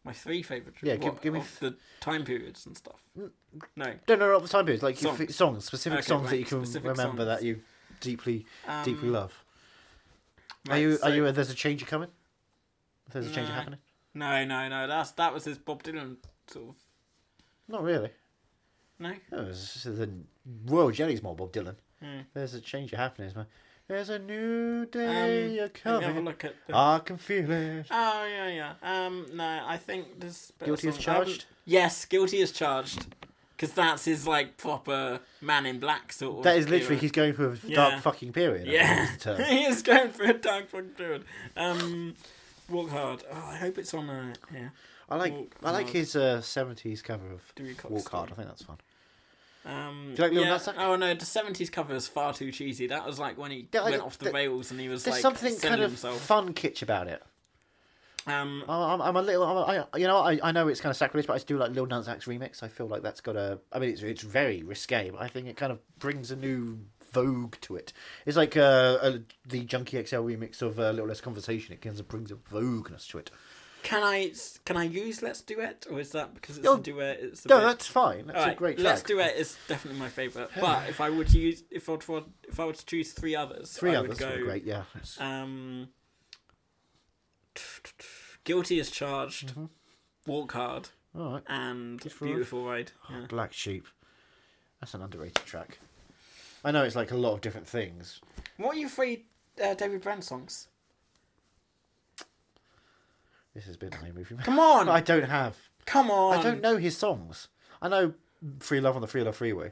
Speaker 1: My three favourite.
Speaker 2: Yeah,
Speaker 1: what,
Speaker 2: give- give me Mm.
Speaker 1: of the time periods and stuff. No.
Speaker 2: No, no, not the time periods. Like songs, your f-
Speaker 1: Songs.
Speaker 2: songs specific
Speaker 1: Okay,
Speaker 2: songs that
Speaker 1: right,
Speaker 2: you can
Speaker 1: specific
Speaker 2: remember
Speaker 1: songs.
Speaker 2: that you deeply, deeply
Speaker 1: Um,
Speaker 2: love.
Speaker 1: right,
Speaker 2: are you
Speaker 1: so-
Speaker 2: are you? A, there's a change a coming. There's a change a
Speaker 1: No.
Speaker 2: happening.
Speaker 1: No, no, no. That's that was his Bob Dylan sort of.
Speaker 2: Not really.
Speaker 1: No. Um,
Speaker 2: No, it's just the Royal Jelly's more Bob Dylan. There's a change a happening. Man. There's a new day
Speaker 1: Hmm. Um,
Speaker 2: a
Speaker 1: let me have a
Speaker 2: coming.
Speaker 1: look at. The...
Speaker 2: I can feel it.
Speaker 1: oh yeah, yeah. Um, no, I think there's. better
Speaker 2: Guilty as
Speaker 1: songs. I haven't-
Speaker 2: charged?
Speaker 1: Yes, guilty as charged. Because that's his like proper Man in Black sort of.
Speaker 2: That is literally
Speaker 1: era.
Speaker 2: he's going through a
Speaker 1: Yeah.
Speaker 2: dark fucking period. I think
Speaker 1: Yeah,
Speaker 2: is the term.
Speaker 1: he is going for a dark fucking period. Um, walk hard. Oh, I hope it's on uh, yeah.
Speaker 2: I like
Speaker 1: Walk
Speaker 2: I like
Speaker 1: Hard.
Speaker 2: his uh, 70s cover of
Speaker 1: Dewey Cox
Speaker 2: Walk Hard.
Speaker 1: story.
Speaker 2: I think that's fun.
Speaker 1: Um,
Speaker 2: Do you like Lil
Speaker 1: yeah.
Speaker 2: Nas X?
Speaker 1: Oh no, the seventies cover is far too cheesy. That was like when he
Speaker 2: Yeah, like,
Speaker 1: went off the
Speaker 2: th-
Speaker 1: rails and he was
Speaker 2: There's
Speaker 1: like
Speaker 2: something
Speaker 1: selling
Speaker 2: kind of
Speaker 1: himself.
Speaker 2: fun kitsch about it.
Speaker 1: um,
Speaker 2: I- I'm, I'm a little, I'm a, I, you know, I, I know it's kind of sacrilege, but I do like Lil Nas X remix. I feel like that's got a, I mean, it's it's very risque, but I think it kind of brings a new vogue to it. It's like uh, uh the Junkie XL remix of uh, Little Less Conversation. It kind of brings a vogueness to it.
Speaker 1: Can I can I use Let's Duet or is that because it's
Speaker 2: Oh,
Speaker 1: a duet? It's a
Speaker 2: No,
Speaker 1: bit-
Speaker 2: that's fine. That's
Speaker 1: Alright,
Speaker 2: a great track.
Speaker 1: Let's Duet is definitely my favorite. But if I would use if I would if I were to choose three others,
Speaker 2: Three
Speaker 1: I
Speaker 2: others
Speaker 1: would go
Speaker 2: were great. Yeah, It's-
Speaker 1: um, Guilty as Charged,
Speaker 2: Mm-hmm.
Speaker 1: Walk Hard,
Speaker 2: all right.
Speaker 1: and
Speaker 2: for Us.
Speaker 1: Beautiful Ride. Yeah.
Speaker 2: Black Sheep. That's an underrated track. I know it's like a lot of different things.
Speaker 1: What are your three uh, David Brand songs?
Speaker 2: This has been a movie.
Speaker 1: Come on!
Speaker 2: I don't have.
Speaker 1: Come on!
Speaker 2: I don't know his songs. I know Free Love on the Free Love Freeway.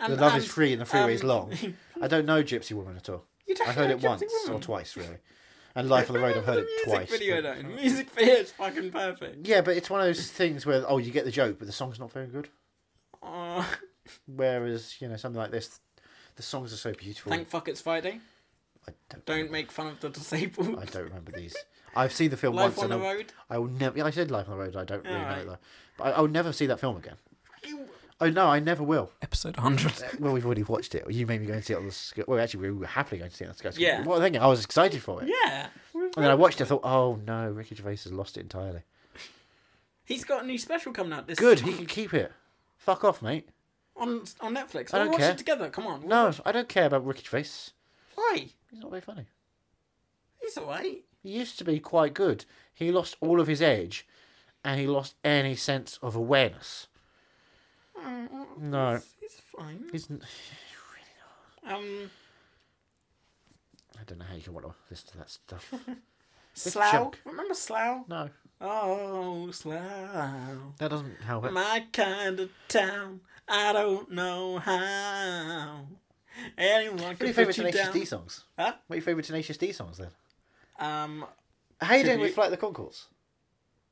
Speaker 1: And-
Speaker 2: the love
Speaker 1: and-
Speaker 2: is free and the freeway is
Speaker 1: um,
Speaker 2: long. I don't know Gypsy Woman at all.
Speaker 1: You don't
Speaker 2: I heard
Speaker 1: know
Speaker 2: it
Speaker 1: Gypsy
Speaker 2: once
Speaker 1: Woman?
Speaker 2: or twice really. and Life on the Road. I've heard
Speaker 1: music
Speaker 2: it twice.
Speaker 1: video
Speaker 2: but-
Speaker 1: though. The music video is fucking perfect.
Speaker 2: Yeah, but it's one of those things where oh, you get the joke, but the song's not very good.
Speaker 1: Oh,
Speaker 2: Whereas you know something like this, the songs are so beautiful.
Speaker 1: thank fuck it's Friday.
Speaker 2: I don't,
Speaker 1: Don't make fun of the disabled.
Speaker 2: I don't remember these. I've seen the film
Speaker 1: Life
Speaker 2: once.
Speaker 1: on
Speaker 2: and
Speaker 1: the
Speaker 2: I-
Speaker 1: Road?
Speaker 2: I will never. Yeah, I said Life on the Road. I don't really know
Speaker 1: Alright.
Speaker 2: though. But I, I'll never see that film again. Oh no, I never will.
Speaker 1: Episode 100.
Speaker 2: Well, we've already watched it. You made me go and see it on the. sc- Well, actually, we were happily going to see it on the Sky. Screen.
Speaker 1: Yeah.
Speaker 2: What a thing! I was excited for it.
Speaker 1: Yeah.
Speaker 2: And then I watched it. I thought, oh no, Ricky Gervais has lost it entirely.
Speaker 1: He's got a new special coming out this
Speaker 2: Good, he can keep it. Fuck off, mate.
Speaker 1: on on Netflix.
Speaker 2: I
Speaker 1: We'll
Speaker 2: don't
Speaker 1: watch
Speaker 2: care.
Speaker 1: it together. Come on.
Speaker 2: No, I don't care about Ricky Gervais.
Speaker 1: Why?
Speaker 2: He's not very funny.
Speaker 1: He's alright.
Speaker 2: He used to be quite good. He lost all of his edge, and he lost any sense of awareness. No,
Speaker 1: He's fine.
Speaker 2: he's. n-
Speaker 1: Um,
Speaker 2: I don't know how you can want to listen to that stuff.
Speaker 1: Slough.
Speaker 2: junk.
Speaker 1: Remember Slough?
Speaker 2: No,
Speaker 1: Oh, Slough.
Speaker 2: that doesn't help it.
Speaker 1: My kind of town. I don't know how. Anyone
Speaker 2: What are your
Speaker 1: could
Speaker 2: favourite
Speaker 1: put you
Speaker 2: Tenacious
Speaker 1: down.
Speaker 2: D songs?
Speaker 1: Huh?
Speaker 2: What are your favourite Tenacious D songs then?
Speaker 1: Um,
Speaker 2: How you doing
Speaker 1: Tribute.
Speaker 2: with Flight of the Concords?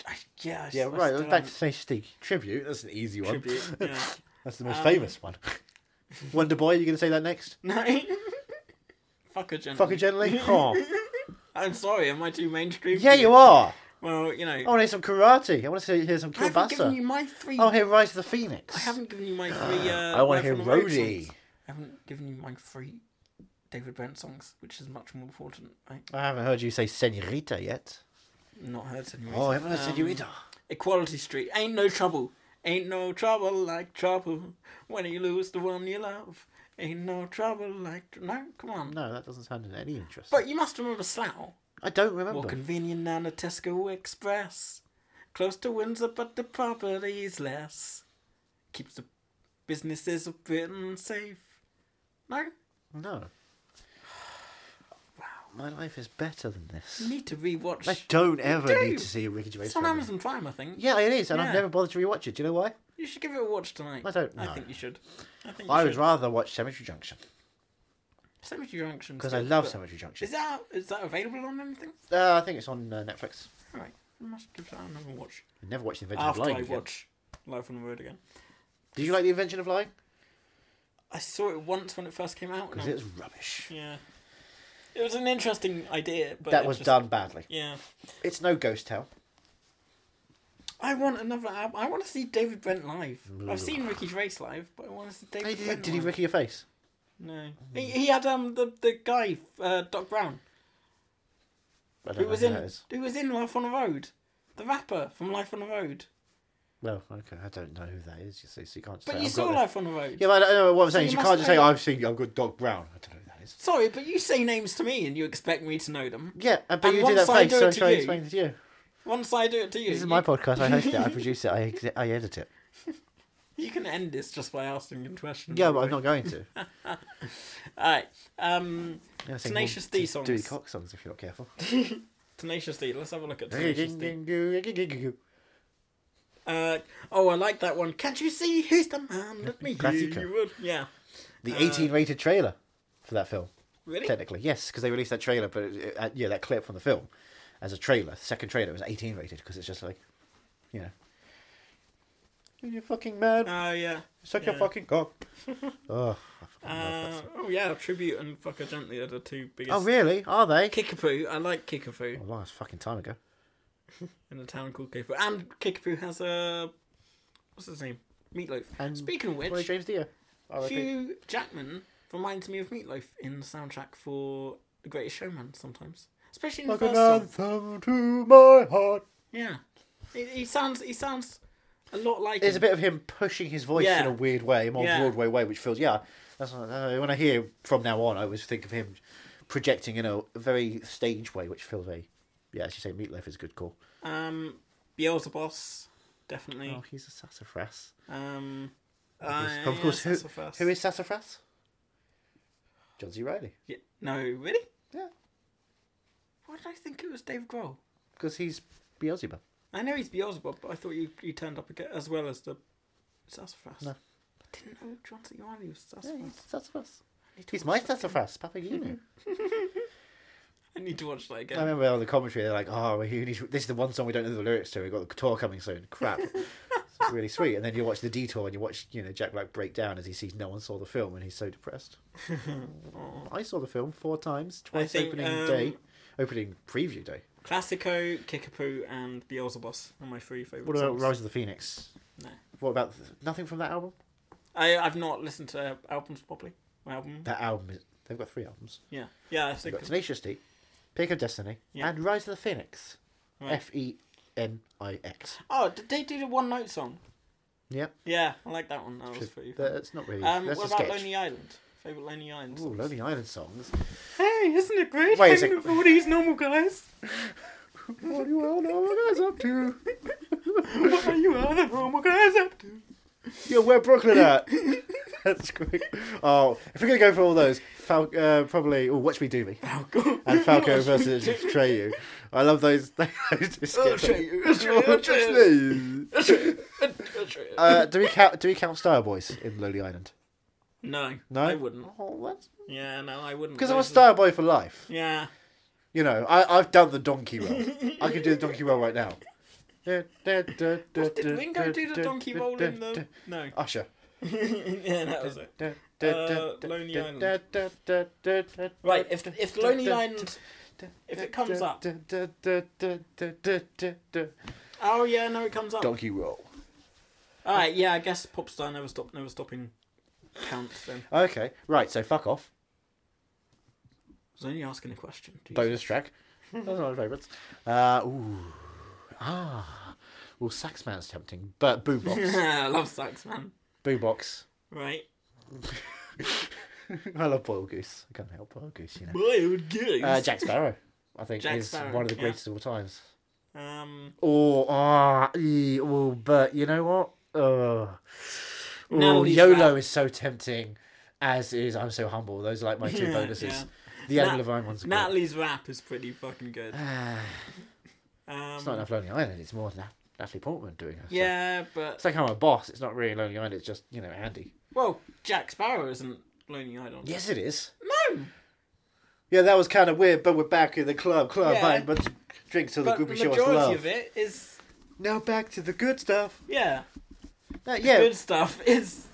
Speaker 1: I- yeah. I
Speaker 2: Yeah,
Speaker 1: s- I
Speaker 2: right.
Speaker 1: still
Speaker 2: Back to Tenacious D. Tribute. That's an easy one.
Speaker 1: haven't contributed, yeah. Um,
Speaker 2: That's the most famous one. Wonder Boy. You gonna say that next?
Speaker 1: No. Fuck a gentleman.
Speaker 2: Fucker gently. Oh.
Speaker 1: I'm sorry. Am I too mainstream?
Speaker 2: Yeah, you are. Oh,
Speaker 1: Well, you know.
Speaker 2: I want to hear some karate. I want to hear some
Speaker 1: I haven't given you
Speaker 2: kielbasa.
Speaker 1: my three.
Speaker 2: I want to hear Rise of the Phoenix.
Speaker 1: I haven't given you my three. Uh,
Speaker 2: Oh, I want
Speaker 1: Life
Speaker 2: to hear
Speaker 1: on the Road
Speaker 2: Roadie.
Speaker 1: songs. I haven't given you my three David Brent songs, which is much more important. Right?
Speaker 2: I haven't heard you say Senorita yet.
Speaker 1: Not hers anyway.
Speaker 2: Oh, I haven't
Speaker 1: Um,
Speaker 2: heard Senorita.
Speaker 1: Equality Street. Ain't no trouble. Ain't no trouble like trouble when you lose the one you love. Ain't no trouble like tr- no. Come on.
Speaker 2: No, that doesn't sound in any interest.
Speaker 1: But you must remember Slough.
Speaker 2: I don't remember.
Speaker 1: More convenient than a Tesco Express. Close to Windsor, but the property's less. Keeps the businesses of Britain safe. No,
Speaker 2: No. My life is better than this.
Speaker 1: need to rewatch.
Speaker 2: I don't ever
Speaker 1: do.
Speaker 2: need to see a Ricky Gervais
Speaker 1: It's on
Speaker 2: film.
Speaker 1: Amazon Prime, I think.
Speaker 2: Yeah, it is, and
Speaker 1: Yeah.
Speaker 2: I've never bothered to rewatch it. Do you know why?
Speaker 1: You should give it a watch tonight.
Speaker 2: I don't know.
Speaker 1: I think you should. I think you
Speaker 2: I
Speaker 1: should.
Speaker 2: would rather watch Cemetery Junction
Speaker 1: Cemetery Junction.
Speaker 2: because I
Speaker 1: still,
Speaker 2: love
Speaker 1: but-
Speaker 2: Cemetery Junction.
Speaker 1: Is that is that available on anything?
Speaker 2: Uh, I think it's on uh, Netflix.
Speaker 1: All right, I must give that another watch
Speaker 2: I never watched The Invention
Speaker 1: after
Speaker 2: of Lying.
Speaker 1: I
Speaker 2: again.
Speaker 1: watch Life on the Road again.
Speaker 2: Did you like The Invention of Lying?
Speaker 1: I saw it once when it first came out. and
Speaker 2: Because
Speaker 1: I-
Speaker 2: it's rubbish.
Speaker 1: Yeah, it was an interesting idea, but
Speaker 2: that
Speaker 1: it
Speaker 2: was
Speaker 1: just-
Speaker 2: done badly.
Speaker 1: Yeah.
Speaker 2: It's no ghost town.
Speaker 1: I want another album. I want to see David Brent live. I've seen Ricky Gervais live, but I want to see David
Speaker 2: Hey, did,
Speaker 1: Brent
Speaker 2: did he
Speaker 1: live.
Speaker 2: Ricky your face?
Speaker 1: No. He, he had um the, the guy, uh, Doc Brown,
Speaker 2: I don't
Speaker 1: who
Speaker 2: know
Speaker 1: was
Speaker 2: who that
Speaker 1: in
Speaker 2: is.
Speaker 1: who was in Life on the Road. The rapper from Life on the Road.
Speaker 2: Well, okay, I don't know who that is. You see, so you can't.
Speaker 1: But
Speaker 2: say,
Speaker 1: you
Speaker 2: I've
Speaker 1: saw
Speaker 2: got
Speaker 1: Life on the Road.
Speaker 2: Yeah, but I don't know what I'm saying.
Speaker 1: you
Speaker 2: is you
Speaker 1: must
Speaker 2: can't just
Speaker 1: know
Speaker 2: say
Speaker 1: that-
Speaker 2: I've seen. I've got Doc Brown. I don't know who that is.
Speaker 1: Sorry, but you say names to me and you expect me to know them.
Speaker 2: Yeah, uh, but
Speaker 1: And
Speaker 2: you do
Speaker 1: once
Speaker 2: that
Speaker 1: I
Speaker 2: face,
Speaker 1: do
Speaker 2: so
Speaker 1: it
Speaker 2: I'm
Speaker 1: to
Speaker 2: trying
Speaker 1: you-
Speaker 2: to explain it to you.
Speaker 1: Once I do it to you,
Speaker 2: This is
Speaker 1: you,
Speaker 2: my podcast. I host it. I produce it. I exi- I edit it.
Speaker 1: you can end this just by asking a question.
Speaker 2: Yeah, but I'm not going to.
Speaker 1: All right. Um,
Speaker 2: Yeah, I think
Speaker 1: Tenacious
Speaker 2: we'll
Speaker 1: D
Speaker 2: do
Speaker 1: songs.
Speaker 2: Dewey Cox songs, if you're not careful.
Speaker 1: Tenacious D. Let's have a look at Tenacious D.
Speaker 2: That's
Speaker 1: Uh, oh, I like that one. Can't you see who's the man that me?
Speaker 2: Classico.
Speaker 1: You would. Yeah.
Speaker 2: the 18-rated trailer for that film.
Speaker 1: Really?
Speaker 2: Technically, yes, because they released that trailer, but it, it- uh, yeah, that clip from the film as a trailer, second trailer, it was 18 rated because it's just like, you know, you fucking mad,
Speaker 1: Oh, yeah.
Speaker 2: suck your
Speaker 1: yeah.
Speaker 2: fucking cock. oh, I fucking love that
Speaker 1: Uh,
Speaker 2: song.
Speaker 1: oh, yeah. Tribute and Fucker Gently are the two biggest.
Speaker 2: Oh, really? Are they?
Speaker 1: Kickapoo. I like Kickapoo
Speaker 2: Oh, last fucking time ago.
Speaker 1: in a town called Kickapoo. And Kickapoo has a. What's his name? Meatloaf.
Speaker 2: And
Speaker 1: Speaking of which,
Speaker 2: Well, James Dio. R.I.P.
Speaker 1: Hugh Jackman reminds me of Meatloaf in the soundtrack for The Greatest Showman sometimes. Especially in the
Speaker 2: Like
Speaker 1: first
Speaker 2: an
Speaker 1: song.
Speaker 2: anthem to my heart.
Speaker 1: Yeah. He, he sounds he sounds a lot like
Speaker 2: There's a
Speaker 1: him.
Speaker 2: bit of him pushing his voice
Speaker 1: Yeah.
Speaker 2: in a weird way, more
Speaker 1: Yeah.
Speaker 2: Broadway way, which feels yeah. That's what, uh, when I hear from now on, I always think of him projecting in a very stage way, which feels very yeah. As you say, Meatloaf is a good call.
Speaker 1: Um Beelzebos, definitely.
Speaker 2: Oh, he's a sassafras.
Speaker 1: Um,
Speaker 2: of course, who,
Speaker 1: Sassafras.
Speaker 2: who is sassafras? John C. Riley,
Speaker 1: Yeah, no, really?
Speaker 2: Yeah.
Speaker 1: Why did I think it was Dave Grohl?
Speaker 2: because he's Beelzebub.
Speaker 1: I know he's Beelzebub, but I thought you you turned up again, as well as the sassafras.
Speaker 2: No.
Speaker 1: I didn't know John C. Reilly was
Speaker 2: Yeah,
Speaker 1: sassafras.
Speaker 2: he's sassafras.
Speaker 1: I need to
Speaker 2: He's
Speaker 1: watch
Speaker 2: my
Speaker 1: that.
Speaker 2: sassafras, Papagino.
Speaker 1: I need to watch that
Speaker 2: I
Speaker 1: again.
Speaker 2: remember on the commentary they're like, "Oh, we need to, this is the one song we don't know the lyrics to. We've got the tour coming soon. Crap." it's really sweet. And then you watch the detour and you watch you know Jack Black break down as he sees no one saw the film and he's so depressed. I saw the film four times, twice
Speaker 1: think,
Speaker 2: opening
Speaker 1: um,
Speaker 2: day, opening preview day.
Speaker 1: Classico, Kickapoo, and Beelzebos are my three favourite
Speaker 2: What about
Speaker 1: songs.
Speaker 2: Rise of the Phoenix?
Speaker 1: No.
Speaker 2: What about th- nothing from that album?
Speaker 1: I, I've not listened to albums properly. My album.
Speaker 2: That album is they've got three albums.
Speaker 1: Yeah. Yeah, I
Speaker 2: They've
Speaker 1: think.
Speaker 2: got Tenacious D, Pick of Destiny,
Speaker 1: Yeah.
Speaker 2: and Rise of the Phoenix.
Speaker 1: Right.
Speaker 2: F E N I X.
Speaker 1: Oh, did they do the one note song?
Speaker 2: Yep.
Speaker 1: Yeah, I like that one. That was pretty fun.
Speaker 2: That's not really.
Speaker 1: Um,
Speaker 2: that's
Speaker 1: what
Speaker 2: a
Speaker 1: about
Speaker 2: sketch.
Speaker 1: Lonely Island? Favourite Lonely Island?
Speaker 2: Ooh,
Speaker 1: songs?
Speaker 2: Lonely Island songs.
Speaker 1: Hey, isn't it great
Speaker 2: Wait a
Speaker 1: hanging
Speaker 2: second.
Speaker 1: with all these normal guys?
Speaker 2: what do you all know what guys up to?
Speaker 1: What are you other normal guys up to?
Speaker 2: Yo, where Brooklyn at? That's great. Oh, if we're gonna go for all those, Fal- uh, probably. Oh, Watch Me Do Me. Falco and Falco versus Atreyu. I love those. those
Speaker 1: Atreyu,
Speaker 2: Oh, Atreyu.
Speaker 1: Atreyu,
Speaker 2: Uh, do we count? Do we count Star Boys in Lonely Island?
Speaker 1: No,
Speaker 2: No,
Speaker 1: I wouldn't.
Speaker 2: Oh, that's
Speaker 1: Yeah, no, I wouldn't.
Speaker 2: because I'm a
Speaker 1: Those are-
Speaker 2: Star Boy for life.
Speaker 1: Yeah.
Speaker 2: You know, I I've done the donkey roll. I could do the donkey roll right now. Did
Speaker 1: Did Ringo do the donkey roll in the? No.
Speaker 2: Usher?
Speaker 1: yeah, that was it.
Speaker 2: Uh,
Speaker 1: Lonely Island. Right, if the, if Lonely Island, if it comes up, oh yeah, no, it comes up.
Speaker 2: Donkey roll.
Speaker 1: All right, yeah, I guess Popstar never stop, never stopping counts. Then I
Speaker 2: Okay, right. So fuck off.
Speaker 1: was only asking a question. Jeez.
Speaker 2: Bonus track. That's one of my favourites. Uh, ooh, ah. Well, Saxman's tempting, but Boo Box.
Speaker 1: I love sax, man.
Speaker 2: Boo Box.
Speaker 1: Right.
Speaker 2: I love Boiled Goose. I can't help Boiled Goose. You know.
Speaker 1: Boy, would get
Speaker 2: Uh, Jack Sparrow. I think
Speaker 1: Jack
Speaker 2: is
Speaker 1: Sparrow,
Speaker 2: one of the
Speaker 1: yeah.
Speaker 2: greatest of all times.
Speaker 1: Um,
Speaker 2: Oh, ah, ee, oh, but you know what? Oh, oh
Speaker 1: Natalie's
Speaker 2: YOLO
Speaker 1: Rap.
Speaker 2: is so tempting, as is I'm So Humble. Those are like my two
Speaker 1: Yeah,
Speaker 2: bonuses.
Speaker 1: yeah.
Speaker 2: The Adam
Speaker 1: Nat-
Speaker 2: Levine one's good.
Speaker 1: Natalie's rap is pretty fucking good.
Speaker 2: It's not
Speaker 1: Um,
Speaker 2: enough Lonely Island, it's more Nat- Natalie Portman doing it.
Speaker 1: yeah,
Speaker 2: It's
Speaker 1: but
Speaker 2: like I'm a boss, it's not really Lonely Island, it's just, you know, Andy.
Speaker 1: well, Jack Sparrow isn't Lonely Island.
Speaker 2: Yes, it is.
Speaker 1: No.
Speaker 2: Yeah, that was kind of weird, but we're back in the club, club,
Speaker 1: Yeah.
Speaker 2: buying bunch of drinks till the
Speaker 1: But the
Speaker 2: groupie show us
Speaker 1: majority
Speaker 2: love.
Speaker 1: of it is
Speaker 2: Now back to the good stuff.
Speaker 1: yeah,
Speaker 2: Uh, yeah,
Speaker 1: good stuff. Is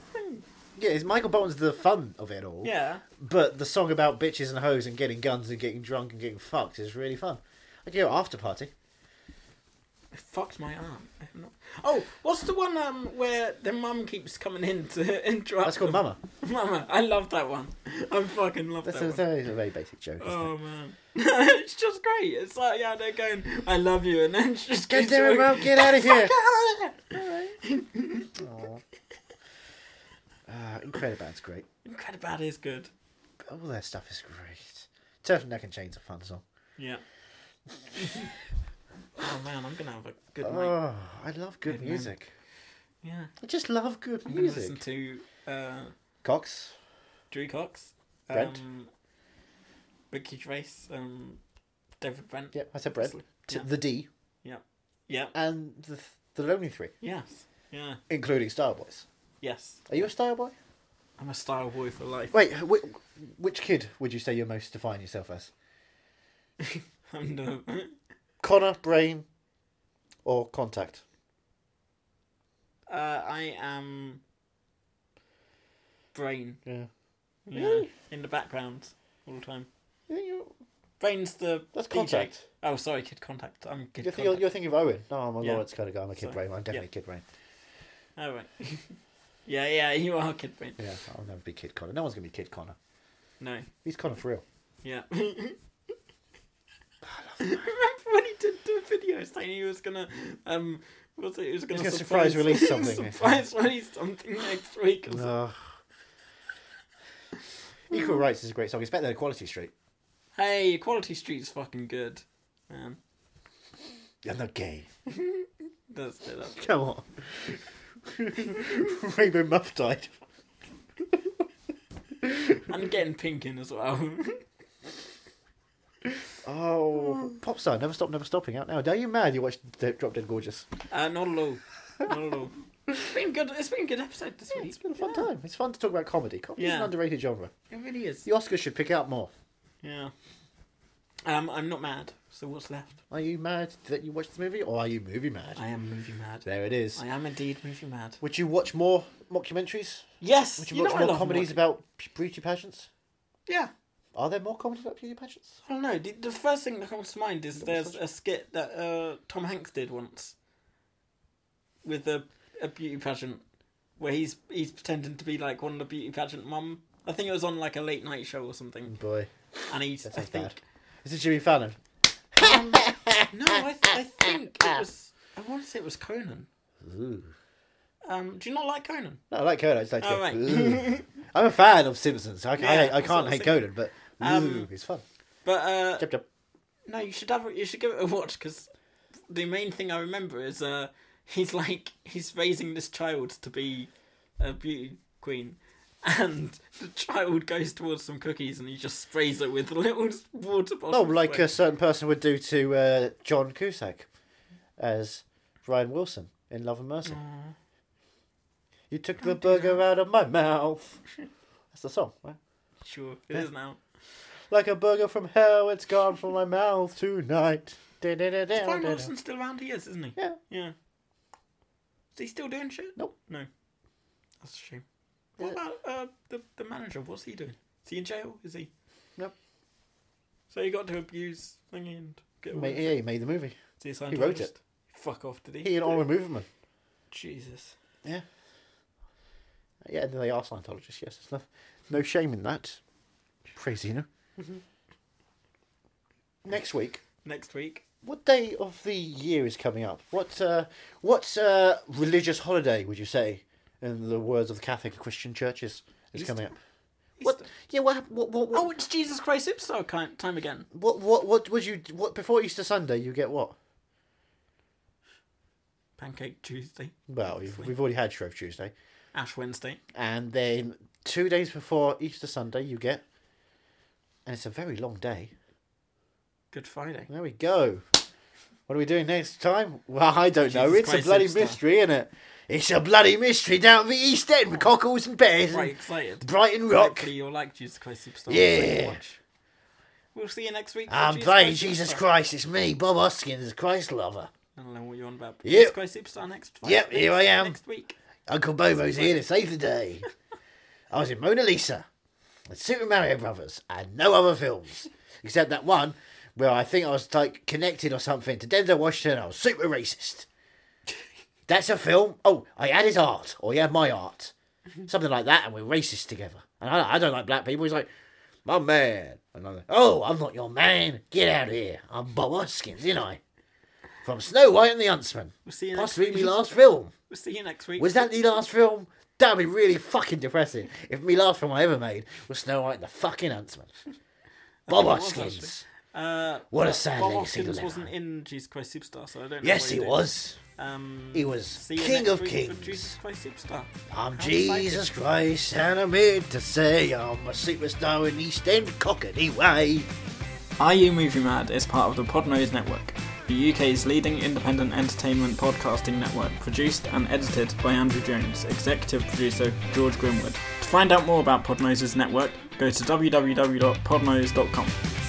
Speaker 2: yeah, it's Michael Bolton's the fun of it all.
Speaker 1: yeah.
Speaker 2: But the song about bitches and hoes and getting guns and getting drunk and getting fucked is really fun. I go after party.
Speaker 1: I fucked my arm. I have not- Oh, what's the one um where the mum keeps coming in to interrupt?
Speaker 2: That's called
Speaker 1: them?
Speaker 2: Mama.
Speaker 1: Mama. I love that one. I fucking love
Speaker 2: That's
Speaker 1: that
Speaker 2: a,
Speaker 1: one.
Speaker 2: that is a very basic joke. Isn't it?
Speaker 1: Oh man, it's just great. It's like yeah, they're going, I love you, and then she just
Speaker 2: Get
Speaker 1: keeps
Speaker 2: there,
Speaker 1: going,
Speaker 2: Rob, get out of here.
Speaker 1: "Ah!"
Speaker 2: Uh, Incrediban's great.
Speaker 1: Incredibad is good.
Speaker 2: All their stuff is great. Turtleneck and Chain's a fun song.
Speaker 1: Yeah. oh man, I'm gonna have a good night.
Speaker 2: Oh, I love good
Speaker 1: man.
Speaker 2: music.
Speaker 1: Yeah.
Speaker 2: I just love good
Speaker 1: I'm gonna listen
Speaker 2: music.
Speaker 1: to uh,
Speaker 2: Cox.
Speaker 1: Drew Cox,
Speaker 2: Brent.
Speaker 1: um, Ricky Trace, um, David Brent.
Speaker 2: Yep, I said Brett. T-
Speaker 1: Yeah.
Speaker 2: The D
Speaker 1: Yeah. Yeah.
Speaker 2: and the th- the Lonely Three,
Speaker 1: Yes. Yeah.
Speaker 2: including Starboys.
Speaker 1: Yes.
Speaker 2: Are you a Starboy?
Speaker 1: I'm a style boy for life.
Speaker 2: Wait, wh- which kid would you say you most define yourself as?
Speaker 1: I'm no.
Speaker 2: Connor, Brain, or Contact?
Speaker 1: Uh, I am. Brain.
Speaker 2: Yeah.
Speaker 1: Yeah. In the background all the time.
Speaker 2: You think you're-
Speaker 1: Brain's the.
Speaker 2: That's
Speaker 1: DJ.
Speaker 2: Contact.
Speaker 1: Oh, sorry, Kid Contact. I'm Kid
Speaker 2: You're, thi-
Speaker 1: Contact.
Speaker 2: you're thinking of Owen. No, I'm a
Speaker 1: Yeah.
Speaker 2: Lawrence kind of guy. I'm a Kid
Speaker 1: Sorry.
Speaker 2: Brain. I'm definitely
Speaker 1: Yeah.
Speaker 2: Kid Brain.
Speaker 1: Oh, right. yeah, yeah, you are Kid Brain.
Speaker 2: Yeah, I'll never be Kid Connor. No one's going to be Kid Connor.
Speaker 1: No.
Speaker 2: He's Connor for real.
Speaker 1: Yeah. Remember when he did the video saying he was gonna um what's it he was gonna,
Speaker 2: gonna surprise release something.
Speaker 1: surprise release something next week or something.
Speaker 2: Equal Rights is a great song. It's better than Equality Street.
Speaker 1: Hey, Equality Street's fucking good. Man.
Speaker 2: I'm not gay.
Speaker 1: That's it up.
Speaker 2: Come on. Rainbow Muff died.
Speaker 1: And getting pink in as well.
Speaker 2: Oh. Popstar, Never Stop, Never Stopping out now. Are you mad you watched D- Drop Dead Gorgeous?
Speaker 1: uh, not at all. Not at all. It's been good it's been a good episode this week.
Speaker 2: It's been a fun time. It's fun to talk about comedy. Comedy is an
Speaker 1: Yeah.
Speaker 2: underrated genre.
Speaker 1: It really is.
Speaker 2: The Oscars should pick it up more.
Speaker 1: Yeah. Um, I'm not mad. So what's left?
Speaker 2: Are you mad that you watched the movie, or are you movie mad?
Speaker 1: I am movie mad.
Speaker 2: There it is.
Speaker 1: I am indeed movie mad.
Speaker 2: Would you watch more mockumentaries?
Speaker 1: Yes,
Speaker 2: Would you,
Speaker 1: you, know
Speaker 2: watch
Speaker 1: I
Speaker 2: more
Speaker 1: love
Speaker 2: comedies
Speaker 1: watching-
Speaker 2: about p- beauty pageants?
Speaker 1: Yeah,
Speaker 2: Are there more comedies about beauty pageants?
Speaker 1: I don't know. The, the first thing that comes to mind is there's a skit that uh, Tom Hanks did once with a, a beauty pageant where he's he's pretending to be like one of the beauty pageant mum. I think it was on like a late night show or something,
Speaker 2: Oh, Boy,
Speaker 1: and he's I
Speaker 2: that's
Speaker 1: think
Speaker 2: bad. Is it Jimmy Fallon?
Speaker 1: no, I, th- I think it was I want to say it was Conan.
Speaker 2: Ooh.
Speaker 1: Um, do you not like Conan?
Speaker 2: No, I like Conan. I just like to
Speaker 1: Oh,
Speaker 2: go,
Speaker 1: right.
Speaker 2: "Ooh." I'm a fan of Simpsons. So I, can,
Speaker 1: Yeah,
Speaker 2: I, I
Speaker 1: that's what
Speaker 2: can't
Speaker 1: I'm
Speaker 2: hate
Speaker 1: thinking.
Speaker 2: Conan, but ooh,
Speaker 1: Um,
Speaker 2: it's fun.
Speaker 1: But uh,
Speaker 2: Jump, jump.
Speaker 1: No, you should have. it- You should give it a watch because the main thing I remember is uh, he's like he's raising this child to be a beauty queen, and the child goes towards some cookies and he just sprays it with little water bottles.
Speaker 2: Oh, like a
Speaker 1: us.
Speaker 2: certain person would do to uh, John Cusack as Ryan Wilson in Love and Mercy. You took the burger out of my mouth. That's the song, right?
Speaker 1: sure it is now.
Speaker 2: Like a burger from hell, it's gone from my mouth tonight. Da-da-da-da,
Speaker 1: Brian
Speaker 2: da-da.
Speaker 1: Wilson's still around. He is, isn't he?
Speaker 2: Yeah.
Speaker 1: Yeah. Is he still doing shit?
Speaker 2: Nope.
Speaker 1: No. That's a shame. What about uh, the the manager? What's he doing? Is he in jail? Is he?
Speaker 2: Nope.
Speaker 1: So he got to abuse thingy and get away.
Speaker 2: Ma-
Speaker 1: with it.
Speaker 2: yeah, he made the movie.
Speaker 1: Is he a
Speaker 2: He wrote
Speaker 1: Scientologist?
Speaker 2: it.
Speaker 1: Fuck off, did he?
Speaker 2: He and Oral Movement.
Speaker 1: Jesus.
Speaker 2: Yeah. Yeah, and they are Scientologists, yes. There's no, no shame in that. Crazy, you know? Next week,
Speaker 1: Next week.
Speaker 2: what day of the year is coming up? What uh, what uh, religious holiday would you say, in the words of the Catholic and Christian churches, is
Speaker 1: Easter.
Speaker 2: coming up? What?
Speaker 1: Easter.
Speaker 2: Yeah. What? hap- What? What? What?
Speaker 1: Oh, it's Jesus Christ Superstar ki- time again.
Speaker 2: what, what, what would you? What before Easter Sunday? You get what?
Speaker 1: Pancake Tuesday.
Speaker 2: Well, we've, we've already had Shrove Tuesday,
Speaker 1: Ash Wednesday.
Speaker 2: and then two days before Easter Sunday, you get. And it's a very long day.
Speaker 1: Good Friday.
Speaker 2: There we go. What are we doing next time? Well, I don't know.
Speaker 1: Jesus
Speaker 2: It's
Speaker 1: Christ,
Speaker 2: a bloody
Speaker 1: superstar.
Speaker 2: mystery, isn't it? It's a bloody mystery down at the East End with cockles and bears
Speaker 1: Right,
Speaker 2: and
Speaker 1: excited.
Speaker 2: Brighton Rock.
Speaker 1: Hopefully you'll like Jesus Christ Superstar.
Speaker 2: Yeah.
Speaker 1: It's like a watch. We'll see you next week. for
Speaker 2: I'm playing Jesus
Speaker 1: Superstar.
Speaker 2: Christ. It's me, Bob Hoskins, Christ lover.
Speaker 1: I don't know what you're on about.
Speaker 2: Yep.
Speaker 1: Jesus Christ Superstar next.
Speaker 2: Yep,
Speaker 1: next-
Speaker 2: here I am.
Speaker 1: Next week.
Speaker 2: Uncle Bobo's here to save the day. I was in Mona Lisa, and Super Mario Brothers, and no other films except that one where I think I was like connected or something to Denzel Washington. I was super racist. That's a film. Oh, I had his art, or he had my art, something like that, and we're racist together. And I, I don't like black people. He's like, my man. And I'm like, oh, I'm not your man. Get out of here. I'm Bob Hoskins, ain't I? From Snow White and the Huntsman.
Speaker 1: We'll see you next
Speaker 2: Possibly
Speaker 1: week.
Speaker 2: my last film.
Speaker 1: We'll see you next week.
Speaker 2: Was that the last film? That'd be really fucking depressing if me last film I ever made was Snow White and the fucking Huntsman. Bob
Speaker 1: it was,
Speaker 2: Hoskins.
Speaker 1: Uh,
Speaker 2: What a sad
Speaker 1: Bob
Speaker 2: legacy to
Speaker 1: Hoskins
Speaker 2: live
Speaker 1: wasn't
Speaker 2: on.
Speaker 1: in Jesus Christ Superstar, so I don't know.
Speaker 2: Yes,
Speaker 1: what
Speaker 2: he
Speaker 1: did.
Speaker 2: was.
Speaker 1: Um,
Speaker 2: He was
Speaker 1: see you
Speaker 2: King
Speaker 1: next
Speaker 2: of
Speaker 1: week for
Speaker 2: Kings.
Speaker 1: Jesus Christ Superstar. How
Speaker 2: I'm
Speaker 1: excited.
Speaker 2: Jesus Christ, and I'm here to say I'm a superstar in East End cockney way.
Speaker 1: Are You Movie Mad is part of the Podnose Network, the UK's leading independent entertainment podcasting network, produced and edited by Andrew Jones, executive producer George Grimwood. To find out more about Podnose's network, go to www.podnose.com.